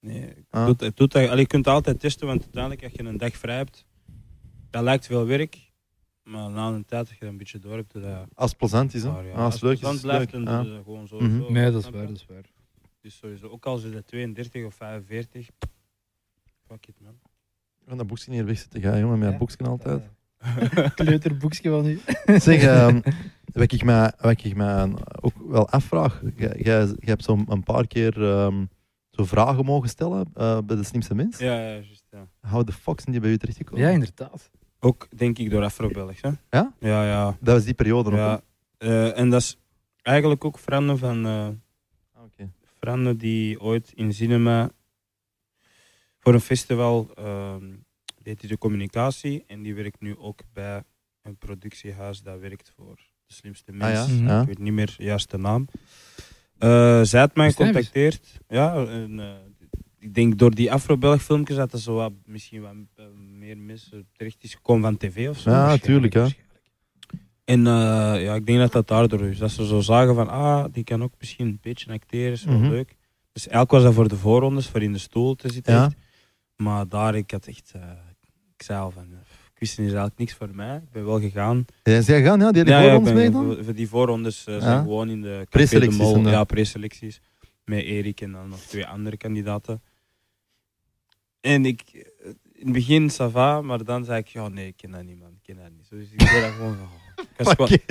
Nee, het
Ah,
doet, het doet, allee, je kunt het altijd testen, want uiteindelijk als je een dag vrij hebt, dat lijkt veel werk. Maar na een tijd, als je dat een beetje door hebt, dat dat
Ah, als het plezant is, hè?
waar, ja,
Ah, als het leuk is,
plezant
is het leuk.
blijft en
Ja.
doe je dat gewoon zo.
Mhm.
zo,
Nee, dat is
snap
waar.
je?
Dat is waar.
Dus sowieso, ook al zit dat 32 of 45, fuck it man.
Ik ben dat boekje hier weg zitten gaan, jongen, met dat
Ja.
boekje altijd.
Kleuterboekje van u.
Zeg, ehm, wat ik me, wat ik me ook wel afvraag, jij jij- jij hebt zo een paar keer ehm, zo vragen mogen stellen eh, bij de slimste mens.
Ja, ja, juist, ja.
How the fuck zijn die bij u terechtgekomen?
Ja, inderdaad.
Ook denk ik door Afro-Belg, hè?
Ja?
Ja, ja.
dat was die periode nog.
ja.
hè?
Eh, en dat is eigenlijk ook veranderen van... eh,
Ah, oké.
Frande die ooit in cinema voor een festival ehm, deed hij de communicatie en die werkt nu ook bij een productiehuis dat werkt voor de slimste
Ah ja?
mensen.
Mhm.
ja.
Ik weet niet meer juist de naam. Eh, zij had mij
Is het
gecontacteerd. Ja, en, eh, ik denk door die Afro-Belg filmpjes dat er zo wat, misschien wat eh, meer mensen terecht is gekomen van tv of zo.
Ja, tuurlijk, hè.
En eh, ja, ik denk dat dat daardoor is. Dat ze zo zagen van, ah, die kan ook misschien een beetje acteren, is wel
Mhm.
leuk. Dus eigenlijk was dat voor de voorrondes, voor in de stoel te zitten.
Ja.
echt. Maar daar, ik had echt, eh, ik zei al van, eh, quizzen is eigenlijk niks voor mij. Ik ben wel gegaan.
Zijn zij gaan, ja? Die
Ja,
hebben
ja,
voor
ik
ons
ben-
mee dan?
voor- voor die voorrondes eh,
Ja.
zijn gewoon in de Café de
Preselecties
Mol.
en dat.
Ja, preselecties. Met Erik en dan nog twee andere kandidaten. En ik, eh, in het begin, ça va, maar dan zei ik, ja nee, ik ken dat niet man, ik ken dat niet. Dus ik deed dat gewoon van, oh, ik was gewoon-
Fuck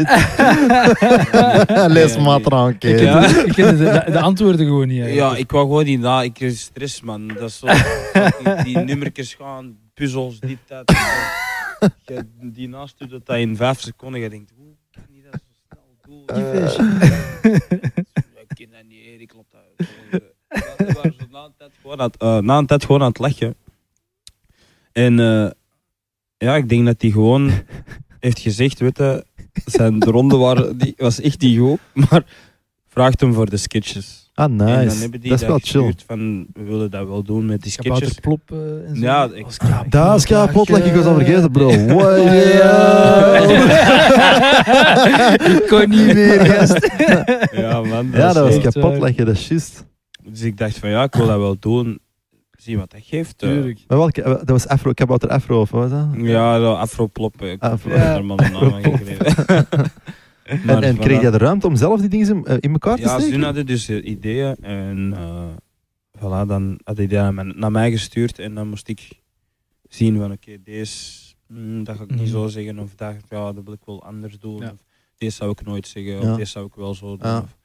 it. Les
Ja,
matra, oké.
Ik-
Ja.
Ja.
Ik ken de, de antwoorden gewoon niet.
Ja,
eigenlijk.
ik wou gewoon die na. Ik kreeg stress, man. Dat is zo. die, die nummertjes gaan, puzzels, dit, dat. dat. Je- die naast doet dat dat in vijf seconden. Je denkt, hoe kan die dat zo snel doen?
Eh.
Ja, Ik ken dat niet, Erik, klopt dat. Ja, we waren zo na een tijd gewoon aan het- eh, Na een tijd gewoon aan het lachen. En eh, ja, ik denk dat die gewoon heeft gezegd, weet je, zijn ronde waren, die, was echt die goed, maar vraagt hem voor de sketches.
Ah,
En dan
nice.
hebben die
Dat is wel chill.
gestuurd van, we willen dat wel doen met die sketches.
Kabouter Plop eh, en zo.
Ja, ik-
Als Kaap-
Dat Ah, is kapot, dat ik was al vergeten, bro. Wow.
Ik kon niet meer, gast.
Ja, man.
Ja, dat was
echt
kapot,
waar.
dat je dat is juist.
Dus ik dacht van, ja, ik wil dat wel doen. Zie wat dat geeft. eh.
Tuurlijk.
Maar welke, dat was Afro, ik heb Kabouter Afro, of wat was dat?
Ja, dat afroploppen. Ik heb
Afro-
er allemaal een naam aan gegeven.
En, en kreeg
voilà.
jij de ruimte om zelf die dingen in, eh, in elkaar te
Ja,
steken?
Zun hadden dus eh, ideeën en eh voilà, dan had hij die aan mijn- naar mij, gestuurd en dan moest ik zien van oké, deze mm, dat ga ik niet
Hmm.
Mhm.
zo zeggen of dat, ja, dat wil ik wel anders doen.
Ja.
Of, deze zou ik nooit zeggen
Ja.
of deze zou ik wel zo doen.
Ja.
Of-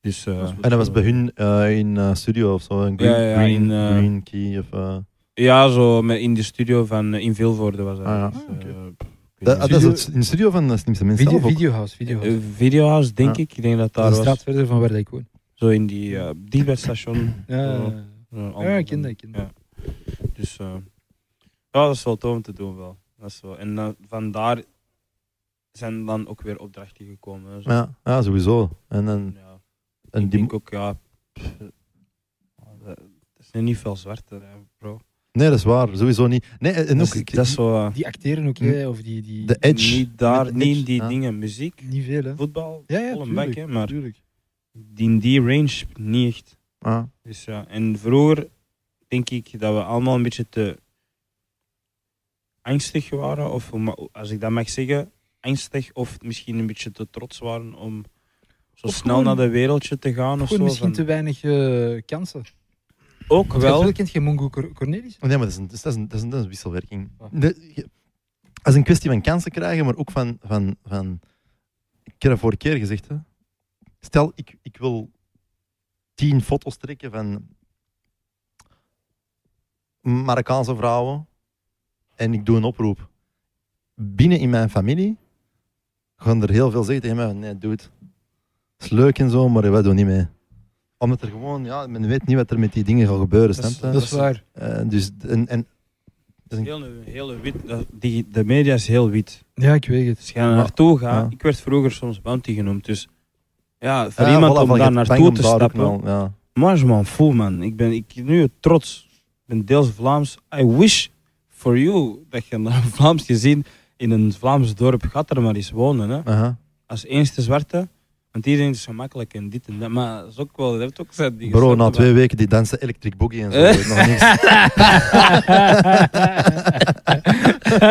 dus eh,
En dat was bij hun eh, in eh, studio of zo, een green,
Ja, ja,
green,
in, eh,
green key of... eh,
ja, zo met in de studio van eh, in Vilvoorde was dat.
Ah, ja.
Dus,
Ah, oké.
eh, pff, ik weet
dat,
niet.
dat is het, in de studio van de slimste mensen
Video,
zelf ook.
videohouse, videohouse.
Eh, Videohuis denk
Ja.
ik, ik denk dat
Dat
daar
is de
was.
straat verder van waar ik woon.
Zo in die, eh die bij het station.
Ja,
Zo, eh,
ja, ik ken dat, ik ken dat.
Ja. Dus eh, ja, dat is wel tof om te doen wel. Dat is wel. En dan, vandaar zijn dan ook weer opdrachten gekomen. hè, zo.
Ja, ja, sowieso. En, en,
Ja.
en
ik
die,
denk ook, ja, pff, eh, dat dat is nu niet veel zwarter, hè, bro.
Nee, dat is waar. Sowieso niet. Nee, en
Dat
ook,
is-
ik-
dat is zo... eh,
Die acteren ook, hè, of die... die
Hm. de edge.
Niet daar,
Met
niet
edge,
in die
ja.
dingen. Muziek,
Niet veel, hè.
voetbal,
Ja, ja,
alle bek,
tuurlijk.
hè, maar
tuurlijk.
die- in die range niet echt.
Ah.
Dus ja, en vroeger denk ik dat we allemaal een beetje te angstig waren, of om- als ik dat mag zeggen, angstig of misschien een beetje te trots waren om zo
Of
snel
gewoon-
naar de wereldje te gaan of zo.
Gewoon misschien te
van-
weinig eh, kansen.
Ook
Want Wel
wel,
kent je Mungo Cor- Cornelis?
Oh, Nee, maar dat is een, dat is een, dat is een, dat is een wisselwerking.
Ah.
De- je- dat is een kwestie van kansen krijgen, maar ook van... van, van ik heb dat vorige keer gezegd. Hè. Stel, ik, ik wil tien foto's trekken van Marokkaanse vrouwen en ik doe een oproep. Binnen in mijn familie gaan er heel veel zeggen tegen mij van, nee, doe het. Het is leuk en zo, maar wij doen niet mee. Omdat er gewoon, ja, men weet niet wat er met die dingen gaat gebeuren,
Dat is-
snap je?
Ja,
dat is
dat is-
waar.
Eh, dus, en, en, dat is een-
heel, heel wit, dat- die, de media is heel wit.
Ja, ik weet het.
Als je daar naartoe gaat,
ja.
ik werd vroeger soms Bounty genoemd, dus ja, voor
Ah,
iemand
voilà, van
om
je
daar
hebt bang
naartoe
om
te
daar ook
stappen.
wel, ja.
Maar man, voel man, ik ben ik, nu trots. Ik ben deels Vlaams. I wish for you dat je naar een Vlaams gezien in een Vlaams dorp gaat er maar eens wonen. Hè.
Aha.
Als eerste zwarte, want iedereen is gemakkelijk en dit en dat. Maar dat is ook wel, dat heeft ook gezegd. die
Bro, na
zwarte
twee weken die dansen Electric Boogie en zo.
Eh?
Nog niks.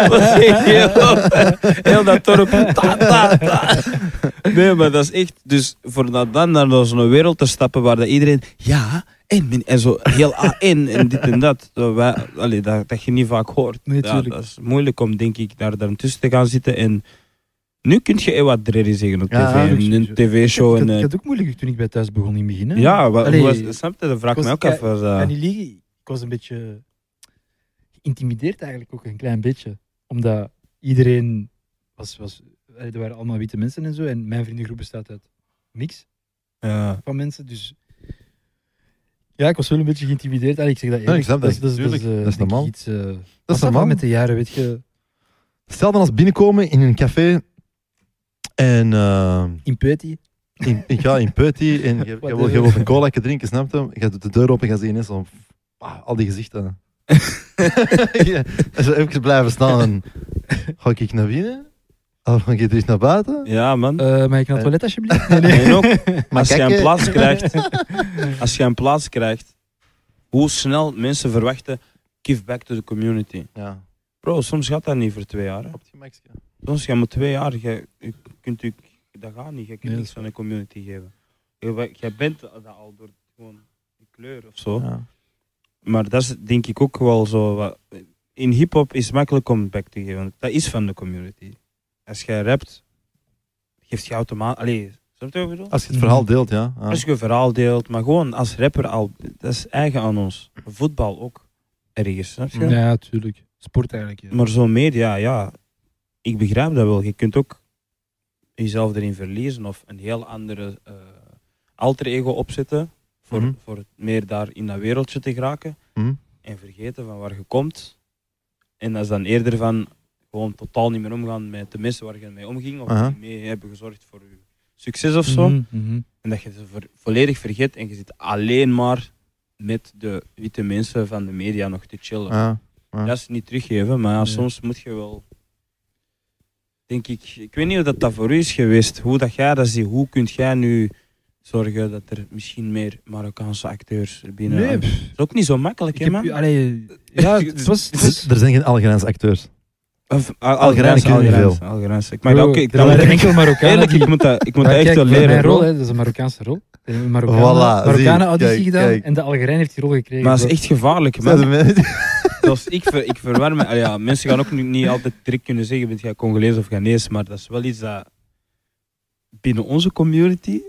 Wat zeg je? Heel dat dorp. Ta, ta, ta. Nee, maar dat is echt. Dus voor dat dan naar zo'n wereld te stappen waar dat iedereen. Ja, en, min- en zo heel A1 en dit en dat. Zo, wij, allee, dat, dat je niet vaak hoort.
Nee,
ja,
tuurlijk.
dat is moeilijk om, denk ik, daar daar tussen te gaan zitten. En nu kun je eh, wat drerrie zeggen op tv.
Ja, ja,
in een
sowieso.
tv-show.
ik, had, ik
En, eh,
had het ook moeilijk toen ik bij thuis begon in het begin. hè.
ja, wat,
Allee,
hoe was, snap je? Dat vraag ik
ik
me
was-
ook af.
Ik
eh,
ga niet liegen, ik was een beetje geïntimideerd eigenlijk ook, een klein beetje. Omdat iedereen was, was, eh, er waren allemaal witte mensen en zo. En mijn vriendengroep bestaat uit mix
ja.
van mensen, dus... Ja, ik was wel een beetje geïntimideerd. Allee, ik zeg dat
Ja, ik
eerlijk.
snap dat,
is, dat, is,
tuurlijk.
eh,
Dat is
denk ik
normaal.
Iets, eh,
Dat is
wat
normaal.
met de jaren, weet je.
Stel dan als binnenkomen in een café en eh,
In Peuty.
in, ik ga in Peuty en je, je,
Wat
wil, je
doen we?
wil een cola drinken, snap je? Je gaat de deur open en je ziet ineens zo, ah, al die gezichten. ja, zo even blijven staan. en, Ga ik naar binnen? Of ga ik terug naar buiten?
ja, man.
Eh mag ik naar het toilet alsjeblieft? Nee, nee.
En ook, als
kijk,
je een
eh,
plaats krijgt, als je een plaats krijgt, hoe snel mensen verwachten, give back to the community.
Ja,
Bro, soms gaat dat niet voor twee jaar. hè.
op die max. ja.
Soms gaat maar twee jaar, je, je kunt u, dat gaat niet, je kunt
Nee,
niks aan de community geven. Je, wa- jij bent dat al door gewoon de kleur of zo.
Ja.
Maar dat is denk ik ook wel zo. wat- In hip-hop is het makkelijk om back te geven. want Dat is van de community. Als jij rapt, geeft je automatisch. Allee, snap je wat ik bedoel?
Als je het verhaal deelt, ja. Ah. ja.
Als je een verhaal deelt, maar gewoon als rapper al, dat is eigen aan ons. Voetbal ook ergens, snap je?
Ja, tuurlijk. Sport eigenlijk. Ja.
Maar zo'n media, ja, ik begrijp dat wel. Je kunt ook jezelf erin verliezen of een heel andere eh, alter ego opzetten voor,
Mhm.
voor meer daar in dat wereldje te geraken
Mhm.
en vergeten van waar je komt. En dat is dan eerder van gewoon totaal niet meer omgaan met de mensen waar je mee omging of
Aha.
die mee hebben gezorgd voor je succes of zo.
Mhm, mhm.
En dat je ze vo- volledig vergeet en je zit alleen maar met de witte mensen van de media nog te chillen.
Ja.
Dat is niet teruggeven, maar ja,
Nee.
soms moet je wel. Denk ik, ik weet niet of dat, dat voor u is geweest. Hoe dat jij dat ziet, hoe kunt jij nu zorgen dat er misschien meer Marokkaanse acteurs er binnen.
Nee,
Dat
pff,
is ook niet zo makkelijk,
ik
hè,
heb
man?
u- allee, ja, het was... het was-
Dus Er zijn geen Algerijnse acteurs.
Of, Al-
Algerijnen kunnen niet
Algerijnse, Algerijnse. Ik, mag dat ook, ik,
er
dat moet
waren
ik-
enkel Marokkanen
eerlijk,
die-
ik moet dat, ik moet dat
Maar
echt
kijk,
wel
voor
leren.
Mijn rol,
bro.
hè, dat is een Marokkaanse rol. Eh, Een
Voilà,
Marokkanen, Marokkanen
zie je.
auditie
Kijk,
gedaan
kijk.
en de Algerijn heeft die rol gekregen.
Maar dat is
bro.
echt gevaarlijk, man. Dus ik, ver, ik verwar me. ah ja, mensen gaan ook nu niet altijd direct kunnen zeggen: bent jij Congolees of Ghanese? Maar dat is wel iets dat binnen onze community.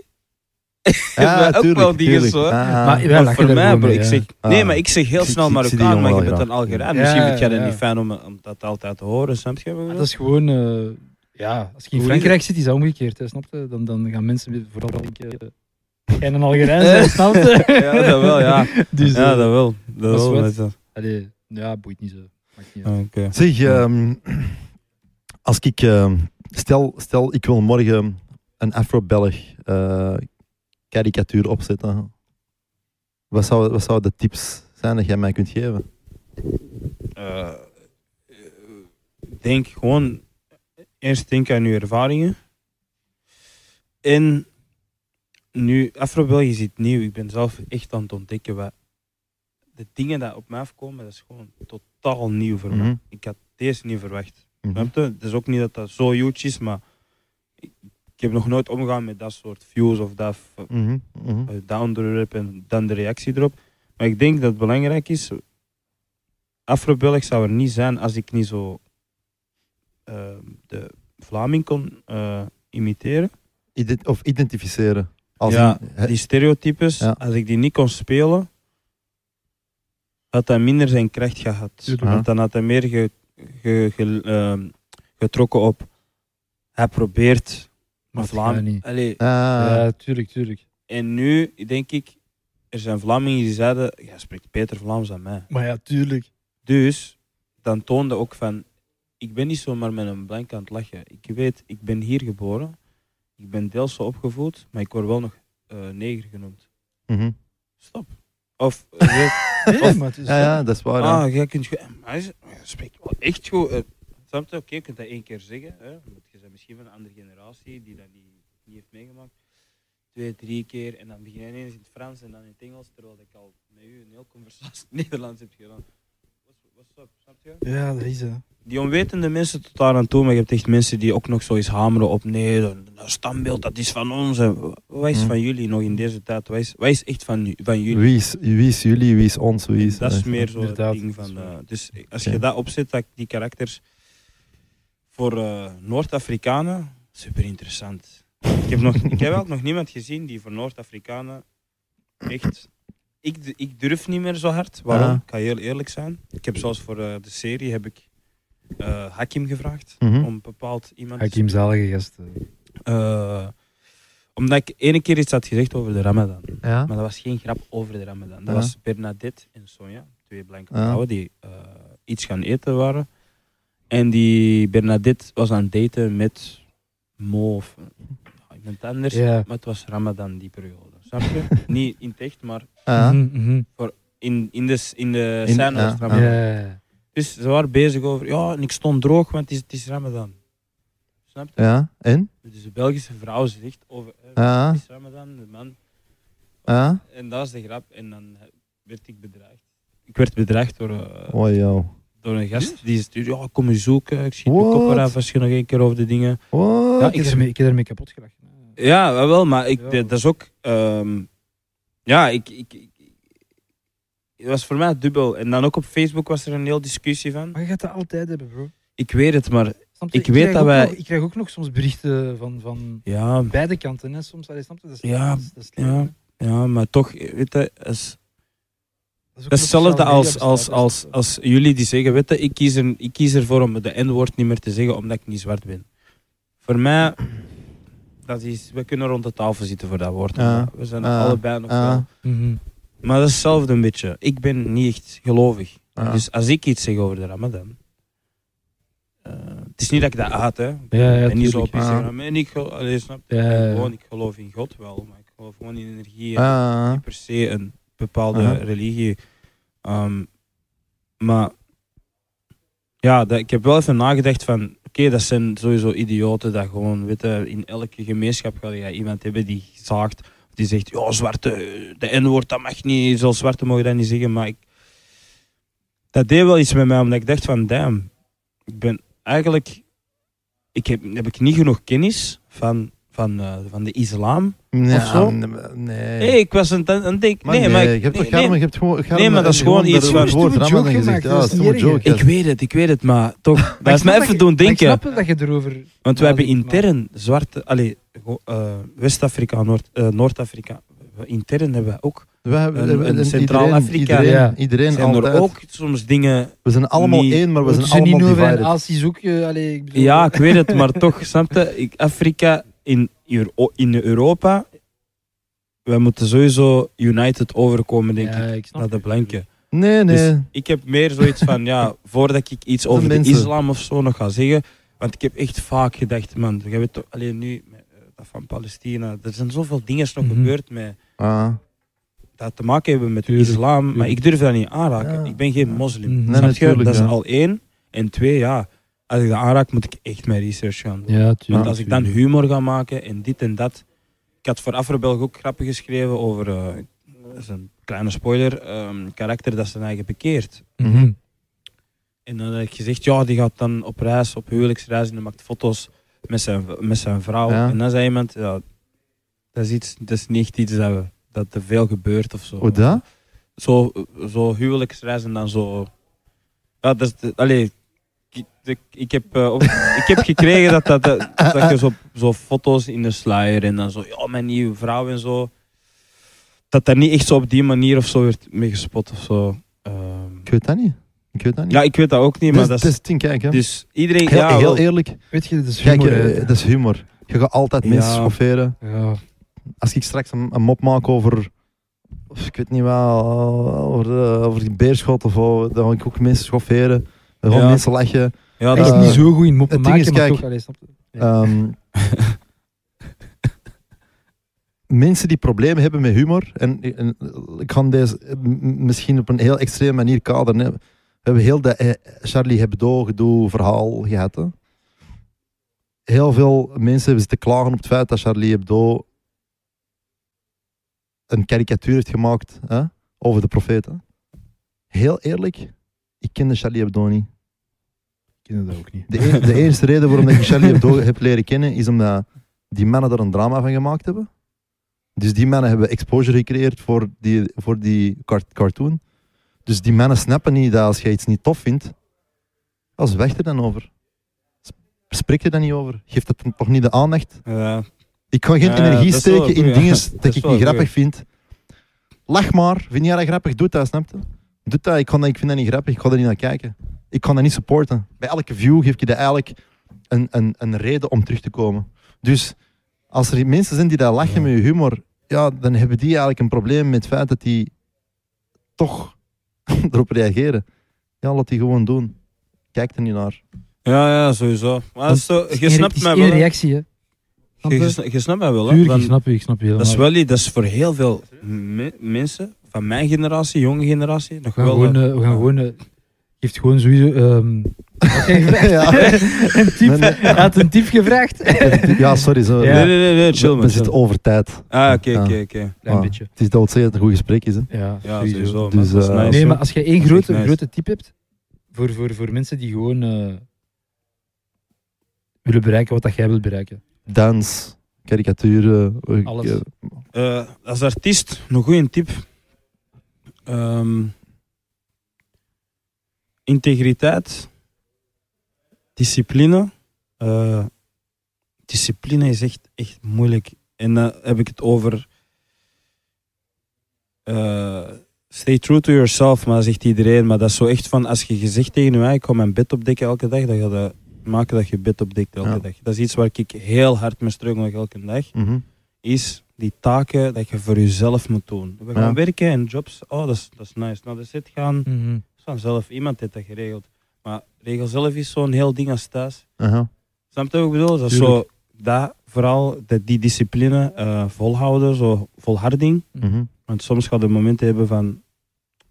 Ja,
ook
tuurlijk,
wel dingen
tuurlijk.
zo, hè.
Ah,
Maar-
ah.
Ja,
Maar
lachen
voor
er
mij,
gewoon
bro.
mee,
Ik
ja.
zeg, nee,
Ah.
maar ik zeg heel
Ik zie-
snel
ik zie die
Marokkaan,
jongen
maar je
wel
bent
graag.
een Algerijn.
Ja,
Misschien vind jij dat
ja.
niet fijn om, om dat altijd te horen, snap je? wat ik
Maar
bedoel?
dat is gewoon... eh, ja, als je in
Hoe
Frankrijk zit, is dat omgekeerd. Hè, snap je? Dan, dan gaan mensen vooral denken... eh, Jij een Algerijn zijn, snap je?
Eh. Ja, dat wel, ja.
Dus, eh,
Ja, dat wel. Dat
is
wel,
wat.
dat is dat.
allee, ja, boeit niet zo. Maakt niet uit.
Ah, oké.
Zeg, ehm, als ik... ehm, stel, stel, ik wil morgen een Afro-Belg eh, karikatuur opzetten. Wat zou, wat zou de tips zijn dat jij mij kunt geven?
eh, ik denk gewoon eerst denken aan uw ervaringen. En nu, Afro-België is iets nieuw. Ik ben zelf echt aan het ontdekken wat de dingen die op mij afkomen, dat is gewoon totaal nieuw voor
Mhm.
mij. Ik had deze niet verwacht.
Mhm.
Snap je? Het is ook niet dat dat zo huge is, maar ik, ik heb nog nooit omgegaan met dat soort views of dat, f-
Mhm, mhm.
eh, dat onderwerp en dan de reactie erop. Maar ik denk dat het belangrijk is, Afro-Belg zou er niet zijn als ik niet zo eh, de Vlaming kon eh, imiteren.
Ident- of identificeren. Als
Ja,
in- hè,
Die stereotypes,
Ja.
als ik die niet kon spelen, had dat minder zijn kracht gehad.
Tuurlijk.
Ja.
Want dan had hij meer ge- ge- ge- ehm, getrokken op. Hij probeert
Maar
maar
Vlaam
Vlamingen.
niet.
ah,
Ja, tuurlijk, tuurlijk.
En nu denk ik, er zijn Vlamingen die zeiden: Jij spreekt beter Vlaams dan mij.
Maar ja, tuurlijk.
Dus dan toonde ook van: Ik ben niet zomaar met een blank aan het lachen. Ik weet, ik ben hier geboren, ik ben deels zo opgevoed, maar ik word wel nog eh, neger genoemd.
mhm.
Stop. Of. eh, weet-
Nee,
Of-
maar het is
ja, ja, dat is waar. ja.
Dus, Ah, jij kunt ge- maar is- maar je spreekt wel echt goed. eh, Snap je? Oké, je kunt dat één keer zeggen. Hè? Want je bent misschien van een andere generatie die dat niet, niet heeft meegemaakt. Twee, drie keer. En dan begin je ineens in het Frans en dan in het Engels. Terwijl ik al met u een heel conversatie in het Nederlands heb gedaan. What's, what's up? Snap je?
Ja, dat is eh. het.
Die onwetende mensen tot daar aan toe. Maar je hebt echt mensen die ook nog zoiets hameren op. Nee, dat, dat standbeeld dat is van ons. En wa- wat is
Mm.
van jullie nog in deze tijd? Wat is, wat is echt van, nu- van jullie?
Wie is, wie is jullie, wie is ons, wie is... eh.
dat is meer zo het
inderdaad,
ding
dat is
van.
waar.
eh, dus als
Oké.
je dat opzet, dat die karakters voor eh, Noord-Afrikanen, super interessant. Ik heb, nog, ik heb ook nog niemand gezien die voor Noord-Afrikanen echt. Ik, d- ik durf niet meer zo hard. Waarom?
Ah.
Ik kan heel eerlijk zijn. Ik heb zelfs voor eh, de serie heb ik eh, Hakim gevraagd
Mhm.
om bepaald iemand. te
Hakim Zalige gasten.
eh, omdat ik ene keer iets had gezegd over de Ramadan.
Ja.
Maar dat was geen grap over de Ramadan. Dat
Ja.
was Bernadette en Sonja, twee blanke
Ja.
vrouwen die eh, iets gaan eten waren. En die Bernadette was aan het daten met Mo of eh, nou, iemand anders.
Ja.
Maar het was Ramadan die periode. Snap je? Niet in het echt, maar
Ah,
Mhm, mhm.
in, in de, s- in de
In-
scène was het
ja,
Ramadan.
Ja.
Dus ze waren bezig over, ja, en ik stond droog, want het is, het is Ramadan. Snap je?
ja, en?
Dus de Belgische vrouw zegt over, eh,
Ja.
het is Ramadan, de man
Ah,
En dat is de grap. En dan eh, werd ik bedreigd. Ik werd bedreigd door, eh,
oh joh.
door een gast die zei, ja, kom je zoeken, ik schiet je
What?
kop eraf als je nog één keer over de dingen...
What?
Ja,
Ik heb ermee- ik heb ermee kapot gelachen.
Ja, wel, maar ik,
Ja.
dat is ook... ehm, ja, ik, ik, ik- Het was voor mij dubbel. En dan ook op Facebook was er een heel discussie van.
Maar je gaat dat altijd hebben, bro.
Ik weet het, maar...
Snap je?
Ik weet
krijg
dat
ook
wij-
nog- ik krijg ook nog soms berichten van, van
Ja,
beide kanten. Hè. Soms, allee, snap je? Dat is,
Ja,
dat is, dat is leuk,
ja.
hè.
ja maar toch, weet je, als,
Dat is ook
Dat is
sociale
hetzelfde
media
als,
bestaat,
als,
hè.
als,
dus-
als jullie die zeggen, weet je, ik kies, er, ik kies ervoor om de N-woord niet meer te zeggen omdat ik niet zwart ben. Voor mij, dat is, we kunnen rond de tafel zitten voor dat woord.
Ja.
maar We zijn
Ja.
allebei nog
Ja.
wel.
Mhm.
Maar dat is hetzelfde een beetje. Ik ben niet echt gelovig.
Ja.
Dus als ik iets zeg over de ramadan, eh, het is niet dat ik dat haat, hè. Ik
Ja, ja,
ben niet zo op
tuurlijk.
Instagram. En ik, gel- allee, snap, je?
Ja,
Ik
ja, ja.
gewoon, ik geloof in God wel, maar ik geloof gewoon in energie. en
Ah,
niet per se een bepaalde
Aha.
religie. Ehm, maar ja, dat, ik heb wel even nagedacht van, oké, dat zijn sowieso idioten dat gewoon, weet je, in elke gemeenschap ga je iemand hebben die zaagt, of die zegt, ja, zwarte, de N-woord, dat mag niet, zo zwarte mogen dat niet zeggen, maar ik, dat deed wel iets met mij, omdat ik dacht van, damn, ik ben eigenlijk, ik heb, heb ik niet genoeg kennis van, van, eh, van de islam,
nee,
of zo?
nee, nee.
Eh,
Nee, ik was aan het aan het denken.
Maar
Nee,
nee,
maar
je hebt
nee,
toch Garmen,
nee.
je hebt gewoon... Garmen
Nee, maar dat is
en
gewoon iets
dat
van-
Het woord
Stomme
Ramadan
joke
gezegd. Ja,
gemaakt,
stomme
dat is
joke.
Ik weet het, ik weet het, maar toch.
Maar
Dat
ik
is
snap
mij even
je-
doen
maar Ik
denken.
snap wel dat je erover...
Want we hebben
nadenkt, maar-
intern zwarte. Allee, go- eh, West-Afrika, Noord- eh, Noord-Afrika. We intern hebben we ook.
We hebben
Een-
een-
een
een-
Centraal-Afrika.
Iedereen,
Ja.
iedereen, iedereen
Zijn er
altijd.
ook soms dingen.
We zijn allemaal
niet-
één, maar we zijn
Tussen
allemaal
Ninoven en
divided.
Asi zoek je... Allee, ik bedoel-
Ja, ik weet het, maar toch, snap je? Ik, Afrika in, Euro- in Europa. Wij moeten sowieso united overkomen, denk
Ja,
ik.
ik snap
Naar de
je.
blanken.
Nee, nee.
Dus ik heb meer zoiets van, ja, voordat ik iets
De
over de,
mensen.
islam of zo nog ga zeggen. Want ik heb echt vaak gedacht, man, je weet toch, alleen nu, met, eh, dat van Palestina, er zijn zoveel dingen nog
Mhm.
gebeurd met
Ah,
dat te maken hebben met
Tuurlijk,
islam, maar
tuurlijk.
ik durf dat niet aanraken.
Ja.
Ik ben geen moslim.
Mhm.
Nee,
Snap je?
natuurlijk,
Dat is
ja.
al één. En twee, ja, als ik dat aanraak, moet ik echt mijn research gaan doen.
Ja,
Want
tuurlijk.
als ik dan
tuurlijk.
humor ga maken en dit en dat. Ik had voor Afrobelg ook grappen geschreven over, eh, dat is een kleine spoiler, ehm, karakter dat zijn eigen bekeert.
Mhm.
En dan heb ik gezegd, ja, die gaat dan op reis, op huwelijksreis, en die maakt foto's met zijn, met zijn vrouw.
Ja.
En dan zei iemand, ja, dat is, iets, dat is niet iets dat, we, dat te veel gebeurt of zo.
Hoe Oh, dat?
Zo, zo huwelijksreis en dan zo... Ja, dat is... de- Allee, ik, ik, ik heb, eh, op- ik heb gekregen dat, dat, dat, dat je zo, zo foto's in de sluier en dan zo, ja, mijn nieuwe vrouw en zo. Dat daar niet echt zo op die manier of zo werd mee gespot of zo. Ehm,
Ik weet dat niet. Ik weet dat niet.
ja, ik weet dat ook niet,
Het
maar
is-
dat is...
het is tien, kijk hè.
Dus iedereen,
Heel,
ja,
heel
wel.
eerlijk,
Weet je, dat is
kijk,
humor.
eh,
hè.
dat is humor. Je gaat altijd
Ja.
mensen schofferen.
ja.
Als ik straks een, een mop maak over, of ik weet niet wat, over, eh, over die beerschot of over, dan ga ik ook mensen schofferen. Dan gaan
Ja.
mensen lachen.
ja,
Echt
dat,
eh,
niet zo goed in moppen
het ding
maken,
is,
maar
kijk,
toch. Allee, snap je?
Ehm, mensen die problemen hebben met humor, en, en ik ga deze m- m- misschien op een heel extreme manier kaderen. hè. We hebben heel dat eh, Charlie Hebdo gedoe verhaal gehad. hè. Heel veel mensen hebben zitten klagen op het feit dat Charlie Hebdo een karikatuur heeft gemaakt hè, over de profeten. Heel eerlijk, ik kende Charlie Hebdo niet.
Ik ken dat ook niet.
De, e- de eerste reden waarom ik Charlie Hebdo heb leren kennen, is omdat die mannen daar een drama van gemaakt hebben. Dus die mannen hebben exposure gecreëerd voor die, voor die car- cartoon. Dus die mannen snappen niet dat als je iets niet tof vindt, als weg er dan over. Sp- Spreek er dan niet over. Geef het dan toch niet de aandacht.
ja,
Ik ga geen
Ja, dat is
energie
wel
steken
een
in
goeie,
dingen
ja.
dat,
Dat is
ik
wel
niet
een
grappig vind. Lach maar. Vind jij dat grappig? Doe dat, snap je? Doe dat. Ik, kan dat, ik vind dat niet grappig. Ik ga er niet naar kijken. Ik kan dat niet supporten. Bij elke view geef je dat eigenlijk een, een, een reden om terug te komen. Dus als er mensen zijn die daar lachen met je humor, ja, dan hebben die eigenlijk een probleem met het feit dat die toch erop reageren. Ja, laat die gewoon doen. Kijk er niet naar.
ja, ja, sowieso. Maar dat is zo,
Het is
je
één-
snapt
het is
mij
één
wel. hè.
reactie, hè. Snap
Je,
je?
je sna- je snapt mij wel. hè.
Tuurlijk,
Want
ik snap je, ik snap je
dat is
helemaal.
wel iets, dat is voor heel veel me- mensen van mijn generatie, jonge generatie, nog
We gaan
wel.
gewoon...
eh,
eh, we gaan gewoon eh, geeft gewoon sowieso... ehm, wat jij gevraagd?
Ja.
een tip.
Nee, nee.
Hij had een tip gevraagd.
Ja, sorry. Zo,
Ja.
Nee, nee, nee, nee, chill
we, we
man. chill.
zitten over tijd.
Ah, oké,
Ja.
oké, oké.
Klein
Ah,
beetje.
Het is dat we zeggen dat het een goed gesprek is. Hè?
Ja,
Ja,
sowieso.
sowieso. man.
Dus,
Dat is
eh,
nice,
Nee,
hoor.
maar als je één
Dat is
grote,
echt nice.
grote tip hebt voor, voor, voor mensen die gewoon eh, willen bereiken wat dat jij wilt bereiken.
dans, karikaturen. eh,
Alles.
eh,
Eh, als artiest, een goede tip. Ehm, integriteit. Discipline. Eh, discipline is echt, echt moeilijk. En dan heb ik het over. eh, stay true to yourself, maar dat zegt iedereen. Maar dat is zo echt van als je gezegd tegen mij, ik ga mijn bed opdekken elke dag, dan ga je dat maken dat je bed opdekt elke
Ja.
dag. Dat is iets waar ik heel hard mee struggle elke dag
mhm.
is die taken dat je voor jezelf moet doen. We gaan
Ja.
werken en jobs, oh dat is, dat is nice. Naar de set gaan, is vanzelf. Iemand heeft dat geregeld. Maar regel zelf is zo'n heel ding als thuis.
Aha.
Snap je wat ik bedoel? Dat is zo,
Tuurlijk.
dat, vooral dat, die discipline eh, volhouden, zo volharding.
mhm.
Want soms gaat je momenten hebben van,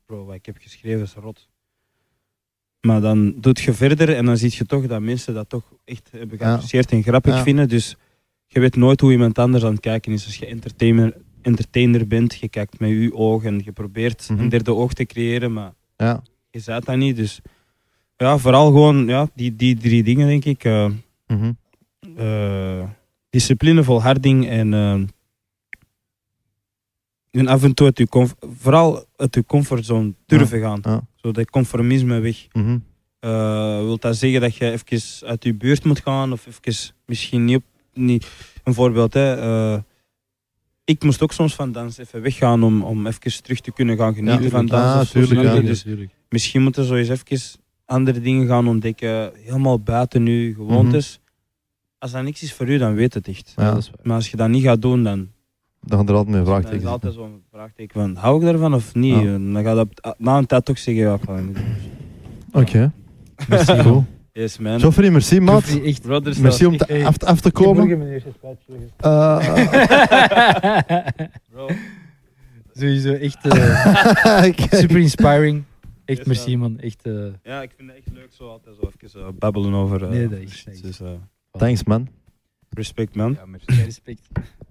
bro, wat ik heb geschreven is rot. Maar dan doet je verder en dan zie je toch dat mensen dat toch echt hebben
Ja.
geapprecieerd en grappig
Ja.
vinden. Dus je weet nooit hoe iemand anders aan het kijken is. Als je entertainer, entertainer bent, je kijkt met je oog en je probeert
Mhm.
een derde oog te creëren, maar
Ja.
je zet dat niet. Dus ja, vooral gewoon ja, die, die drie dingen, denk ik. eh,
mhm.
eh, discipline, volharding en, eh, en af en toe uit je comf- vooral uit je comfortzone durven gaan.
ja.
Zo dat conformisme weg.
Ah, mhm.
Eh wil dat zeggen dat je even uit je buurt moet gaan of even misschien niet op... Niet, een voorbeeld, hè. eh, ik moest ook soms van dans even weggaan om, om even terug te kunnen gaan genieten
Ja,
van
tuurlijk.
dans.
Ja,
of zo,
tuurlijk,
snap je?
ja.
Dus misschien moeten we eens even andere dingen gaan ontdekken, helemaal buiten nu gewoontes.
Mhm.
Als dat niks is voor u, dan weet het echt.
Ja,
dat is waar.
Maar als je dat niet gaat doen, dan,
Dan gaan er altijd meer
dan is
vraagtekens.
het altijd zo'n vraagteken van, hou ik daarvan of niet?
Ja.
En dan gaat dat na een tijd toch zeggen, ja, ik ga dat niet doen.
Oké. Merci. Goed.
Yes, man.
Joffrey, merci, maat.
Joffrey, echt.
Brothers,
Merci om
dat-
te, af, af te komen.
meneer.
Eh, eh,
Bro,
Sowieso echt eh, super inspiring. Echt
Yes,
merci
ja.
man. Echt, eh,
Ja, ik vind het echt leuk zo altijd zo even eh, babbelen over. eh,
Nee, dat is
shit.
nice.
Dus, eh,
Thanks man.
respect man.
Ja, merci.
respect.